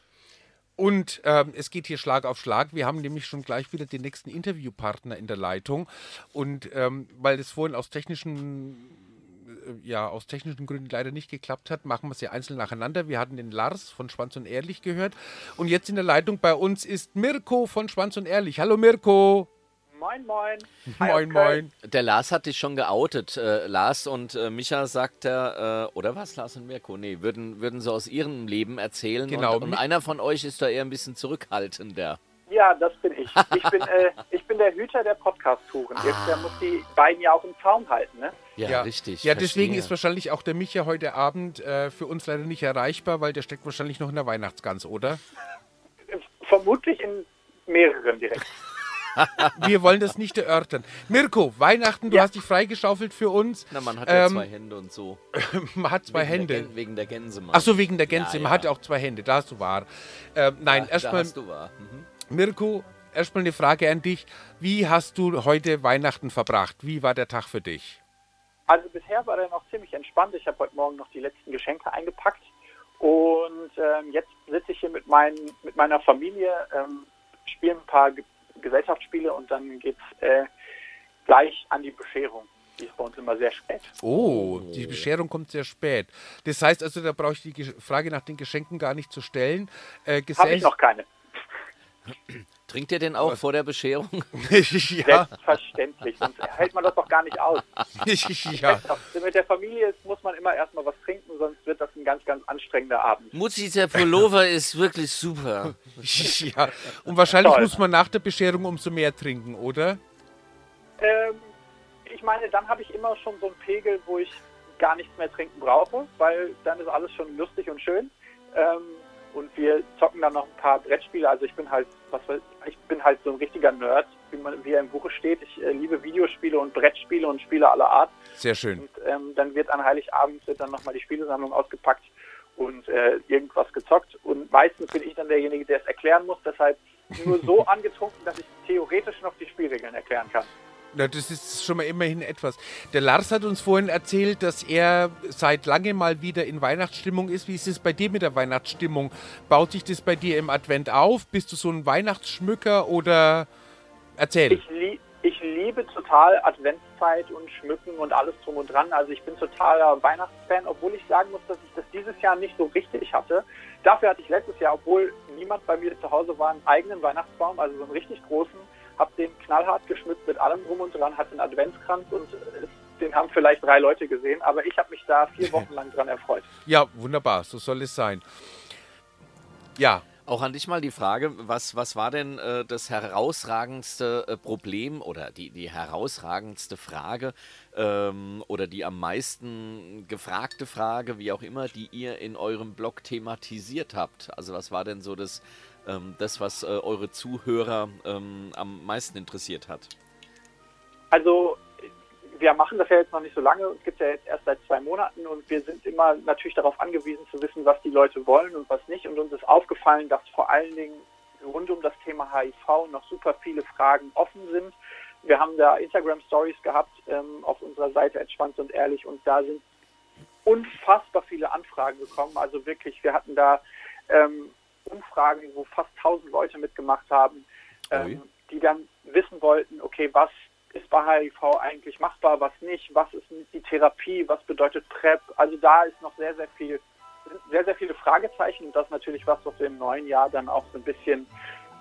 [SPEAKER 4] Und ähm, es geht hier Schlag auf Schlag. Wir haben nämlich schon gleich wieder den nächsten Interviewpartner in der Leitung. Und ähm, weil es vorhin aus technischen, äh, ja, aus technischen Gründen leider nicht geklappt hat, machen wir es ja einzeln nacheinander. Wir hatten den Lars von Schwanz und Ehrlich gehört. Und jetzt in der Leitung bei uns ist Mirko von Schwanz und Ehrlich. Hallo Mirko.
[SPEAKER 7] Moin, moin.
[SPEAKER 4] Moin, moin.
[SPEAKER 3] der Lars hat dich schon geoutet. Äh, Lars und äh, Micha sagt er, äh, oder was, Lars und Mirko? Nee, würden, würden so aus ihrem Leben erzählen.
[SPEAKER 4] Genau.
[SPEAKER 3] Und, und einer von euch ist da eher ein bisschen zurückhaltender.
[SPEAKER 7] Ja, das bin ich. Ich bin, äh, ich bin der Hüter der Podcast-Touren. Jetzt der muss die beiden ja auch im Zaum halten, ne?
[SPEAKER 3] Ja, richtig.
[SPEAKER 4] Ja, deswegen ist
[SPEAKER 3] verstehe.
[SPEAKER 4] wahrscheinlich auch der Micha heute Abend äh, für uns leider nicht erreichbar, weil der steckt wahrscheinlich noch in der Weihnachtsgans, oder?
[SPEAKER 7] Vermutlich in mehreren direkt.
[SPEAKER 4] Wir wollen das nicht erörtern. Mirko, Weihnachten, du
[SPEAKER 7] Ja.
[SPEAKER 4] hast dich freigeschaufelt für uns.
[SPEAKER 3] Na, man hat ja
[SPEAKER 4] Ähm,
[SPEAKER 3] zwei Hände und so.
[SPEAKER 4] Man hat zwei
[SPEAKER 3] Wegen der
[SPEAKER 4] Hände.
[SPEAKER 3] Gän- wegen der Gänse, Mann.
[SPEAKER 4] Ach so, wegen der Gänse.
[SPEAKER 3] Ja,
[SPEAKER 4] Man
[SPEAKER 3] ja.
[SPEAKER 4] hat auch zwei Hände. Da hast du wahr. Ähm, nein,
[SPEAKER 3] Da
[SPEAKER 4] erstmal,
[SPEAKER 3] hast du wahr. Mhm.
[SPEAKER 4] Mirko, erstmal eine Frage an dich. Wie hast du heute Weihnachten verbracht? Wie war der Tag für dich?
[SPEAKER 7] Also bisher war der noch ziemlich entspannt. Ich habe heute Morgen noch die letzten Geschenke eingepackt. Und ähm, jetzt sitze ich hier mit, meinen, mit meiner Familie, ähm, spielen ein paar Ge Gesellschaftsspiele und dann geht's äh, gleich an die Bescherung. Die ist bei uns immer sehr spät.
[SPEAKER 4] Oh, die Bescherung kommt sehr spät. Das heißt also, da brauche ich die Gesch- Frage nach den Geschenken gar nicht zu stellen. Äh,
[SPEAKER 7] Habe ich noch keine.
[SPEAKER 3] Trinkt ihr den auch vor der Bescherung?
[SPEAKER 4] ja,
[SPEAKER 7] Selbstverständlich. Sonst hält man das doch gar nicht aus.
[SPEAKER 4] ja.
[SPEAKER 7] Mit der Familie ist, muss man immer erstmal was trinken, sonst wird das ein ganz, ganz anstrengender Abend.
[SPEAKER 3] Mutti, der Pullover ist wirklich super.
[SPEAKER 4] ja. Und wahrscheinlich
[SPEAKER 7] Toll.
[SPEAKER 4] muss man nach der Bescherung umso mehr trinken, oder?
[SPEAKER 7] Ähm, ich meine, dann habe ich immer schon so einen Pegel, wo ich gar nichts mehr trinken brauche, weil dann ist alles schon lustig und schön. Ähm, und wir zocken dann noch ein paar Brettspiele. Also ich bin halt, was weiß ich, ich bin halt so ein richtiger Nerd, wie, man, wie er im Buche steht. Ich äh, liebe Videospiele und Brettspiele und Spiele aller Art.
[SPEAKER 4] Sehr schön.
[SPEAKER 7] Und ähm, dann wird an Heiligabend wird dann nochmal die Spielesammlung ausgepackt und äh, irgendwas gezockt. Und meistens bin ich dann derjenige, der es erklären muss. Deshalb nur so angetrunken, dass ich theoretisch noch die Spielregeln erklären kann.
[SPEAKER 4] Na, das ist schon mal immerhin etwas. Der Lars hat uns vorhin erzählt, dass er seit lange mal wieder in Weihnachtsstimmung ist. Wie ist es bei dir mit der Weihnachtsstimmung? Baut sich das bei dir im Advent auf? Bist du so ein Weihnachtsschmücker oder erzähl?
[SPEAKER 7] Ich, lie ich liebe total Adventszeit und Schmücken und alles drum und dran. Also ich bin totaler Weihnachtsfan, obwohl ich sagen muss, dass ich das dieses Jahr nicht so richtig hatte. Dafür hatte ich letztes Jahr, obwohl niemand bei mir zu Hause war, einen eigenen Weihnachtsbaum, also so einen richtig großen, habe den knallhart geschmückt mit allem drum und dran, hatte einen Adventskranz und äh, den haben vielleicht drei Leute gesehen, aber ich habe mich da vier Wochen lang dran erfreut.
[SPEAKER 4] Ja, wunderbar, so soll es sein. Ja,
[SPEAKER 3] Auch an dich mal die Frage, was, was war denn äh, das herausragendste äh, Problem oder die, die herausragendste Frage ähm, oder die am meisten gefragte Frage, wie auch immer, die ihr in eurem Blog thematisiert habt? Also was war denn so das, ähm, das was äh, eure Zuhörer ähm, am meisten interessiert hat?
[SPEAKER 7] Also wir machen das ja jetzt noch nicht so lange, es gibt ja jetzt erst seit zwei Monaten und wir sind immer natürlich darauf angewiesen zu wissen, was die Leute wollen und was nicht. Und uns ist aufgefallen, dass vor allen Dingen rund um das Thema HIV noch super viele Fragen offen sind. Wir haben da Instagram Stories gehabt ähm, auf unserer Seite entspannt und ehrlich und da sind unfassbar viele Anfragen gekommen. Also wirklich, wir hatten da ähm, Umfragen, wo fast 1000 Leute mitgemacht haben, ähm, die dann wissen wollten, okay, was ist bei HIV eigentlich machbar, was nicht, was ist die Therapie, was bedeutet PrEP. Also da ist noch sehr, sehr viel, sind sehr, sehr viele Fragezeichen und das ist natürlich was, was wir im neuen Jahr dann auch so ein bisschen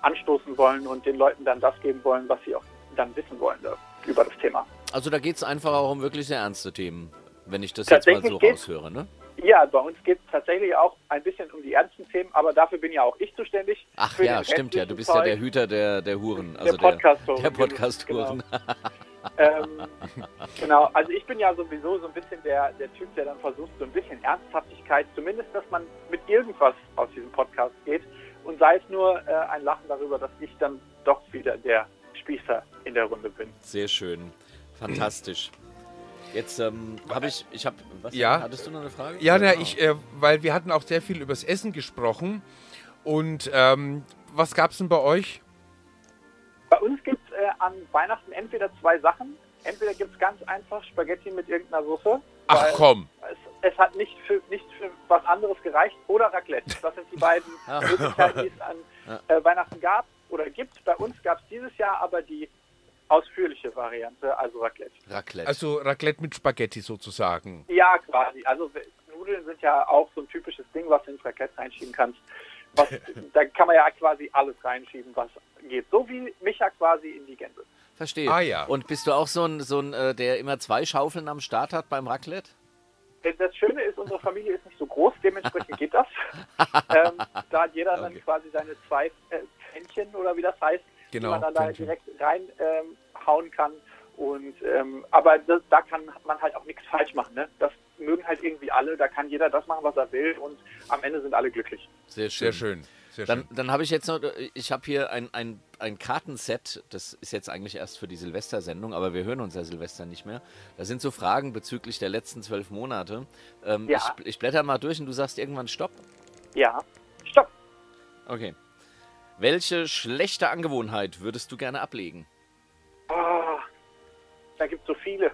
[SPEAKER 7] anstoßen wollen und den Leuten dann das geben wollen, was sie auch dann wissen wollen äh, über das Thema.
[SPEAKER 3] Also da geht es einfach auch um wirklich sehr ernste Themen, wenn ich das jetzt mal so
[SPEAKER 7] Tatsächlich geht's-
[SPEAKER 3] raushöre, ne?
[SPEAKER 7] Ja, bei uns geht es tatsächlich auch ein bisschen um die ernsten Themen, aber dafür bin ja auch ich zuständig.
[SPEAKER 3] Ach
[SPEAKER 7] Für
[SPEAKER 3] ja,
[SPEAKER 7] den
[SPEAKER 3] stimmt ja. Du
[SPEAKER 7] restlichen
[SPEAKER 3] bist ja der
[SPEAKER 7] Zeug.
[SPEAKER 3] Hüter der, der Huren. Also
[SPEAKER 7] Podcast-Huren,
[SPEAKER 3] Der Podcast-Huren.
[SPEAKER 7] Ähm, genau, also ich bin ja sowieso so ein bisschen der, der Typ, der dann versucht, so ein bisschen Ernsthaftigkeit, zumindest, dass man mit irgendwas aus diesem Podcast geht und sei es nur äh, ein Lachen darüber, dass ich dann doch wieder der Spießer in der Runde bin.
[SPEAKER 3] Sehr schön. Fantastisch. Jetzt ähm, habe ich, ich habe, was?
[SPEAKER 4] Ja.
[SPEAKER 3] Hattest du noch eine Frage?
[SPEAKER 4] Ja,
[SPEAKER 7] Genau.
[SPEAKER 4] na, ich, äh, weil wir hatten auch sehr viel übers Essen gesprochen. Und ähm, was gab's denn bei euch?
[SPEAKER 7] Bei uns gibt es äh, an Weihnachten entweder zwei Sachen. Entweder gibt es ganz einfach Spaghetti mit irgendeiner Soße.
[SPEAKER 4] Ach komm,
[SPEAKER 7] Es, es hat nicht für, nicht für was anderes gereicht. Oder Raclette. Das sind die beiden Möglichkeiten, die es an äh, Weihnachten gab oder gibt. Bei uns gab es dieses Jahr aber die ausführliche Variante, also Raclette.
[SPEAKER 3] Raclette.
[SPEAKER 4] also Raclette mit Spaghetti sozusagen.
[SPEAKER 7] Ja, quasi. Also w- Nudeln sind ja auch so ein typisches Ding, was du ins Raclette reinschieben kannst. Was, da kann man ja quasi alles reinschieben, was geht. So wie Micha quasi in die Gänse.
[SPEAKER 3] Verstehe.
[SPEAKER 4] Ah, ja.
[SPEAKER 3] Und bist du auch so ein, so ein äh, der immer zwei Schaufeln am Start hat beim Raclette?
[SPEAKER 7] Denn Das Schöne ist, unsere Familie ist nicht so groß, dementsprechend geht das. ähm, da hat jeder dann
[SPEAKER 3] Okay.
[SPEAKER 7] quasi seine zwei äh, Pfännchen oder wie das heißt,
[SPEAKER 4] Genau,
[SPEAKER 7] die man dann da
[SPEAKER 4] Pfännchen.
[SPEAKER 7] direkt reinhauen ähm, hauen kann. Und ähm, aber das, da kann man halt auch nichts falsch machen. Ne? Das mögen halt irgendwie alle. Da kann jeder das machen, was er will. Und am Ende sind alle glücklich.
[SPEAKER 3] Sehr schön.
[SPEAKER 4] Sehr schön. Sehr
[SPEAKER 3] Dann,
[SPEAKER 4] schön.
[SPEAKER 3] dann habe ich jetzt noch, äh, ich habe hier ein, ein, ein Kartenset, das ist jetzt eigentlich erst für die Silvestersendung, aber wir hören uns ja Silvester nicht mehr. Da sind so Fragen bezüglich der letzten zwölf Monate. Ähm,
[SPEAKER 7] Ja.
[SPEAKER 3] ich, ich blätter mal durch und du sagst irgendwann Stopp.
[SPEAKER 7] Ja. Stopp.
[SPEAKER 3] Okay. Welche schlechte Angewohnheit würdest du gerne ablegen?
[SPEAKER 7] Ah, da gibt es so viele.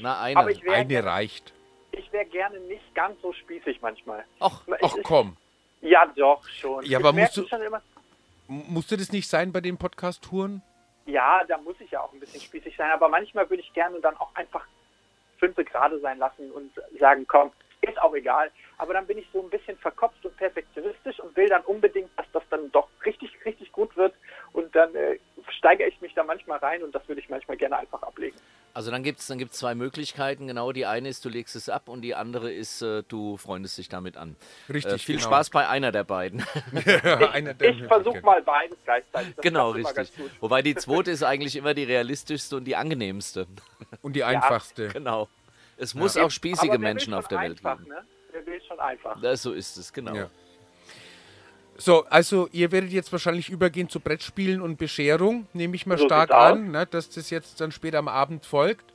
[SPEAKER 3] Na,
[SPEAKER 7] Aber
[SPEAKER 3] eine.
[SPEAKER 7] ich wäre
[SPEAKER 4] Eine reicht.
[SPEAKER 7] ich wär gerne nicht ganz so spießig manchmal.
[SPEAKER 3] Och,
[SPEAKER 4] Ach komm,
[SPEAKER 7] Ja, doch, schon.
[SPEAKER 4] Ja,
[SPEAKER 7] Ich
[SPEAKER 4] aber
[SPEAKER 7] merk
[SPEAKER 4] musst du-
[SPEAKER 7] schon immer,
[SPEAKER 4] M- musste das nicht sein bei den Podcast-Touren?
[SPEAKER 7] Ja, da muss ich ja auch ein bisschen spießig sein, aber manchmal würde ich gerne dann auch einfach fünfe gerade sein lassen und sagen, komm, ist auch egal. Aber dann bin ich so ein bisschen verkopft und perfektionistisch und will dann unbedingt, dass das dann doch richtig, richtig gut wird. Und dann äh, steigere ich mich da manchmal rein und das würde ich manchmal gerne einfach ablegen.
[SPEAKER 3] also dann gibt es dann gibt's zwei Möglichkeiten. Genau, die eine ist, du legst es ab und die andere ist, äh, du freundest dich damit an.
[SPEAKER 4] Richtig,
[SPEAKER 3] Äh, viel
[SPEAKER 4] genau.
[SPEAKER 3] Spaß bei einer der beiden.
[SPEAKER 4] Einer der genau.
[SPEAKER 7] ich versuche mal beides gleichzeitig. Das
[SPEAKER 3] genau,
[SPEAKER 7] klappt immer
[SPEAKER 3] richtig.
[SPEAKER 7] ganz gut.
[SPEAKER 3] Wobei die zweite ist eigentlich immer die realistischste und die angenehmste.
[SPEAKER 4] Und die einfachste.
[SPEAKER 3] genau. Es muss auch
[SPEAKER 7] Aber
[SPEAKER 3] spießige
[SPEAKER 7] wer
[SPEAKER 3] Menschen
[SPEAKER 7] will
[SPEAKER 3] auf
[SPEAKER 7] schon
[SPEAKER 3] der Welt
[SPEAKER 7] einfach,
[SPEAKER 3] geben.
[SPEAKER 7] Ne? Wer will schon einfach.
[SPEAKER 3] Das, so ist es, genau.
[SPEAKER 4] Ja. So, also ihr werdet jetzt wahrscheinlich übergehen zu Brettspielen und Bescherung, nehme ich mal
[SPEAKER 7] So
[SPEAKER 4] stark
[SPEAKER 7] sieht's aus.
[SPEAKER 4] an, ne, dass das jetzt dann später am Abend folgt.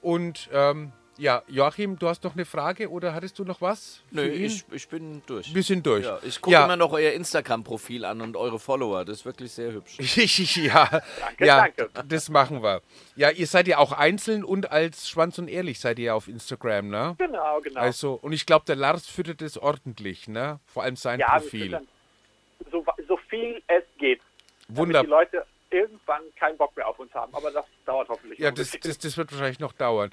[SPEAKER 4] Und ähm, ja, Joachim, du hast noch eine Frage oder hattest du noch was?
[SPEAKER 3] Nö,
[SPEAKER 4] für ihn?
[SPEAKER 3] ich, ich bin durch.
[SPEAKER 4] Wir sind durch.
[SPEAKER 3] Ja, ich gucke
[SPEAKER 4] ja.
[SPEAKER 3] immer noch euer Instagram-Profil an und eure Follower. Das ist wirklich sehr hübsch.
[SPEAKER 4] ja,
[SPEAKER 7] Danke,
[SPEAKER 4] ja,
[SPEAKER 7] danke.
[SPEAKER 4] das machen wir. Ja, ihr seid ja auch einzeln und als Schwanz und Ehrlich seid ihr ja auf Instagram, ne?
[SPEAKER 7] Genau, genau.
[SPEAKER 4] Also, und ich glaube, der Lars füttert das ordentlich, ne? Vor allem sein
[SPEAKER 7] ja, wir
[SPEAKER 4] Profil.
[SPEAKER 7] füttern so, so viel es geht. damit die
[SPEAKER 4] Wunderbar.
[SPEAKER 7] Leute irgendwann keinen Bock mehr auf uns haben. Aber das dauert hoffentlich.
[SPEAKER 4] Ja,
[SPEAKER 7] noch ein
[SPEAKER 4] das,
[SPEAKER 7] bisschen.
[SPEAKER 4] das, das wird wahrscheinlich noch dauern.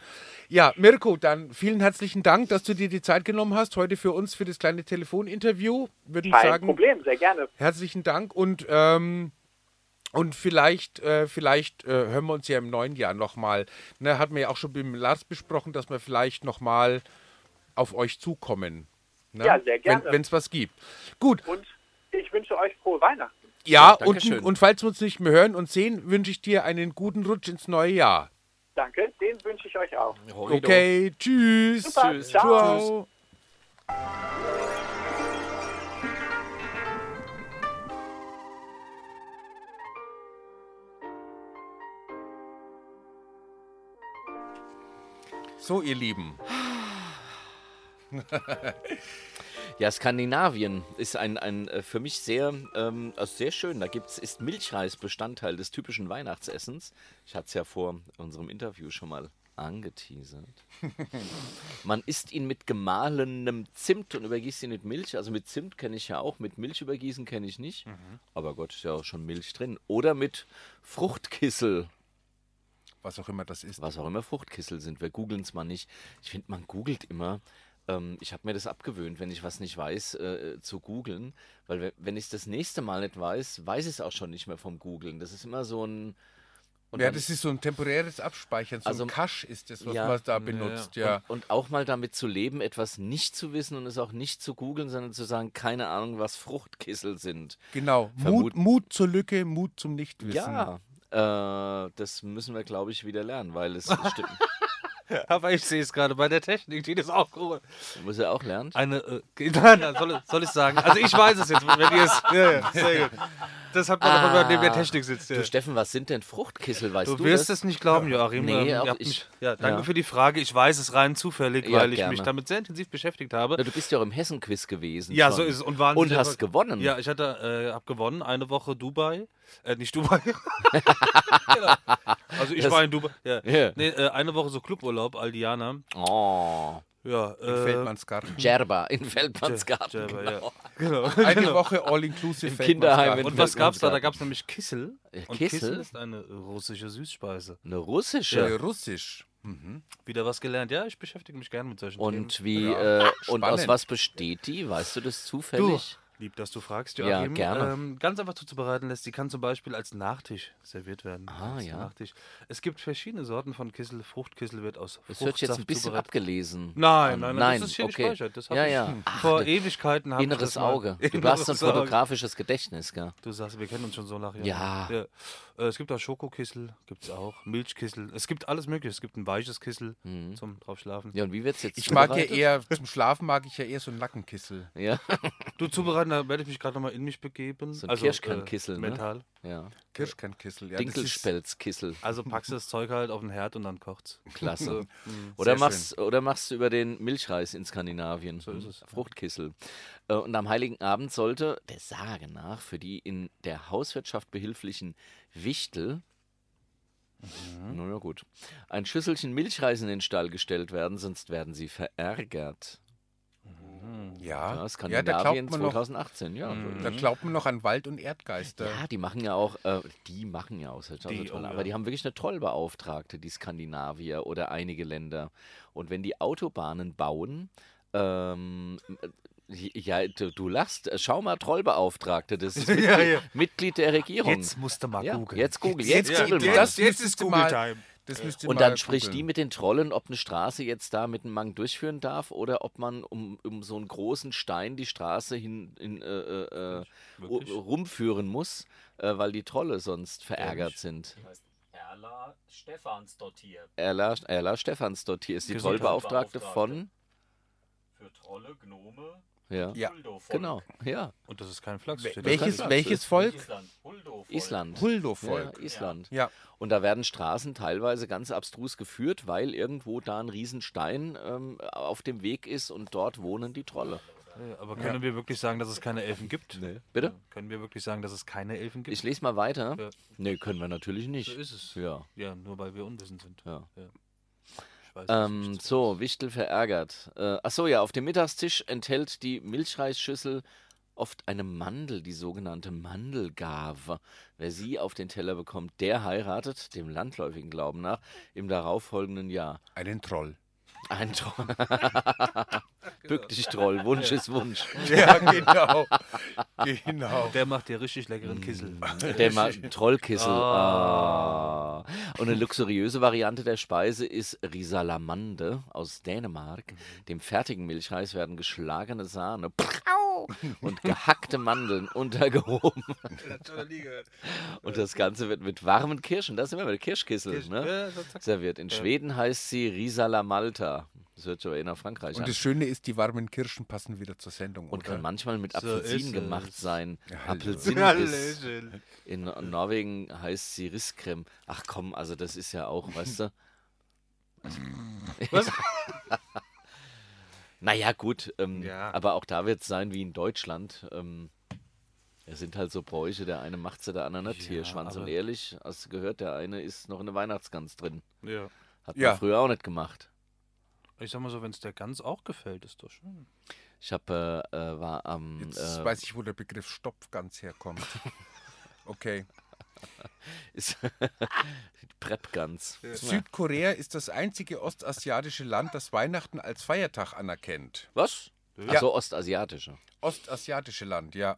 [SPEAKER 4] Ja, Mirko, dann vielen herzlichen Dank, dass du dir die Zeit genommen hast heute für uns, für das kleine Telefoninterview. Würde ich
[SPEAKER 7] Kein
[SPEAKER 4] sagen,
[SPEAKER 7] Problem, sehr gerne.
[SPEAKER 4] herzlichen Dank und, ähm, und vielleicht, äh, vielleicht äh, hören wir uns ja im neuen Jahr nochmal. Ne, hatten wir ja auch schon mit dem Lars besprochen, dass wir vielleicht nochmal auf euch zukommen. Ne?
[SPEAKER 7] Ja, sehr gerne.
[SPEAKER 4] Wenn es was gibt. Gut,
[SPEAKER 7] Und ich wünsche euch frohe Weihnachten.
[SPEAKER 4] ja,
[SPEAKER 3] danke
[SPEAKER 4] und,
[SPEAKER 3] schön.
[SPEAKER 4] und falls wir uns nicht mehr hören und sehen, wünsche ich dir einen guten Rutsch ins neue Jahr.
[SPEAKER 7] Danke, den wünsche ich euch auch.
[SPEAKER 4] Okay, tschüss.
[SPEAKER 7] Super, Tschüss. ciao.
[SPEAKER 4] Ciao. So, ihr Lieben.
[SPEAKER 3] Ja, Skandinavien ist ein, ein äh, für mich sehr, ähm, also sehr schön. Da gibt's, ist Milchreis Bestandteil des typischen Weihnachtsessens. Ich hatte es ja vor unserem Interview schon mal angeteasert. Man isst ihn mit gemahlenem Zimt und übergießt ihn mit Milch. Also mit Zimt kenne ich ja auch, mit Milch übergießen kenne ich nicht. Aber Gott, ist ja auch schon Milch drin. Oder mit Fruchtkissel.
[SPEAKER 4] Was auch immer das ist.
[SPEAKER 3] Was auch immer Fruchtkissel sind. Wir googeln es mal nicht. Ich finde, man googelt immer. Ähm, ich habe mir das abgewöhnt, wenn ich was nicht weiß, äh, zu googeln. Weil we- wenn ich das nächste Mal nicht weiß, weiß ich es auch schon nicht mehr vom Googeln. Das ist immer so ein Und
[SPEAKER 4] ja,
[SPEAKER 3] dann-
[SPEAKER 4] das ist so ein temporäres Abspeichern. So
[SPEAKER 3] Also-
[SPEAKER 4] ein Cache ist das, was
[SPEAKER 3] Ja.
[SPEAKER 4] man da
[SPEAKER 2] Ja,
[SPEAKER 4] benutzt. Ja,
[SPEAKER 3] Und auch mal damit zu leben, etwas nicht zu wissen und es auch nicht zu googeln, sondern zu sagen, keine Ahnung, was Fruchtkissel sind.
[SPEAKER 4] genau.
[SPEAKER 3] Vermut-
[SPEAKER 4] Mut, Mut zur Lücke, Mut zum Nichtwissen.
[SPEAKER 3] Ja, äh, das müssen wir, glaube ich, wieder lernen, weil es stimmt.
[SPEAKER 2] Aber ich sehe es gerade bei der Technik, die das auch cool.
[SPEAKER 3] Muss er auch lernen.
[SPEAKER 4] Also,
[SPEAKER 2] Eine, äh, nein, nein, soll, soll ich sagen? Also ich weiß es jetzt, wenn ihr es. Ja, ja, sehr gut. Das hat man
[SPEAKER 3] Ah.
[SPEAKER 2] ah, davon, neben der Technik sitzt. Ja.
[SPEAKER 3] Du, Steffen, was sind denn Fruchtkissel? Weißt du,
[SPEAKER 2] Du wirst
[SPEAKER 3] das?
[SPEAKER 2] es nicht glauben, Joachim. ähm,
[SPEAKER 3] Nee,
[SPEAKER 2] ihr
[SPEAKER 3] auch
[SPEAKER 2] habt
[SPEAKER 3] ich-
[SPEAKER 2] mich, ja, danke
[SPEAKER 3] ja.
[SPEAKER 2] für die Frage. Ich weiß es rein zufällig,
[SPEAKER 3] Ja,
[SPEAKER 2] weil ich
[SPEAKER 3] gerne.
[SPEAKER 2] mich damit sehr intensiv beschäftigt
[SPEAKER 3] Na,
[SPEAKER 2] habe.
[SPEAKER 3] Du bist ja auch im Hessen-Quiz gewesen.
[SPEAKER 2] Ja,
[SPEAKER 3] schon.
[SPEAKER 2] so ist es. Und, waren
[SPEAKER 3] Und
[SPEAKER 2] sie
[SPEAKER 3] hast
[SPEAKER 2] aber-
[SPEAKER 3] gewonnen.
[SPEAKER 2] Ja, ich hatte, äh, habe gewonnen. Eine Woche Dubai. Äh, nicht Dubai. genau. Also ich
[SPEAKER 3] Das-
[SPEAKER 2] war in Dubai. Ja.
[SPEAKER 3] Ja.
[SPEAKER 2] Nee, äh, eine Woche so Cluburlaub, Aldiana.
[SPEAKER 3] Oh,
[SPEAKER 2] Ja,
[SPEAKER 4] Äh,
[SPEAKER 2] äh,
[SPEAKER 4] Feldmannsgarten.
[SPEAKER 3] Gerber in Feldmannsgarten.
[SPEAKER 2] Gerber,
[SPEAKER 3] genau.
[SPEAKER 2] genau.
[SPEAKER 4] Eine Woche All-Inclusive
[SPEAKER 3] Im Kinderheim in
[SPEAKER 2] Und was gab's da? Da
[SPEAKER 3] Feldmannsgarten.
[SPEAKER 2] gab's nämlich Kissel.
[SPEAKER 3] Äh,
[SPEAKER 2] Und
[SPEAKER 3] Kissel?
[SPEAKER 2] Kissel ist eine russische Süßspeise.
[SPEAKER 3] Eine russische.
[SPEAKER 4] Äh, Russisch. Mhm.
[SPEAKER 2] Wieder was gelernt. Ja, ich beschäftige mich gerne mit solchen Themen.
[SPEAKER 3] Und wie
[SPEAKER 4] Ja.
[SPEAKER 3] äh, und aus
[SPEAKER 4] Ah, Spannend.
[SPEAKER 3] was besteht die? Weißt du das zufällig?
[SPEAKER 2] Lieb, dass du fragst,
[SPEAKER 3] Ja,
[SPEAKER 2] Joachim.
[SPEAKER 3] gerne.
[SPEAKER 2] Ähm, ganz einfach zuzubereiten lässt. Die kann zum Beispiel als Nachtisch serviert werden.
[SPEAKER 3] Ah,
[SPEAKER 2] als
[SPEAKER 3] ja.
[SPEAKER 2] Nachtisch. Es gibt verschiedene Sorten von Kissel. Fruchtkissel wird aus
[SPEAKER 3] Das hört sich jetzt ein
[SPEAKER 2] Fruchtsaft
[SPEAKER 3] bisschen
[SPEAKER 2] zubereitet.
[SPEAKER 3] abgelesen.
[SPEAKER 2] Nein,
[SPEAKER 3] an.
[SPEAKER 2] nein, nein, das ist hier
[SPEAKER 3] okay.
[SPEAKER 2] gespeichert. Das hab
[SPEAKER 3] ja,
[SPEAKER 2] ich
[SPEAKER 3] ja.
[SPEAKER 2] Vor
[SPEAKER 3] Ach,
[SPEAKER 2] Ewigkeiten habe ich
[SPEAKER 3] inneres
[SPEAKER 2] das mal-
[SPEAKER 3] Auge. Du
[SPEAKER 2] Inneres
[SPEAKER 3] hast ein
[SPEAKER 2] Auge.
[SPEAKER 3] fotografisches Gedächtnis, gell?
[SPEAKER 2] Du sagst, wir kennen uns schon so lange.
[SPEAKER 3] Ja.
[SPEAKER 2] ja. Äh, Es gibt auch Schokokissel, gibt es auch Milchkissel. Es gibt alles mögliche. Es gibt ein weiches Kissel
[SPEAKER 3] Mhm.
[SPEAKER 2] zum drauf schlafen.
[SPEAKER 3] Ja, und wie wird's jetzt
[SPEAKER 4] Ich mag ja
[SPEAKER 3] zubereitet?
[SPEAKER 4] eher, zum Schlafen mag ich ja eher so einen Nackenkissel.
[SPEAKER 3] Ja,
[SPEAKER 2] Du zubereiten, da werde ich mich gerade nochmal in mich begeben. Also, äh,
[SPEAKER 3] So ein Kirschkernkissel, ne?
[SPEAKER 2] Metall.
[SPEAKER 3] ja.
[SPEAKER 4] Kirschkernkissel. Ja, das ist-
[SPEAKER 3] Dinkelspelzkissel.
[SPEAKER 2] Also packst du das Zeug halt auf den Herd und dann kocht's.
[SPEAKER 4] Also,
[SPEAKER 3] Klasse.
[SPEAKER 4] hm,
[SPEAKER 3] oder, machst, oder machst du über den Milchreis in Skandinavien. So
[SPEAKER 2] ist es.
[SPEAKER 3] Fruchtkissel. Äh, Und am Heiligen Abend sollte, der Sage nach, für die in der Hauswirtschaft behilflichen Wichtel.
[SPEAKER 4] Mhm.
[SPEAKER 3] Na ja, gut. Ein Schüsselchen Milchreis in den Stall gestellt werden, sonst werden sie verärgert.
[SPEAKER 4] Ah, Ja,
[SPEAKER 3] Ja,
[SPEAKER 4] ja da,
[SPEAKER 3] Skandinavien
[SPEAKER 4] glaubt man Mhm. noch,
[SPEAKER 3] 2018, ja.
[SPEAKER 4] da glaubt man noch an Wald und Erdgeister.
[SPEAKER 3] Ja, die machen ja auch, äh, die machen ja auch solche
[SPEAKER 2] Die,
[SPEAKER 3] toll,
[SPEAKER 2] oh ja.
[SPEAKER 3] aber die haben wirklich eine Trollbeauftragte, die Skandinavier oder einige Länder. Und wenn die Autobahnen bauen, ähm, äh, ja, du, du lachst, äh, schau mal, Trollbeauftragte, das ist Mitglied, Mitglied der Regierung.
[SPEAKER 2] Jetzt musst du mal
[SPEAKER 3] ja,
[SPEAKER 2] googeln.
[SPEAKER 3] jetzt google,
[SPEAKER 4] Jetzt
[SPEAKER 3] jetzt,
[SPEAKER 4] geht-
[SPEAKER 3] google mal.
[SPEAKER 4] das müsstest du mal- Das müsst ihr
[SPEAKER 3] Und
[SPEAKER 4] mal
[SPEAKER 3] dann spricht die
[SPEAKER 4] googeln.
[SPEAKER 3] mit den Trollen, ob eine Straße jetzt da mit einem Mang durchführen darf oder ob man um, um so einen großen Stein die Straße hin, in, äh, äh, äh,
[SPEAKER 2] Wirklich?
[SPEAKER 3] ru- rumführen muss, äh, weil die Trolle sonst verärgert sind.
[SPEAKER 5] Erla Stefans dotiert.
[SPEAKER 3] Erla, Erla Stefans dort hier ist die
[SPEAKER 2] Gesundheit.
[SPEAKER 3] Trollbeauftragte von.
[SPEAKER 5] Für Trolle, Gnome,
[SPEAKER 3] Ja,
[SPEAKER 4] Ja,
[SPEAKER 3] genau. Ja,
[SPEAKER 2] Und das ist kein Flachs.
[SPEAKER 4] Wel-
[SPEAKER 2] steht da
[SPEAKER 4] welches,
[SPEAKER 2] drin.
[SPEAKER 4] welches Volk?
[SPEAKER 3] Island. Ja,
[SPEAKER 4] Huldo-Volk.
[SPEAKER 3] Island.
[SPEAKER 4] Ja.
[SPEAKER 3] Und da werden Straßen teilweise ganz abstrus geführt, weil irgendwo da ein Riesenstein ähm, auf dem Weg ist und dort wohnen die Trolle.
[SPEAKER 2] Ja, Aber können wir wirklich sagen, dass es keine Elfen gibt? Nee.
[SPEAKER 3] Bitte?
[SPEAKER 2] Können wir wirklich sagen, dass es keine Elfen gibt?
[SPEAKER 3] Ich lese mal weiter.
[SPEAKER 2] Ja.
[SPEAKER 3] Nee, können wir natürlich nicht.
[SPEAKER 2] So ist es.
[SPEAKER 3] Ja.
[SPEAKER 2] Ja, nur weil wir unwissend sind.
[SPEAKER 3] Ja.
[SPEAKER 2] Ich weiß es
[SPEAKER 3] Ähm,
[SPEAKER 2] nicht.
[SPEAKER 3] so, Wichtel verärgert. Äh, achso, ja, auf dem Mittagstisch enthält die Milchreisschüssel oft eine Mandel, die sogenannte Mandelgave. Wer sie auf den Teller bekommt, der heiratet, dem landläufigen Glauben nach, im darauffolgenden Jahr.
[SPEAKER 4] Einen Troll.
[SPEAKER 3] Ein Troll.
[SPEAKER 2] Genau.
[SPEAKER 3] Bück dich, Troll. Wunsch ist Wunsch.
[SPEAKER 4] Ja, genau. genau.
[SPEAKER 2] Der macht dir richtig
[SPEAKER 3] Mm.
[SPEAKER 2] leckeren Kissel.
[SPEAKER 3] Der Ma Trollkissel. Ah. Und eine luxuriöse Variante der Speise ist Risalamande aus Dänemark.
[SPEAKER 2] Mhm.
[SPEAKER 3] Dem fertigen Milchreis werden geschlagene Sahne prau, und gehackte Mandeln untergehoben. Und das Ganze wird mit warmen Kirschen, das ist immer mit Kirschkissel, ne?
[SPEAKER 2] Ja, so zack.
[SPEAKER 3] serviert. In Schweden heißt sie Risalamalta. Das hört sich aber eher nach Frankreich
[SPEAKER 4] Und
[SPEAKER 3] an.
[SPEAKER 4] das Schöne ist, die warmen Kirschen passen wieder zur Sendung.
[SPEAKER 3] Und
[SPEAKER 4] oder?
[SPEAKER 3] kann manchmal mit
[SPEAKER 2] So
[SPEAKER 3] Apfelsinen
[SPEAKER 2] ist
[SPEAKER 3] gemacht
[SPEAKER 2] es.
[SPEAKER 3] sein.
[SPEAKER 4] hallo.
[SPEAKER 3] Apfelsinenbiss. In Norwegen heißt sie Risscreme. Ach komm, also das ist ja auch, weißt du? Was? naja, gut. Ähm,
[SPEAKER 2] Ja.
[SPEAKER 3] Aber auch da wird es sein wie in Deutschland. Ähm, es sind halt so Bräuche. Der eine macht's ja, der andere nicht. Hier,
[SPEAKER 2] Ja,
[SPEAKER 3] Schwanz und
[SPEAKER 2] aber-
[SPEAKER 3] ehrlich, hast du gehört, der eine ist noch eine Weihnachtsgans drin.
[SPEAKER 2] Ja.
[SPEAKER 3] Hat
[SPEAKER 4] Ja.
[SPEAKER 3] man früher auch nicht gemacht.
[SPEAKER 2] Ich sag mal so, wenn es der Gans auch gefällt, ist doch schön.
[SPEAKER 3] Ich hab, äh, äh, war am...
[SPEAKER 4] Jetzt
[SPEAKER 3] äh,
[SPEAKER 4] weiß ich, wo der Begriff Stopf ganz herkommt. Okay.
[SPEAKER 3] ist Prepgans.
[SPEAKER 4] Südkorea ist das einzige ostasiatische Land, das Weihnachten als Feiertag anerkennt.
[SPEAKER 3] Was?
[SPEAKER 4] Ja.
[SPEAKER 3] Also ostasiatische.
[SPEAKER 4] Ostasiatische Land, ja.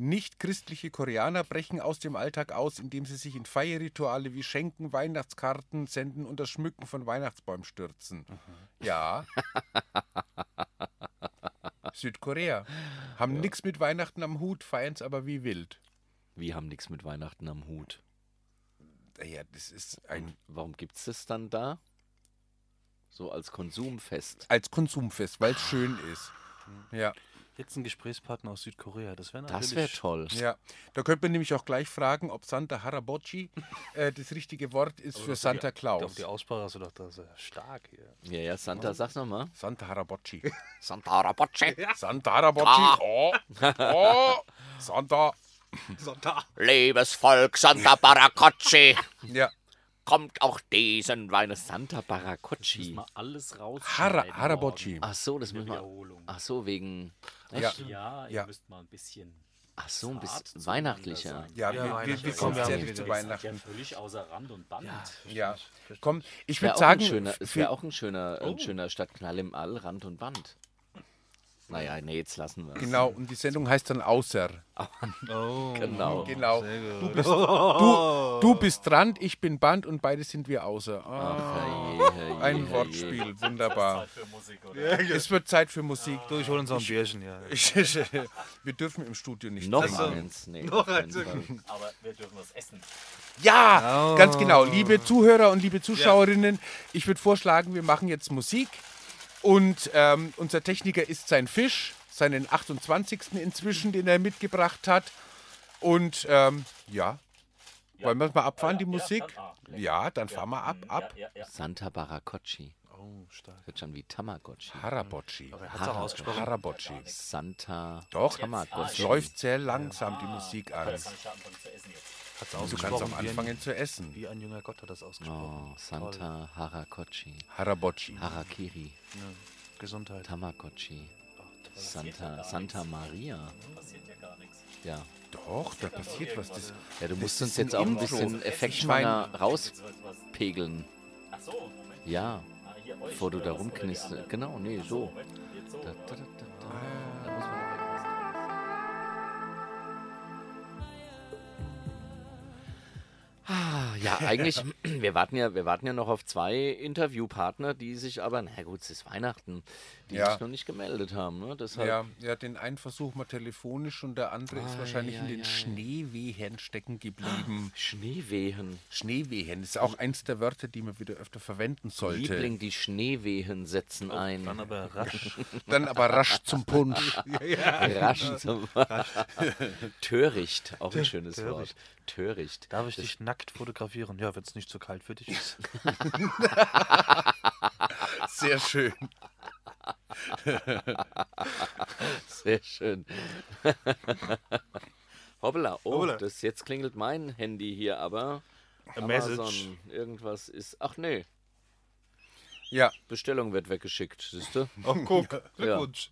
[SPEAKER 4] Nicht-christliche Koreaner brechen aus dem Alltag aus, indem sie sich in Feierrituale wie Schenken, Weihnachtskarten senden und das Schmücken von Weihnachtsbäumen stürzen. Ja. Südkorea. Haben nichts mit Weihnachten am Hut, feiern es aber wie wild.
[SPEAKER 3] Wir haben nichts mit Weihnachten am Hut.
[SPEAKER 4] Ja, das ist ein
[SPEAKER 3] Warum gibt es das dann da? So als Konsumfest.
[SPEAKER 4] als Konsumfest, weil es schön ist. Ja,
[SPEAKER 2] Jetzt ein Gesprächspartner aus Südkorea, das wäre natürlich...
[SPEAKER 3] Das wäre toll.
[SPEAKER 4] ja. Da könnte man nämlich auch gleich fragen, ob Santa Harabochi äh, das richtige Wort ist für Santa
[SPEAKER 2] Auf
[SPEAKER 4] Claus.
[SPEAKER 2] die Aussprache hast du doch das ist ja stark hier.
[SPEAKER 3] Ja, ja, Santa, sag's nochmal.
[SPEAKER 4] Santa Harabochi.
[SPEAKER 3] Santa Rapace.
[SPEAKER 4] Santa Harabochi. Oh, oh, Santa.
[SPEAKER 3] Liebes Volk, Santa Baracocci.
[SPEAKER 4] Ja,
[SPEAKER 3] Kommt auch diesen Weines. Santa Baracocci.
[SPEAKER 5] Mal alles raus.
[SPEAKER 4] Hara, Harabochi.
[SPEAKER 3] Ach so, das müssen
[SPEAKER 4] oh.
[SPEAKER 3] wir.
[SPEAKER 5] Wiederholung.
[SPEAKER 3] Ach so, wegen.
[SPEAKER 4] Ja,
[SPEAKER 5] Ja, ihr
[SPEAKER 4] Ja.
[SPEAKER 5] müsst mal ein bisschen.
[SPEAKER 3] Ach so, ein
[SPEAKER 5] zart
[SPEAKER 3] bisschen
[SPEAKER 5] zueinander
[SPEAKER 3] weihnachtlicher.
[SPEAKER 5] sein.
[SPEAKER 4] ja, wir, wir, wir kommen
[SPEAKER 2] Ja,
[SPEAKER 4] sehr
[SPEAKER 2] ja,
[SPEAKER 4] zu
[SPEAKER 5] Ihr seid
[SPEAKER 4] Weihnachten.
[SPEAKER 5] Ja, völlig außer Rand und Band.
[SPEAKER 4] Ja, komm, ich
[SPEAKER 3] Wär
[SPEAKER 4] würde
[SPEAKER 3] auch
[SPEAKER 4] sagen,
[SPEAKER 3] ein schöner, es
[SPEAKER 4] für- Oh.
[SPEAKER 3] wäre auch ein schöner, ein schöner Stadtknall im All, Rand und Band. Naja, nee, jetzt lassen wir es.
[SPEAKER 4] genau, und die Sendung heißt dann Außer.
[SPEAKER 2] Oh,
[SPEAKER 3] Genau.
[SPEAKER 4] Genau. Du bist, du, du bist dran, ich bin Band und beide sind wir außer. Ah,
[SPEAKER 3] Herrje, herrje,
[SPEAKER 4] ein
[SPEAKER 3] herrje.
[SPEAKER 4] Wortspiel, wunderbar. Es wird Zeit für Musik.
[SPEAKER 2] Du, ich hole uns noch ein Bierchen, ja.
[SPEAKER 4] Wir dürfen im Studio nicht
[SPEAKER 3] Noch
[SPEAKER 4] trinken.
[SPEAKER 3] eins. Nee, noch eins.
[SPEAKER 5] Aber wir dürfen was essen.
[SPEAKER 2] Oh.
[SPEAKER 4] Ja, ganz genau. Liebe Zuhörer und liebe Zuschauerinnen, ich würde vorschlagen, wir machen jetzt Musik. Und ähm, unser Techniker isst sein Fisch, seinen 28. inzwischen, den er mitgebracht hat. Und ähm, ja, wollen wir es mal abfahren, die Musik? Ja, Mhm, dann fahren wir ab, ab.
[SPEAKER 3] Santa Baracocci.
[SPEAKER 2] Oh,
[SPEAKER 3] Hört schon wie Tamagotchi.
[SPEAKER 4] Harabochi.
[SPEAKER 2] Hat's auch ausgesprochen.
[SPEAKER 4] Harabochi.
[SPEAKER 3] Santa
[SPEAKER 4] Doch, es
[SPEAKER 3] Tamagotchi.
[SPEAKER 4] läuft sehr langsam die Musik an.
[SPEAKER 2] Hat's
[SPEAKER 4] Du
[SPEAKER 2] ausgesprochen.
[SPEAKER 4] kannst auch
[SPEAKER 2] wie ein-
[SPEAKER 4] anfangen zu essen.
[SPEAKER 2] Wie ein junger Gott hat das ausgesprochen.
[SPEAKER 3] Oh, Santa Harakocci.
[SPEAKER 4] Harabochi.
[SPEAKER 3] Harakiri. Oh.
[SPEAKER 2] Gesundheit.
[SPEAKER 3] Tamagotchi. Santa, Santa Maria. Ja.
[SPEAKER 4] Doch, da passiert was. Das,
[SPEAKER 3] Ja, du musst
[SPEAKER 4] ist
[SPEAKER 3] uns jetzt
[SPEAKER 4] ein
[SPEAKER 3] auch ein
[SPEAKER 4] Intro.
[SPEAKER 3] bisschen effektvoller rauspegeln. Ja, bevor du da rumknisterst. Genau, nee, so. Da, da, da, da, da. Da muss man noch irgendwas draus. Ah, Ja, eigentlich, wir warten ja, wir warten ja noch auf zwei Interviewpartner, die sich aber, na gut, es ist Weihnachten, die
[SPEAKER 4] Ja.
[SPEAKER 3] sich noch nicht gemeldet haben. Ne? Deshalb,
[SPEAKER 4] ja, ja, den einen versuchen wir telefonisch und der andere
[SPEAKER 3] Ah,
[SPEAKER 4] ist wahrscheinlich in den
[SPEAKER 3] Eieiei.
[SPEAKER 4] Schneewehen stecken geblieben.
[SPEAKER 3] Schneewehen.
[SPEAKER 4] Schneewehen ist auch eins der Wörter, die man wieder öfter verwenden sollte.
[SPEAKER 3] Liebling, die Schneewehen
[SPEAKER 2] Oh,
[SPEAKER 3] setzen ein.
[SPEAKER 2] Dann aber rasch.
[SPEAKER 4] Dann aber rasch zum Punsch.
[SPEAKER 3] Rasch zum Töricht, auch ein schönes Wort. Töricht.
[SPEAKER 2] Darf ich dich nackt fotografieren? Ja, wenn es nicht zu kalt für dich ist.
[SPEAKER 4] Sehr schön.
[SPEAKER 3] Sehr schön. Hoppla, oh, das jetzt klingelt mein Handy hier, aber
[SPEAKER 2] A message.
[SPEAKER 3] Amazon, irgendwas ist. Ach nee,
[SPEAKER 4] Ja,
[SPEAKER 3] Bestellung wird weggeschickt, siehst du?
[SPEAKER 2] Ach, guck.
[SPEAKER 3] Glückwunsch.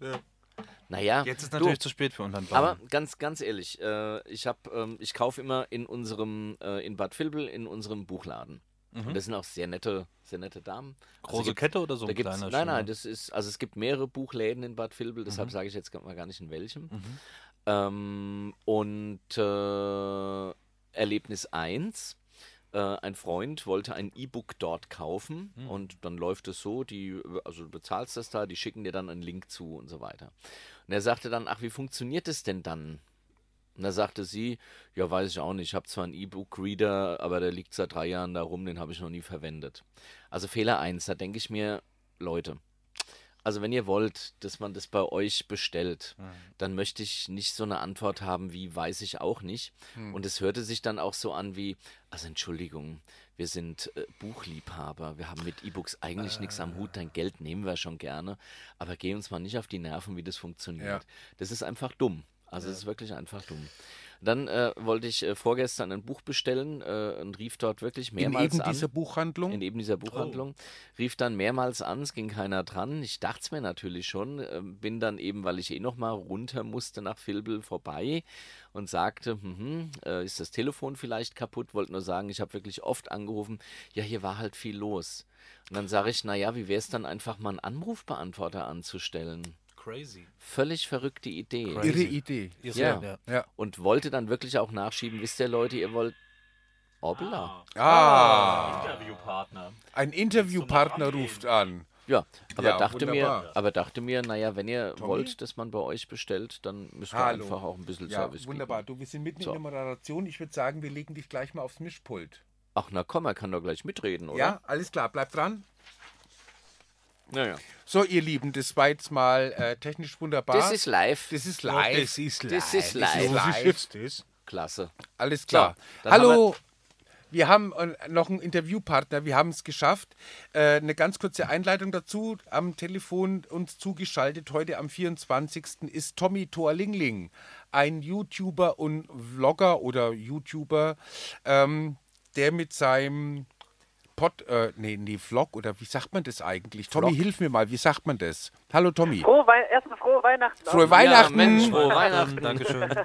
[SPEAKER 3] Naja,
[SPEAKER 2] Jetzt ist
[SPEAKER 3] du,
[SPEAKER 2] natürlich zu spät für unseren Ball.
[SPEAKER 3] Aber ganz, ganz ehrlich, äh, ich habe, ähm, ich kaufe immer in unserem, äh, in Bad Vilbel, in unserem Buchladen. Und das sind auch sehr nette, sehr nette Damen.
[SPEAKER 2] Hm? Mhm.
[SPEAKER 3] Also
[SPEAKER 2] Große Kette oder so
[SPEAKER 3] da
[SPEAKER 2] ein
[SPEAKER 3] gibt's,
[SPEAKER 2] kleiner?
[SPEAKER 3] Nein,
[SPEAKER 2] schöner?
[SPEAKER 3] nein, das ist, also es gibt mehrere Buchläden in Bad Vilbel,
[SPEAKER 2] Mhm.
[SPEAKER 3] deshalb sage ich jetzt gar- mal gar nicht in welchem. Ähm, und äh, Erlebnis 1. Äh, ein Freund wollte ein E-Book dort kaufen
[SPEAKER 2] Hm.
[SPEAKER 3] und dann läuft es so, die, also du bezahlst das da, die schicken dir dann einen Link zu und so weiter. Und er sagte dann, ach, wie funktioniert es denn dann? Und da sagte sie, ja, weiß ich auch nicht, ich habe zwar einen E-Book-Reader, aber der liegt seit drei Jahren da rum, den habe ich noch nie verwendet. Also Fehler 1, da denke ich mir, Leute, also wenn ihr wollt, dass man das bei euch bestellt, dann möchte ich nicht so eine Antwort haben wie, weiß ich auch nicht. Und es hörte sich dann auch so an wie, also Entschuldigung, wir sind äh, Buchliebhaber, wir haben mit E-Books eigentlich nichts am Hut, dein Geld nehmen wir schon gerne, aber geh uns mal nicht auf die Nerven, wie das funktioniert.
[SPEAKER 4] Ja.
[SPEAKER 3] Das ist einfach dumm. Also es ist wirklich einfach dumm. Dann äh, wollte ich äh, vorgestern ein Buch bestellen äh, und rief dort wirklich
[SPEAKER 4] in
[SPEAKER 3] mehrmals
[SPEAKER 4] eben
[SPEAKER 3] an.
[SPEAKER 4] dieser Buchhandlung. Oh.
[SPEAKER 3] In eben dieser Buchhandlung. Rief dann mehrmals an, es ging keiner dran. Ich dachte es mir natürlich schon, äh, bin dann eben, weil ich eh nochmal runter musste nach Vilbel vorbei und sagte, mhm, äh, ist das Telefon vielleicht kaputt? Wollte nur sagen, ich habe wirklich oft angerufen, ja, hier war halt viel los. Und dann sage ich, naja, wie wäre es dann einfach mal einen Anrufbeantworter anzustellen?
[SPEAKER 2] Crazy.
[SPEAKER 3] Völlig verrückte Idee.
[SPEAKER 2] Crazy.
[SPEAKER 4] Ihre Idee.
[SPEAKER 3] Ja.
[SPEAKER 2] ja.
[SPEAKER 3] Und wollte dann wirklich auch nachschieben, wisst ihr Leute, ihr wollt. Obla.
[SPEAKER 2] Oh.
[SPEAKER 4] Ah,
[SPEAKER 5] Interviewpartner.
[SPEAKER 4] ein Interviewpartner ruft an.
[SPEAKER 3] Ja, aber
[SPEAKER 4] Ja,
[SPEAKER 3] dachte mir,
[SPEAKER 4] wunderbar.
[SPEAKER 3] aber dachte mir, naja, wenn ihr wollt, dass man bei euch bestellt, dann müsst ihr
[SPEAKER 4] Hallo.
[SPEAKER 3] einfach auch ein bisschen
[SPEAKER 4] Ja,
[SPEAKER 3] Service
[SPEAKER 4] wunderbar.
[SPEAKER 3] geben.
[SPEAKER 4] Du, wir sind mitten
[SPEAKER 3] So.
[SPEAKER 4] in der Moderation. Ich würde sagen, wir legen dich gleich mal aufs Mischpult.
[SPEAKER 3] Ach na komm, er kann doch gleich mitreden, oder?
[SPEAKER 4] Ja, alles klar, bleib dran.
[SPEAKER 3] Naja.
[SPEAKER 4] So, ihr Lieben, das war jetzt mal äh, technisch wunderbar.
[SPEAKER 3] Das ist live.
[SPEAKER 4] das ist live.
[SPEAKER 2] Das ist live.
[SPEAKER 3] Das ist live.
[SPEAKER 4] live.
[SPEAKER 2] das?
[SPEAKER 3] Klasse.
[SPEAKER 4] Alles klar.
[SPEAKER 3] dann
[SPEAKER 4] Hallo, wir haben äh, noch einen Interviewpartner, wir haben es geschafft. Äh, eine ganz kurze Einleitung dazu. Am Telefon uns zugeschaltet heute am 24. ist Tommy Torlingling, ein YouTuber und Vlogger oder YouTuber, ähm, der mit seinem Pod, äh, nee, nee, Vlog oder wie sagt man das eigentlich? Tommy, hilf mir mal, wie sagt man das? Hallo Tommy.
[SPEAKER 7] Frohe Wei erstmal frohe Weihnachten.
[SPEAKER 4] Frohe Weihnachten.
[SPEAKER 3] Ja, Mensch, frohe Weihnachten.
[SPEAKER 2] Dankeschön.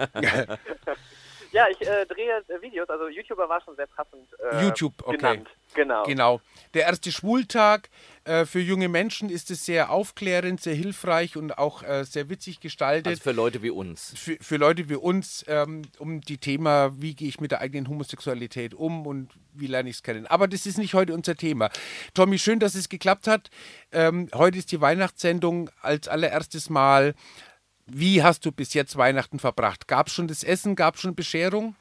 [SPEAKER 7] Ja, ich äh, drehe äh, Videos, also YouTuber war schon sehr passend. Äh,
[SPEAKER 4] YouTube, okay.
[SPEAKER 7] Genannt. Genau.
[SPEAKER 4] Genau. Der erste Schwultag. Äh, für junge Menschen ist es sehr aufklärend, sehr hilfreich und auch äh, sehr witzig gestaltet.
[SPEAKER 3] Also für Leute wie uns.
[SPEAKER 4] für, für Leute wie uns, ähm, um die Thema, wie gehe ich mit der eigenen Homosexualität um und wie lerne ich es kennen. Aber das ist nicht heute unser Thema. Tommy, schön, dass es geklappt hat. Ähm, heute ist die Weihnachtssendung als allererstes Mal. Wie hast du bis jetzt Weihnachten verbracht? Gab es schon das Essen? Gab es schon Bescherung?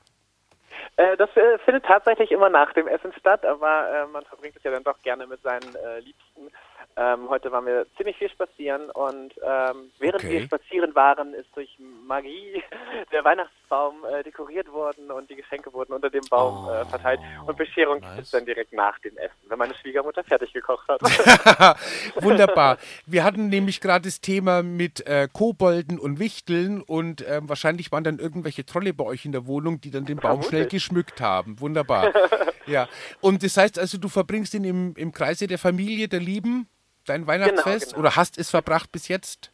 [SPEAKER 7] Äh, das äh, findet tatsächlich immer nach dem Essen statt, aber äh, man verbringt es ja dann doch gerne mit seinen äh, Liebsten. Ähm, heute waren wir ziemlich viel spazieren und ähm, während
[SPEAKER 4] Okay.
[SPEAKER 7] wir spazieren waren, ist durch Magie der Weihnachtsbaum äh, dekoriert worden und die Geschenke wurden unter dem Baum äh, verteilt. Und Bescherung gibt es dann direkt nach dem Essen, wenn meine Schwiegermutter fertig gekocht hat.
[SPEAKER 4] Wunderbar. Wir hatten nämlich gerade das Thema mit äh, Kobolden und Wichteln und ähm, wahrscheinlich waren dann irgendwelche Trolle bei euch in der Wohnung, die dann den Baum schnell geschmückt haben. Wunderbar. ja. Und das heißt also, du verbringst ihn im, im Kreise der Familie, der Lieben, dein Weihnachtsfest
[SPEAKER 7] genau.
[SPEAKER 4] oder hast es verbracht bis jetzt?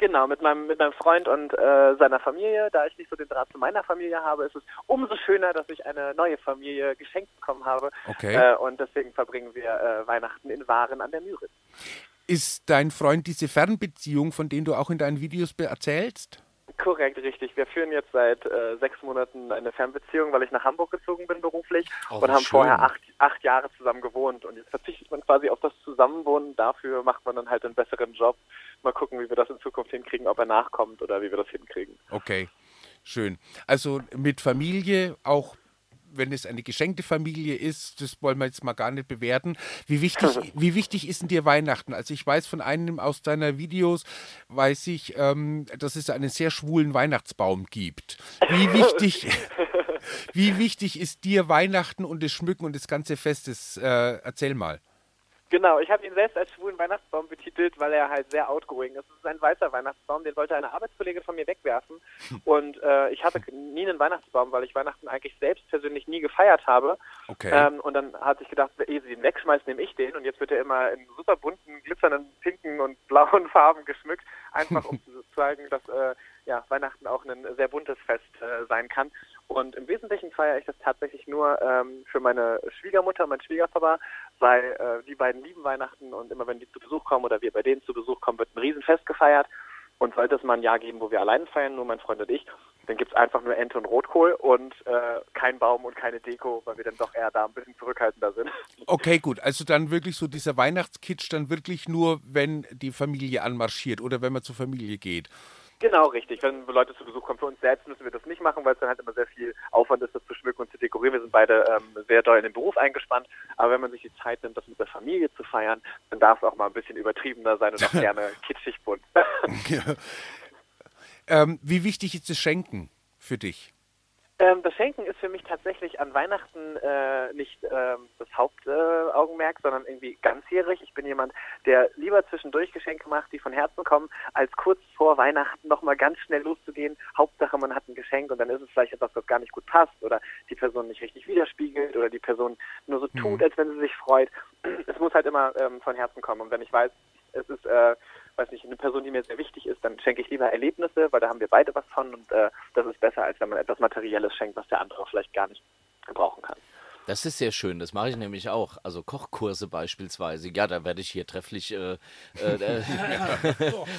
[SPEAKER 7] Genau, mit meinem, mit meinem Freund und äh, seiner Familie. Da ich nicht so den Draht zu meiner Familie habe, ist es umso schöner, dass ich eine neue Familie geschenkt bekommen habe.
[SPEAKER 4] Okay.
[SPEAKER 7] Äh, und deswegen verbringen wir äh, Weihnachten in Waren an der Müritz.
[SPEAKER 4] Ist dein Freund diese Fernbeziehung, von denen du auch in deinen Videos be- erzählst?
[SPEAKER 7] Korrekt, richtig. Wir führen jetzt seit äh, sechs Monaten eine Fernbeziehung, weil ich nach Hamburg gezogen bin beruflich und haben vorher acht, acht Jahre zusammen gewohnt. Und jetzt verzichtet man quasi auf das Zusammenwohnen. Dafür macht man dann halt einen besseren Job. Mal gucken, wie wir das in Zukunft hinkriegen, ob er nachkommt oder wie wir das hinkriegen.
[SPEAKER 4] Okay, schön. Also mit Familie, auch wenn es eine geschenkte Familie ist, das wollen wir jetzt mal gar nicht bewerten. Wie wichtig, wie wichtig ist denn dir Weihnachten? Also ich weiß von einem aus deiner Videos, weiß ich, ähm, dass es einen sehr schwulen Weihnachtsbaum gibt. Wie wichtig, wie wichtig ist dir Weihnachten und das Schmücken und das ganze Fest? Das, äh, erzähl mal.
[SPEAKER 7] Genau, ich habe ihn selbst als schwulen Weihnachtsbaum betitelt, weil er halt sehr outgoing ist. Es ist ein weißer Weihnachtsbaum, den wollte eine Arbeitskollegin von mir wegwerfen. Und äh, ich hatte nie einen Weihnachtsbaum, weil ich Weihnachten eigentlich selbst persönlich nie gefeiert habe.
[SPEAKER 4] Okay.
[SPEAKER 7] Ähm, und dann hat sich gedacht, ehe sie den wegschmeißt, nehme ich den. Und jetzt wird er immer in super bunten, glitzernden, pinken und blauen Farben geschmückt, einfach um zu zeigen, dass äh, ja, Weihnachten auch ein sehr buntes Fest äh, sein kann. Und im Wesentlichen feiere ich das tatsächlich nur ähm, für meine Schwiegermutter, und meinen Schwiegerpapa, weil äh, die beiden lieben Weihnachten und immer wenn die zu Besuch kommen oder wir bei denen zu Besuch kommen, wird ein Riesenfest gefeiert. Und sollte es mal ein Jahr geben, wo wir allein feiern, nur mein Freund und ich, dann gibt es einfach nur Ente und Rotkohl und äh, kein Baum und keine Deko, weil wir dann doch eher da ein bisschen zurückhaltender sind.
[SPEAKER 4] Okay, gut. Also dann wirklich so dieser Weihnachtskitsch dann wirklich nur, wenn die Familie anmarschiert oder wenn man zur Familie geht.
[SPEAKER 7] Genau, richtig. Wenn Leute zu Besuch kommen, für uns selbst müssen wir das nicht machen, weil es dann halt immer sehr viel Aufwand ist, das zu schmücken und zu dekorieren. Wir sind beide ähm, sehr doll in den Beruf eingespannt. Aber wenn man sich die Zeit nimmt, das mit der Familie zu feiern, dann darf es auch mal ein bisschen übertriebener sein und auch gerne kitschig bunt.
[SPEAKER 4] Ähm, wie wichtig ist das Schenken für dich?
[SPEAKER 7] Ähm, das Schenken ist für mich tatsächlich an Weihnachten äh, nicht ähm, das Hauptaugenmerk, äh, Augenmerk, sondern irgendwie ganzjährig. Ich bin jemand, der lieber zwischendurch Geschenke macht, die von Herzen kommen, als kurz vor Weihnachten nochmal ganz schnell loszugehen. Hauptsache, man hat ein Geschenk und dann ist es vielleicht etwas, das gar nicht gut passt oder die Person nicht richtig widerspiegelt oder die Person nur so tut, als wenn sie sich freut. Es muss halt immer ähm, von Herzen kommen. Und wenn ich weiß, es ist, äh, weiß nicht, eine Person, die mir sehr wichtig ist, dann schenke ich lieber Erlebnisse, weil da haben wir beide was von und äh, das ist besser, als wenn man etwas Materielles schenkt, was der andere vielleicht gar nicht gebrauchen kann.
[SPEAKER 3] Das ist sehr schön, das mache ich nämlich auch. Also Kochkurse beispielsweise. Ja, da werde ich hier trefflich äh, äh,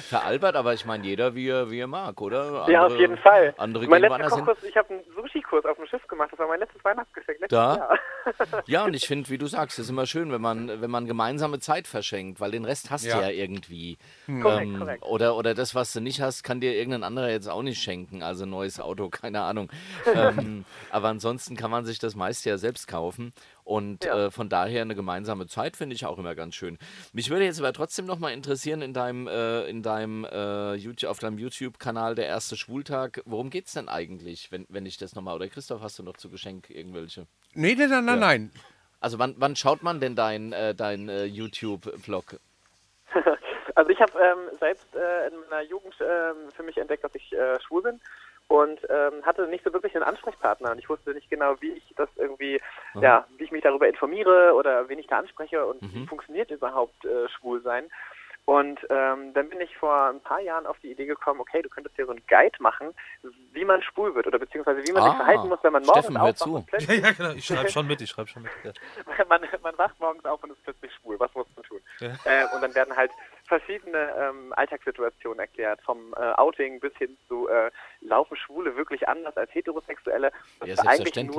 [SPEAKER 3] veralbert, aber ich meine, jeder wie er, wie er mag, oder?
[SPEAKER 7] ja, auf jeden Fall.
[SPEAKER 3] andere gehen
[SPEAKER 7] mein letzter
[SPEAKER 3] woanders hin.
[SPEAKER 7] Kochkurs, ich habe einen Sushi-Kurs auf dem Schiff gemacht. Das war mein letztes Weihnachtsgeschenk. Letztes
[SPEAKER 3] Da?
[SPEAKER 7] Jahr.
[SPEAKER 3] Ja, und ich finde, wie du sagst, es ist immer schön, wenn man, wenn man gemeinsame Zeit verschenkt, weil den Rest hast du ja irgendwie. Ähm,
[SPEAKER 7] Korrekt, korrekt.
[SPEAKER 3] Oder, oder das, was du nicht hast, kann dir irgendein anderer jetzt auch nicht schenken. Also neues Auto, keine Ahnung. ähm, aber ansonsten kann man sich das meiste ja selbst kaufen. Und
[SPEAKER 7] Ja.
[SPEAKER 3] äh, von daher eine gemeinsame Zeit finde ich auch immer ganz schön. Mich würde jetzt aber trotzdem nochmal interessieren, in deinem, äh, in deinem äh, YouTube, auf deinem YouTube-Kanal der erste Schwultag, worum geht es denn eigentlich, wenn, wenn ich das nochmal, oder Christoph, hast du noch zu Geschenk irgendwelche?
[SPEAKER 4] Nee, nein, nein, nein, nein.
[SPEAKER 3] Also wann, wann schaut man denn dein, äh, dein äh, YouTube-Vlog?
[SPEAKER 7] Also ich habe ähm, selbst äh, in meiner Jugend ähm, für mich entdeckt, dass ich äh, schwul bin und ähm, hatte nicht so wirklich einen Ansprechpartner und ich wusste nicht genau, wie ich das irgendwie, ja, wie ich mich darüber informiere oder wen ich da anspreche und
[SPEAKER 3] Mhm.
[SPEAKER 7] wie funktioniert überhaupt äh, schwul sein. Und ähm, dann bin ich vor ein paar Jahren auf die Idee gekommen, okay, du könntest dir so einen Guide machen, wie man schwul wird oder beziehungsweise wie man
[SPEAKER 3] Ah,
[SPEAKER 7] sich verhalten muss, wenn man morgens
[SPEAKER 3] Steffen, hör
[SPEAKER 7] aufwacht
[SPEAKER 3] zu.
[SPEAKER 7] und plötzlich
[SPEAKER 2] Ja, ja, genau. Ich schreibe schon mit, ich schreibe schon mit. Ja.
[SPEAKER 7] man, man wacht morgens auf und ist plötzlich schwul. Was muss man tun? Äh, und dann werden halt verschiedene ähm, Alltagssituationen erklärt, vom äh, Outing bis hin zu äh, laufen Schwule wirklich anders als Heterosexuelle. Dass
[SPEAKER 3] Ja,
[SPEAKER 7] wir eigentlich
[SPEAKER 3] selbstverständlich.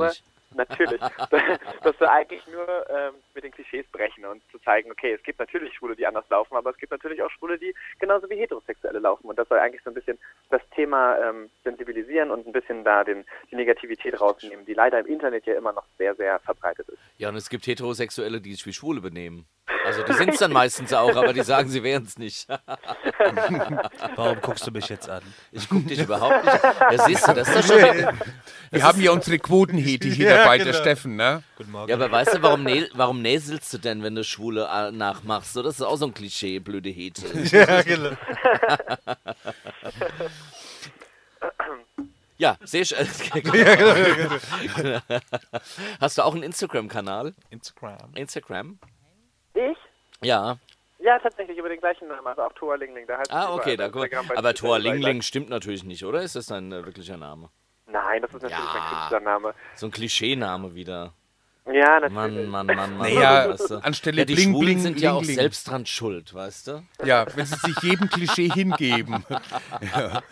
[SPEAKER 7] nur natürlich, dass wir eigentlich nur ähm, mit den Klischees brechen und zu zeigen, okay, es gibt natürlich Schwule, die anders laufen, aber es gibt natürlich auch Schwule, die genauso wie Heterosexuelle laufen. Und das soll eigentlich so ein bisschen das Thema ähm, sensibilisieren und ein bisschen da den, die Negativität rausnehmen, die leider im Internet ja immer noch sehr, sehr verbreitet ist.
[SPEAKER 3] Ja, und es gibt Heterosexuelle, die sich wie Schwule benehmen. Also die sind es dann meistens auch, aber die sagen, sie wären es nicht.
[SPEAKER 2] Warum guckst du mich jetzt an?
[SPEAKER 3] Ich gucke dich überhaupt nicht. Ja, siehst du, das ist doch schon...
[SPEAKER 4] Wir haben ja unsere Quotenhete hier dabei, der Steffen, ne?
[SPEAKER 2] Guten Morgen.
[SPEAKER 3] Ja, aber weißt du, warum, nä warum näselst du denn, wenn du Schwule äh, nachmachst? So, das ist auch so ein Klischee, blöde Hete.
[SPEAKER 2] ja, genau.
[SPEAKER 3] Ja, sehr schön.
[SPEAKER 2] genau,
[SPEAKER 3] Hast du auch einen Instagram-Kanal?
[SPEAKER 2] Instagram.
[SPEAKER 3] Instagram?
[SPEAKER 7] Ich?
[SPEAKER 3] Ja.
[SPEAKER 7] Ja, tatsächlich, über den gleichen Namen, also auch Thor Lingling. Da heißt es
[SPEAKER 3] Ah,
[SPEAKER 7] überall
[SPEAKER 3] okay,
[SPEAKER 7] bei
[SPEAKER 3] da guck
[SPEAKER 7] Instagram,
[SPEAKER 3] mal.
[SPEAKER 7] bei
[SPEAKER 3] Aber
[SPEAKER 7] Twitter,
[SPEAKER 3] Thor
[SPEAKER 7] überall
[SPEAKER 3] Lingling stimmt natürlich nicht, oder? Ist das dein äh, wirklicher Name?
[SPEAKER 7] gleich. Nein, das ist natürlich
[SPEAKER 3] Ja.
[SPEAKER 7] mein Künstlername.
[SPEAKER 3] So ein Klischeename wieder.
[SPEAKER 7] Ja, natürlich.
[SPEAKER 3] Mann, Mann, Mann, Mann.
[SPEAKER 4] Naja,
[SPEAKER 3] weißt du?
[SPEAKER 4] anstelle
[SPEAKER 3] ja, die
[SPEAKER 4] Bling,
[SPEAKER 3] Schwulen
[SPEAKER 4] Bling,
[SPEAKER 3] sind ja
[SPEAKER 4] Ling,
[SPEAKER 3] auch
[SPEAKER 4] Ling.
[SPEAKER 3] selbst dran schuld, weißt du?
[SPEAKER 4] Ja, wenn sie sich jedem Klischee hingeben. ja.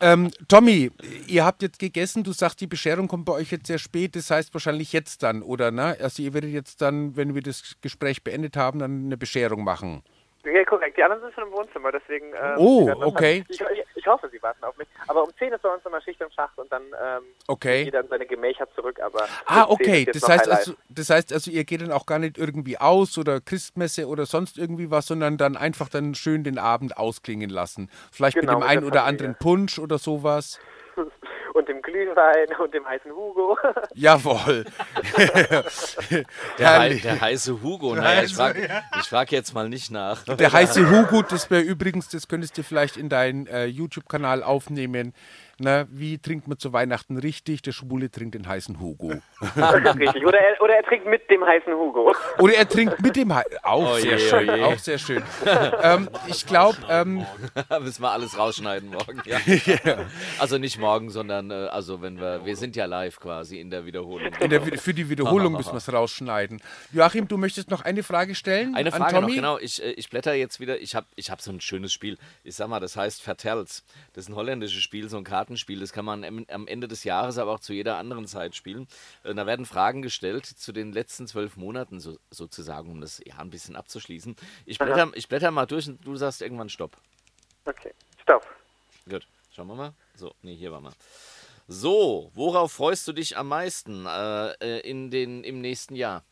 [SPEAKER 4] ähm, Tommy, ihr habt jetzt gegessen, du sagst, die Bescherung kommt bei euch jetzt sehr spät, das heißt wahrscheinlich jetzt dann, oder? Ne? Also ihr werdet jetzt dann, wenn wir das Gespräch beendet haben, dann eine Bescherung machen.
[SPEAKER 7] Ja, korrekt. Die anderen sind schon im Wohnzimmer, deswegen. Ähm,
[SPEAKER 4] Oh,
[SPEAKER 7] die werden noch-
[SPEAKER 4] okay.
[SPEAKER 7] Ich, ich, ich hoffe, sie warten auf mich. Aber um 10 ist bei uns immer Schicht im Schacht und dann ähm,
[SPEAKER 4] Okay.
[SPEAKER 7] geht dann seine Gemächer zurück. Aber
[SPEAKER 4] Ah,
[SPEAKER 7] um 10
[SPEAKER 4] okay.
[SPEAKER 7] ist jetzt
[SPEAKER 4] Das
[SPEAKER 7] noch
[SPEAKER 4] heißt,
[SPEAKER 7] Highlight.
[SPEAKER 4] also, das heißt also, ihr geht dann auch gar nicht irgendwie aus oder Christmesse oder sonst irgendwie was, sondern dann einfach dann schön den Abend ausklingen lassen. Vielleicht mit
[SPEAKER 7] Genau,
[SPEAKER 4] dem
[SPEAKER 7] mit
[SPEAKER 4] einen
[SPEAKER 7] der
[SPEAKER 4] oder
[SPEAKER 7] Familie.
[SPEAKER 4] anderen Punsch oder sowas.
[SPEAKER 3] also-
[SPEAKER 7] Und dem Glühwein und dem heißen Hugo.
[SPEAKER 4] Jawohl.
[SPEAKER 3] Der, hei
[SPEAKER 4] Herrlich.
[SPEAKER 3] der heiße Hugo. Naja, ich frage ich frag jetzt mal nicht nach.
[SPEAKER 4] Der heiße Hugo, das wäre übrigens, das könntest du vielleicht in deinen äh, YouTube-Kanal aufnehmen. Na, wie trinkt man zu Weihnachten richtig? Der Schwule trinkt den heißen Hugo.
[SPEAKER 7] Richtig. Oder er, oder er trinkt mit dem heißen Hugo.
[SPEAKER 4] Oder er trinkt mit dem He Auch
[SPEAKER 3] Oh je,
[SPEAKER 4] sehr
[SPEAKER 3] oh
[SPEAKER 4] schön,
[SPEAKER 3] je.
[SPEAKER 4] auch sehr schön. ähm, ich glaube, ähm,
[SPEAKER 3] Da müssen wir alles rausschneiden morgen. Ja. Also nicht morgen, sondern äh, also wenn wir, wir sind ja live quasi in der Wiederholung.
[SPEAKER 4] in der, für die Wiederholung müssen wir es rausschneiden. Joachim, du möchtest noch eine Frage stellen
[SPEAKER 3] Eine
[SPEAKER 4] an
[SPEAKER 3] Frage noch,
[SPEAKER 4] Tommy?
[SPEAKER 3] genau. Ich, äh, ich blätter jetzt wieder. Ich habe ich hab so ein schönes Spiel. Ich sag mal, das heißt Vertels. Das ist ein holländisches Spiel, so ein Kartenspiel. Das kann man am- am Ende des Jahres, aber auch zu jeder anderen Zeit spielen. Äh, Da werden Fragen gestellt zu den letzten zwölf Monaten so, sozusagen, um das Jahr ein bisschen abzuschließen. Ich blätter, ich blätter mal durch und du sagst irgendwann Stopp.
[SPEAKER 7] Okay, stopp.
[SPEAKER 3] Gut, schauen wir mal. So, nee, hier waren wir. So, worauf freust du dich am meisten äh, äh, in den, im nächsten Jahr?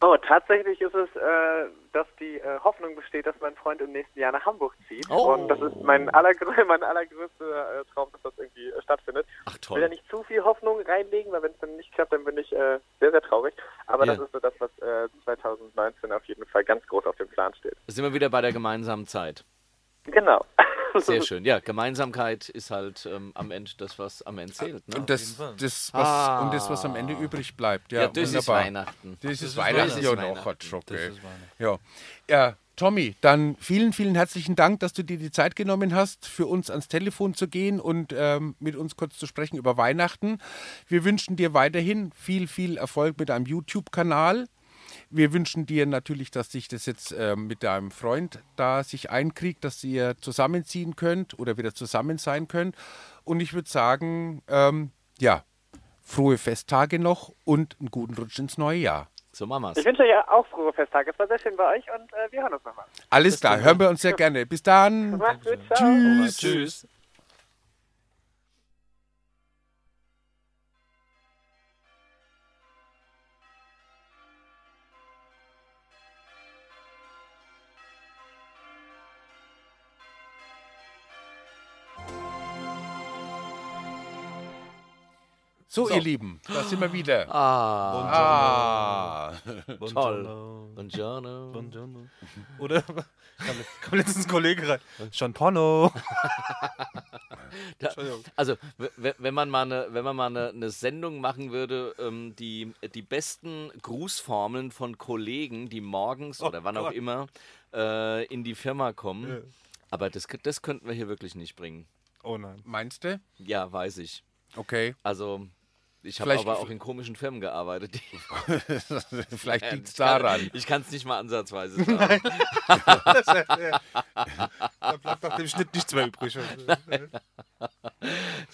[SPEAKER 7] Oh, tatsächlich ist es, äh, dass die äh, Hoffnung besteht, dass mein Freund im nächsten Jahr nach Hamburg zieht.
[SPEAKER 3] Oh.
[SPEAKER 7] Und das ist mein, allergrö mein allergrößter äh, Traum, dass das irgendwie äh, stattfindet.
[SPEAKER 3] Ach
[SPEAKER 7] Ich will
[SPEAKER 3] toll.
[SPEAKER 7] da nicht zu viel Hoffnung reinlegen, weil wenn es dann nicht klappt, dann bin ich äh, sehr, sehr traurig. Aber
[SPEAKER 3] Ja.
[SPEAKER 7] das ist so das, was äh, 2019 auf jeden Fall ganz groß auf dem Plan steht.
[SPEAKER 3] Sind wir wieder bei der gemeinsamen Zeit.
[SPEAKER 7] Genau.
[SPEAKER 3] Sehr schön. Ja, Gemeinsamkeit ist halt ähm, am Ende das, was am Ende zählt. Ne?
[SPEAKER 4] Und das,
[SPEAKER 2] Fall.
[SPEAKER 4] das, was,
[SPEAKER 3] Ah.
[SPEAKER 4] und das, was am Ende übrig bleibt. Ja,
[SPEAKER 3] ja, das ist
[SPEAKER 4] wunderbar.
[SPEAKER 3] Weihnachten.
[SPEAKER 4] Das ist
[SPEAKER 2] ist
[SPEAKER 4] Weihnachten.
[SPEAKER 2] Weihnachten.
[SPEAKER 4] Ja,
[SPEAKER 3] Das ist
[SPEAKER 4] noch hat schon,
[SPEAKER 2] Das
[SPEAKER 4] gell.
[SPEAKER 2] ist Weihnachten.
[SPEAKER 4] Ja. ja. Tommy, dann vielen, vielen herzlichen Dank, dass du dir die Zeit genommen hast, für uns ans Telefon zu gehen und ähm, mit uns kurz zu sprechen über Weihnachten. Wir wünschen dir weiterhin viel, viel Erfolg mit deinem YouTube-Kanal. Wir wünschen dir natürlich, dass sich das jetzt ähm, mit deinem Freund da sich einkriegt, dass ihr zusammenziehen könnt oder wieder zusammen sein könnt. Und ich würde sagen, ähm, ja, frohe Festtage noch und einen guten Rutsch ins neue Jahr.
[SPEAKER 3] So Mamas.
[SPEAKER 7] Ich wünsche euch ja auch frohe Festtage. Es war sehr schön bei euch und äh, wir hören uns nochmal.
[SPEAKER 4] Alles klar,
[SPEAKER 3] ne?
[SPEAKER 4] hören wir uns sehr gerne. Bis dann.
[SPEAKER 7] Macht's gut, ciao.
[SPEAKER 3] Tschüss.
[SPEAKER 4] So, ihr Lieben, da sind wir wieder.
[SPEAKER 3] Ah,
[SPEAKER 4] Ah.
[SPEAKER 3] toll. Buongiorno.
[SPEAKER 2] Buongiorno. Oder kam, kam letztens ein Kollege rein. Chantono.
[SPEAKER 3] Da, also, w- w- wenn man mal eine, wenn man mal eine, eine Sendung machen würde, ähm, die, die besten Grußformeln von Kollegen, die
[SPEAKER 4] Oh
[SPEAKER 3] morgens oder wann auch immer äh, in die Firma kommen. Aber das, kö- das könnten wir hier wirklich nicht bringen.
[SPEAKER 2] Oh nein.
[SPEAKER 4] Meinst du?
[SPEAKER 3] Ja, weiß ich.
[SPEAKER 4] Okay.
[SPEAKER 3] Also, ich habe
[SPEAKER 4] Vielleicht-
[SPEAKER 3] aber auch in komischen Firmen gearbeitet. die-
[SPEAKER 4] Vielleicht liegt es
[SPEAKER 3] kann-
[SPEAKER 4] daran.
[SPEAKER 3] Äh, Ich kann es nicht mal ansatzweise sagen.
[SPEAKER 2] Da bleibt nach dem Schnitt nichts mehr übrig.
[SPEAKER 3] es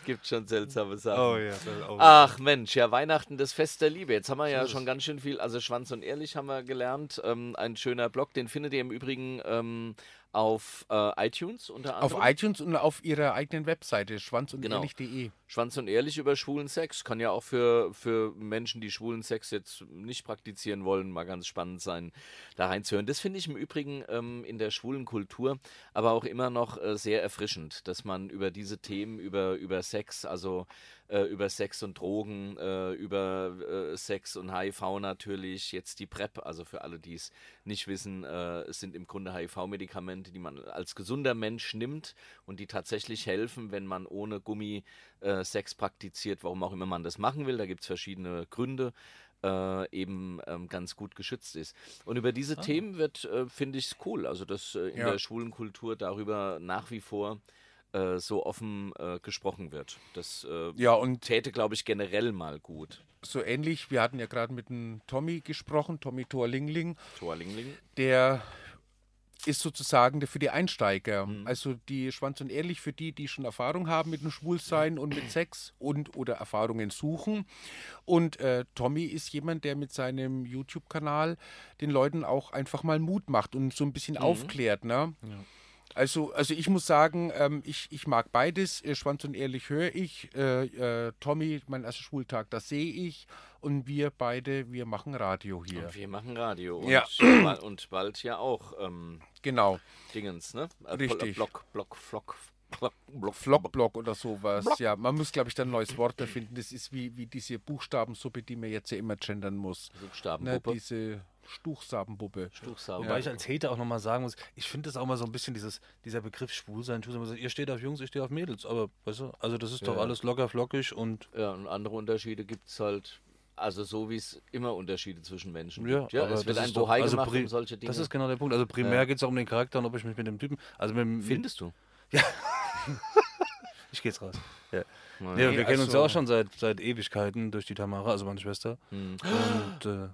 [SPEAKER 3] gibt schon seltsame Sachen.
[SPEAKER 2] Oh ja. Oh,
[SPEAKER 3] Ach Mensch, ja, Weihnachten, das Fest der Liebe. Jetzt haben wir ja schon ganz schön viel, also Schwanz und Ehrlich haben wir gelernt. Ähm, ein schöner Blog, den findet ihr im Übrigen ähm, auf äh, iTunes unter
[SPEAKER 4] Auf
[SPEAKER 3] anderem.
[SPEAKER 4] iTunes und auf ihrer eigenen Webseite, schwanz und
[SPEAKER 3] Genau.
[SPEAKER 4] ehrlich.de.
[SPEAKER 3] Schwanz und Ehrlich über schwulen Sex. Kann ja auch für, für Menschen, die schwulen Sex jetzt nicht praktizieren wollen, mal ganz spannend sein, da reinzuhören. Das finde ich im Übrigen ähm, in der schwulen Kultur aber auch immer noch äh, sehr erfrischend, dass man über diese Themen, über, über Sex, also äh, über Sex und Drogen, äh, über äh, Sex und HIV natürlich, jetzt die PrEP, also für alle, die es nicht wissen, äh, es sind im Grunde HIV-Medikamente, die man als gesunder Mensch nimmt und die tatsächlich helfen, wenn man ohne Gummi äh, Sex praktiziert, warum auch immer man das machen will. Da gibt es verschiedene Gründe äh, eben ähm, ganz gut geschützt ist. Und über diese Themen wird, äh, finde ich es cool, also dass äh, in
[SPEAKER 4] Ja.
[SPEAKER 3] der schwulen Kultur darüber nach wie vor äh, so offen äh, gesprochen wird. Das äh,
[SPEAKER 4] Ja, und
[SPEAKER 3] täte, glaube ich, generell mal gut.
[SPEAKER 4] so ähnlich, wir hatten ja gerade mit dem Tommy gesprochen, Tommy Thorlingling,
[SPEAKER 3] Torlingling.
[SPEAKER 4] der ist sozusagen der für die Einsteiger. Also die Schwanz und Ehrlich für die, die schon Erfahrung haben mit dem Schwulsein und mit Sex und oder Erfahrungen suchen. Und äh, Tommy ist jemand, der mit seinem YouTube-Kanal den Leuten auch einfach mal Mut macht und so ein bisschen aufklärt. Ne? Also, also ich muss sagen, ähm, ich, ich mag beides. Äh, Schwanz und Ehrlich höre ich. Äh, äh, Tommy, mein erster Schultag, das sehe ich. Und wir beide, wir machen Radio hier.
[SPEAKER 3] Und wir machen Radio. Und,
[SPEAKER 4] Ja.
[SPEAKER 3] ba- und bald ja auch ähm,
[SPEAKER 4] Genau.
[SPEAKER 3] Dingens, ne? Äh,
[SPEAKER 4] Richtig.
[SPEAKER 3] Block, Block, Flock, Block, Block,
[SPEAKER 4] Flockblock oder sowas. Ja, man muss, glaube ich, dann ein neues Wort erfinden. Das ist wie, wie diese Buchstabensuppe, die man jetzt ja immer gendern muss. Ne,
[SPEAKER 3] Buchstabenpuppe.
[SPEAKER 4] diese Stuchsabenpuppe.
[SPEAKER 3] Stuchsauber.
[SPEAKER 2] Wobei ich als Hater auch nochmal sagen muss, ich finde das auch mal so ein bisschen dieses, dieser Begriff Schwulsein. Schwulsein also ihr steht auf Jungs, ich stehe auf Mädels. Aber, weißt du, also das ist doch alles locker flockig und
[SPEAKER 3] Ja, und andere Unterschiede gibt es halt, also so wie es immer Unterschiede zwischen Menschen
[SPEAKER 2] ja,
[SPEAKER 3] gibt. Ja,
[SPEAKER 2] aber
[SPEAKER 3] es wird
[SPEAKER 2] das
[SPEAKER 3] ein
[SPEAKER 2] ist doch- also
[SPEAKER 3] Bohai gemacht
[SPEAKER 2] pri-
[SPEAKER 3] um solche Dinge.
[SPEAKER 2] Das ist genau der Punkt. Also primär geht es auch um den Charakter und ob ich mich mit dem Typen, also mit dem,
[SPEAKER 3] Findest du?
[SPEAKER 2] ich gehe jetzt raus.
[SPEAKER 3] Nein.
[SPEAKER 2] Nee, wir kennen uns ja
[SPEAKER 4] also-
[SPEAKER 2] auch schon seit, seit Ewigkeiten durch die Tamara, also meine Schwester. Und, äh, das- die
[SPEAKER 3] Hm.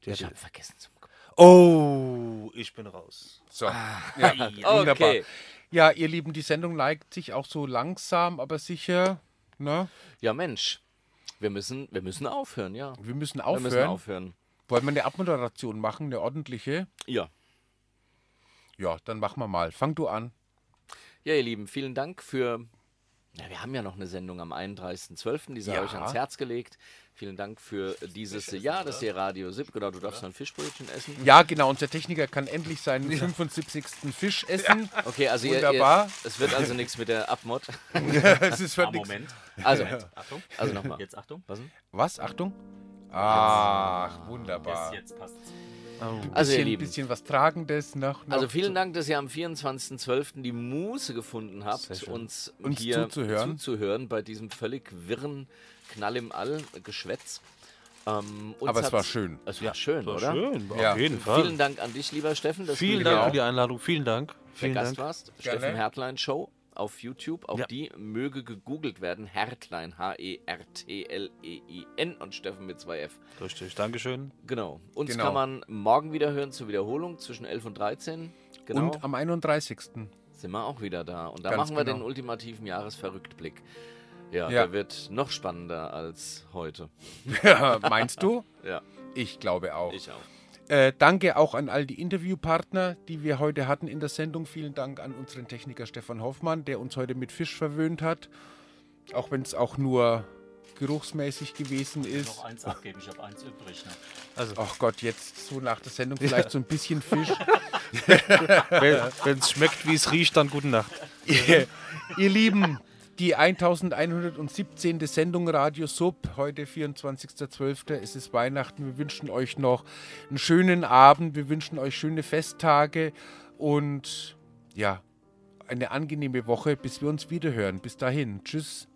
[SPEAKER 3] Ich
[SPEAKER 2] hat,
[SPEAKER 3] habe vergessen zum
[SPEAKER 2] oh, ich bin raus.
[SPEAKER 4] So. Ja, wunderbar.
[SPEAKER 3] Okay.
[SPEAKER 4] Ah. Ja, ihr Lieben, die Sendung neigt sich auch so langsam, aber sicher. Ne?
[SPEAKER 3] Ja, Mensch. Wir müssen, wir müssen aufhören, ja.
[SPEAKER 4] Wir müssen
[SPEAKER 3] Wir
[SPEAKER 4] aufhören.
[SPEAKER 3] müssen aufhören.
[SPEAKER 4] Wollen wir eine Abmoderation machen, eine ordentliche?
[SPEAKER 3] Ja.
[SPEAKER 4] Ja, dann machen wir mal. Fang du an.
[SPEAKER 3] Ja, ihr Lieben, vielen Dank für. Ja, wir haben ja noch eine Sendung am 31.12., diese habe ich
[SPEAKER 4] Ja.
[SPEAKER 3] ans Herz gelegt. Vielen Dank für dieses Jahr, dass ihr Radio Sipp, genau, du darfst noch ein Fischbrötchen essen.
[SPEAKER 4] Ja, genau. Unser Techniker kann endlich seinen 75. Fisch essen.
[SPEAKER 3] Okay, also ihr,
[SPEAKER 4] Wunderbar.
[SPEAKER 3] ihr, es wird also nichts mit der Abmod.
[SPEAKER 4] Es ist für
[SPEAKER 5] Ah,
[SPEAKER 4] nix.
[SPEAKER 5] Moment,
[SPEAKER 3] Also,
[SPEAKER 5] Achtung.
[SPEAKER 3] also nochmal.
[SPEAKER 5] Jetzt Achtung.
[SPEAKER 3] Was denn?
[SPEAKER 4] Was? Achtung. Ach, wunderbar.
[SPEAKER 5] Jetzt passt's.
[SPEAKER 3] Also, ihr
[SPEAKER 4] bisschen,
[SPEAKER 3] Lieben.
[SPEAKER 4] bisschen was Tragendes noch. noch
[SPEAKER 3] Also vielen
[SPEAKER 4] zu-
[SPEAKER 3] Dank, dass ihr am 24.12. die Muße gefunden habt, uns,
[SPEAKER 4] Uns
[SPEAKER 3] hier
[SPEAKER 4] zuzuhören.
[SPEAKER 3] zuzuhören bei diesem völlig wirren Knall im All Geschwätz. Ähm, uns
[SPEAKER 4] Aber es
[SPEAKER 3] hat's-
[SPEAKER 4] war schön.
[SPEAKER 3] Es war schön, oder?
[SPEAKER 2] Schön,
[SPEAKER 4] Ja.
[SPEAKER 2] auf jeden Fall.
[SPEAKER 3] Vielen Dank an dich, lieber Steffen, dass
[SPEAKER 2] Vielen
[SPEAKER 3] du hier
[SPEAKER 2] Dank
[SPEAKER 4] Genau.
[SPEAKER 2] für die Einladung. Vielen Dank.
[SPEAKER 3] der
[SPEAKER 2] Vielen
[SPEAKER 3] Gast
[SPEAKER 2] Dank.
[SPEAKER 3] warst.
[SPEAKER 4] Gerne.
[SPEAKER 3] Steffen Hertlein Show auf YouTube. Auch
[SPEAKER 2] Ja.
[SPEAKER 3] die möge gegoogelt werden. Hertlein, E H-E-R-T-L-E-I-N E und Steffen mit zwei F.
[SPEAKER 2] Richtig. Dankeschön.
[SPEAKER 3] Genau. Uns
[SPEAKER 4] Genau.
[SPEAKER 3] kann man morgen wieder hören zur Wiederholung zwischen 11 und 13. Genau.
[SPEAKER 4] Und am 31.
[SPEAKER 3] sind wir auch wieder da. Und da
[SPEAKER 4] Ganz
[SPEAKER 3] machen wir
[SPEAKER 4] genau.
[SPEAKER 3] den ultimativen Jahresverrücktblick. Ja,
[SPEAKER 4] Ja.
[SPEAKER 3] der wird noch spannender als heute.
[SPEAKER 4] Ja, meinst du?
[SPEAKER 3] Ja,
[SPEAKER 4] Ich glaube auch.
[SPEAKER 3] ich auch.
[SPEAKER 4] Äh, danke auch an all die Interviewpartner, die wir heute hatten in der Sendung. Vielen Dank an unseren Techniker Stefan Hoffmann, der uns heute mit Fisch verwöhnt hat. Auch wenn es auch nur geruchsmäßig gewesen ist.
[SPEAKER 5] Noch eins abgeben, ich habe eins übrig. Ne?
[SPEAKER 3] also
[SPEAKER 4] Ach Gott, jetzt so nach der Sendung vielleicht so ein bisschen Fisch.
[SPEAKER 2] Wenn es schmeckt, wie es riecht, dann gute Nacht.
[SPEAKER 4] Ihr Lieben, die 1117. Sendung Radio Sub, heute 24.12. Es ist Weihnachten. Wir wünschen euch noch einen schönen Abend. Wir wünschen euch schöne Festtage und ja, eine angenehme Woche, bis wir uns wiederhören. Bis dahin. Tschüss.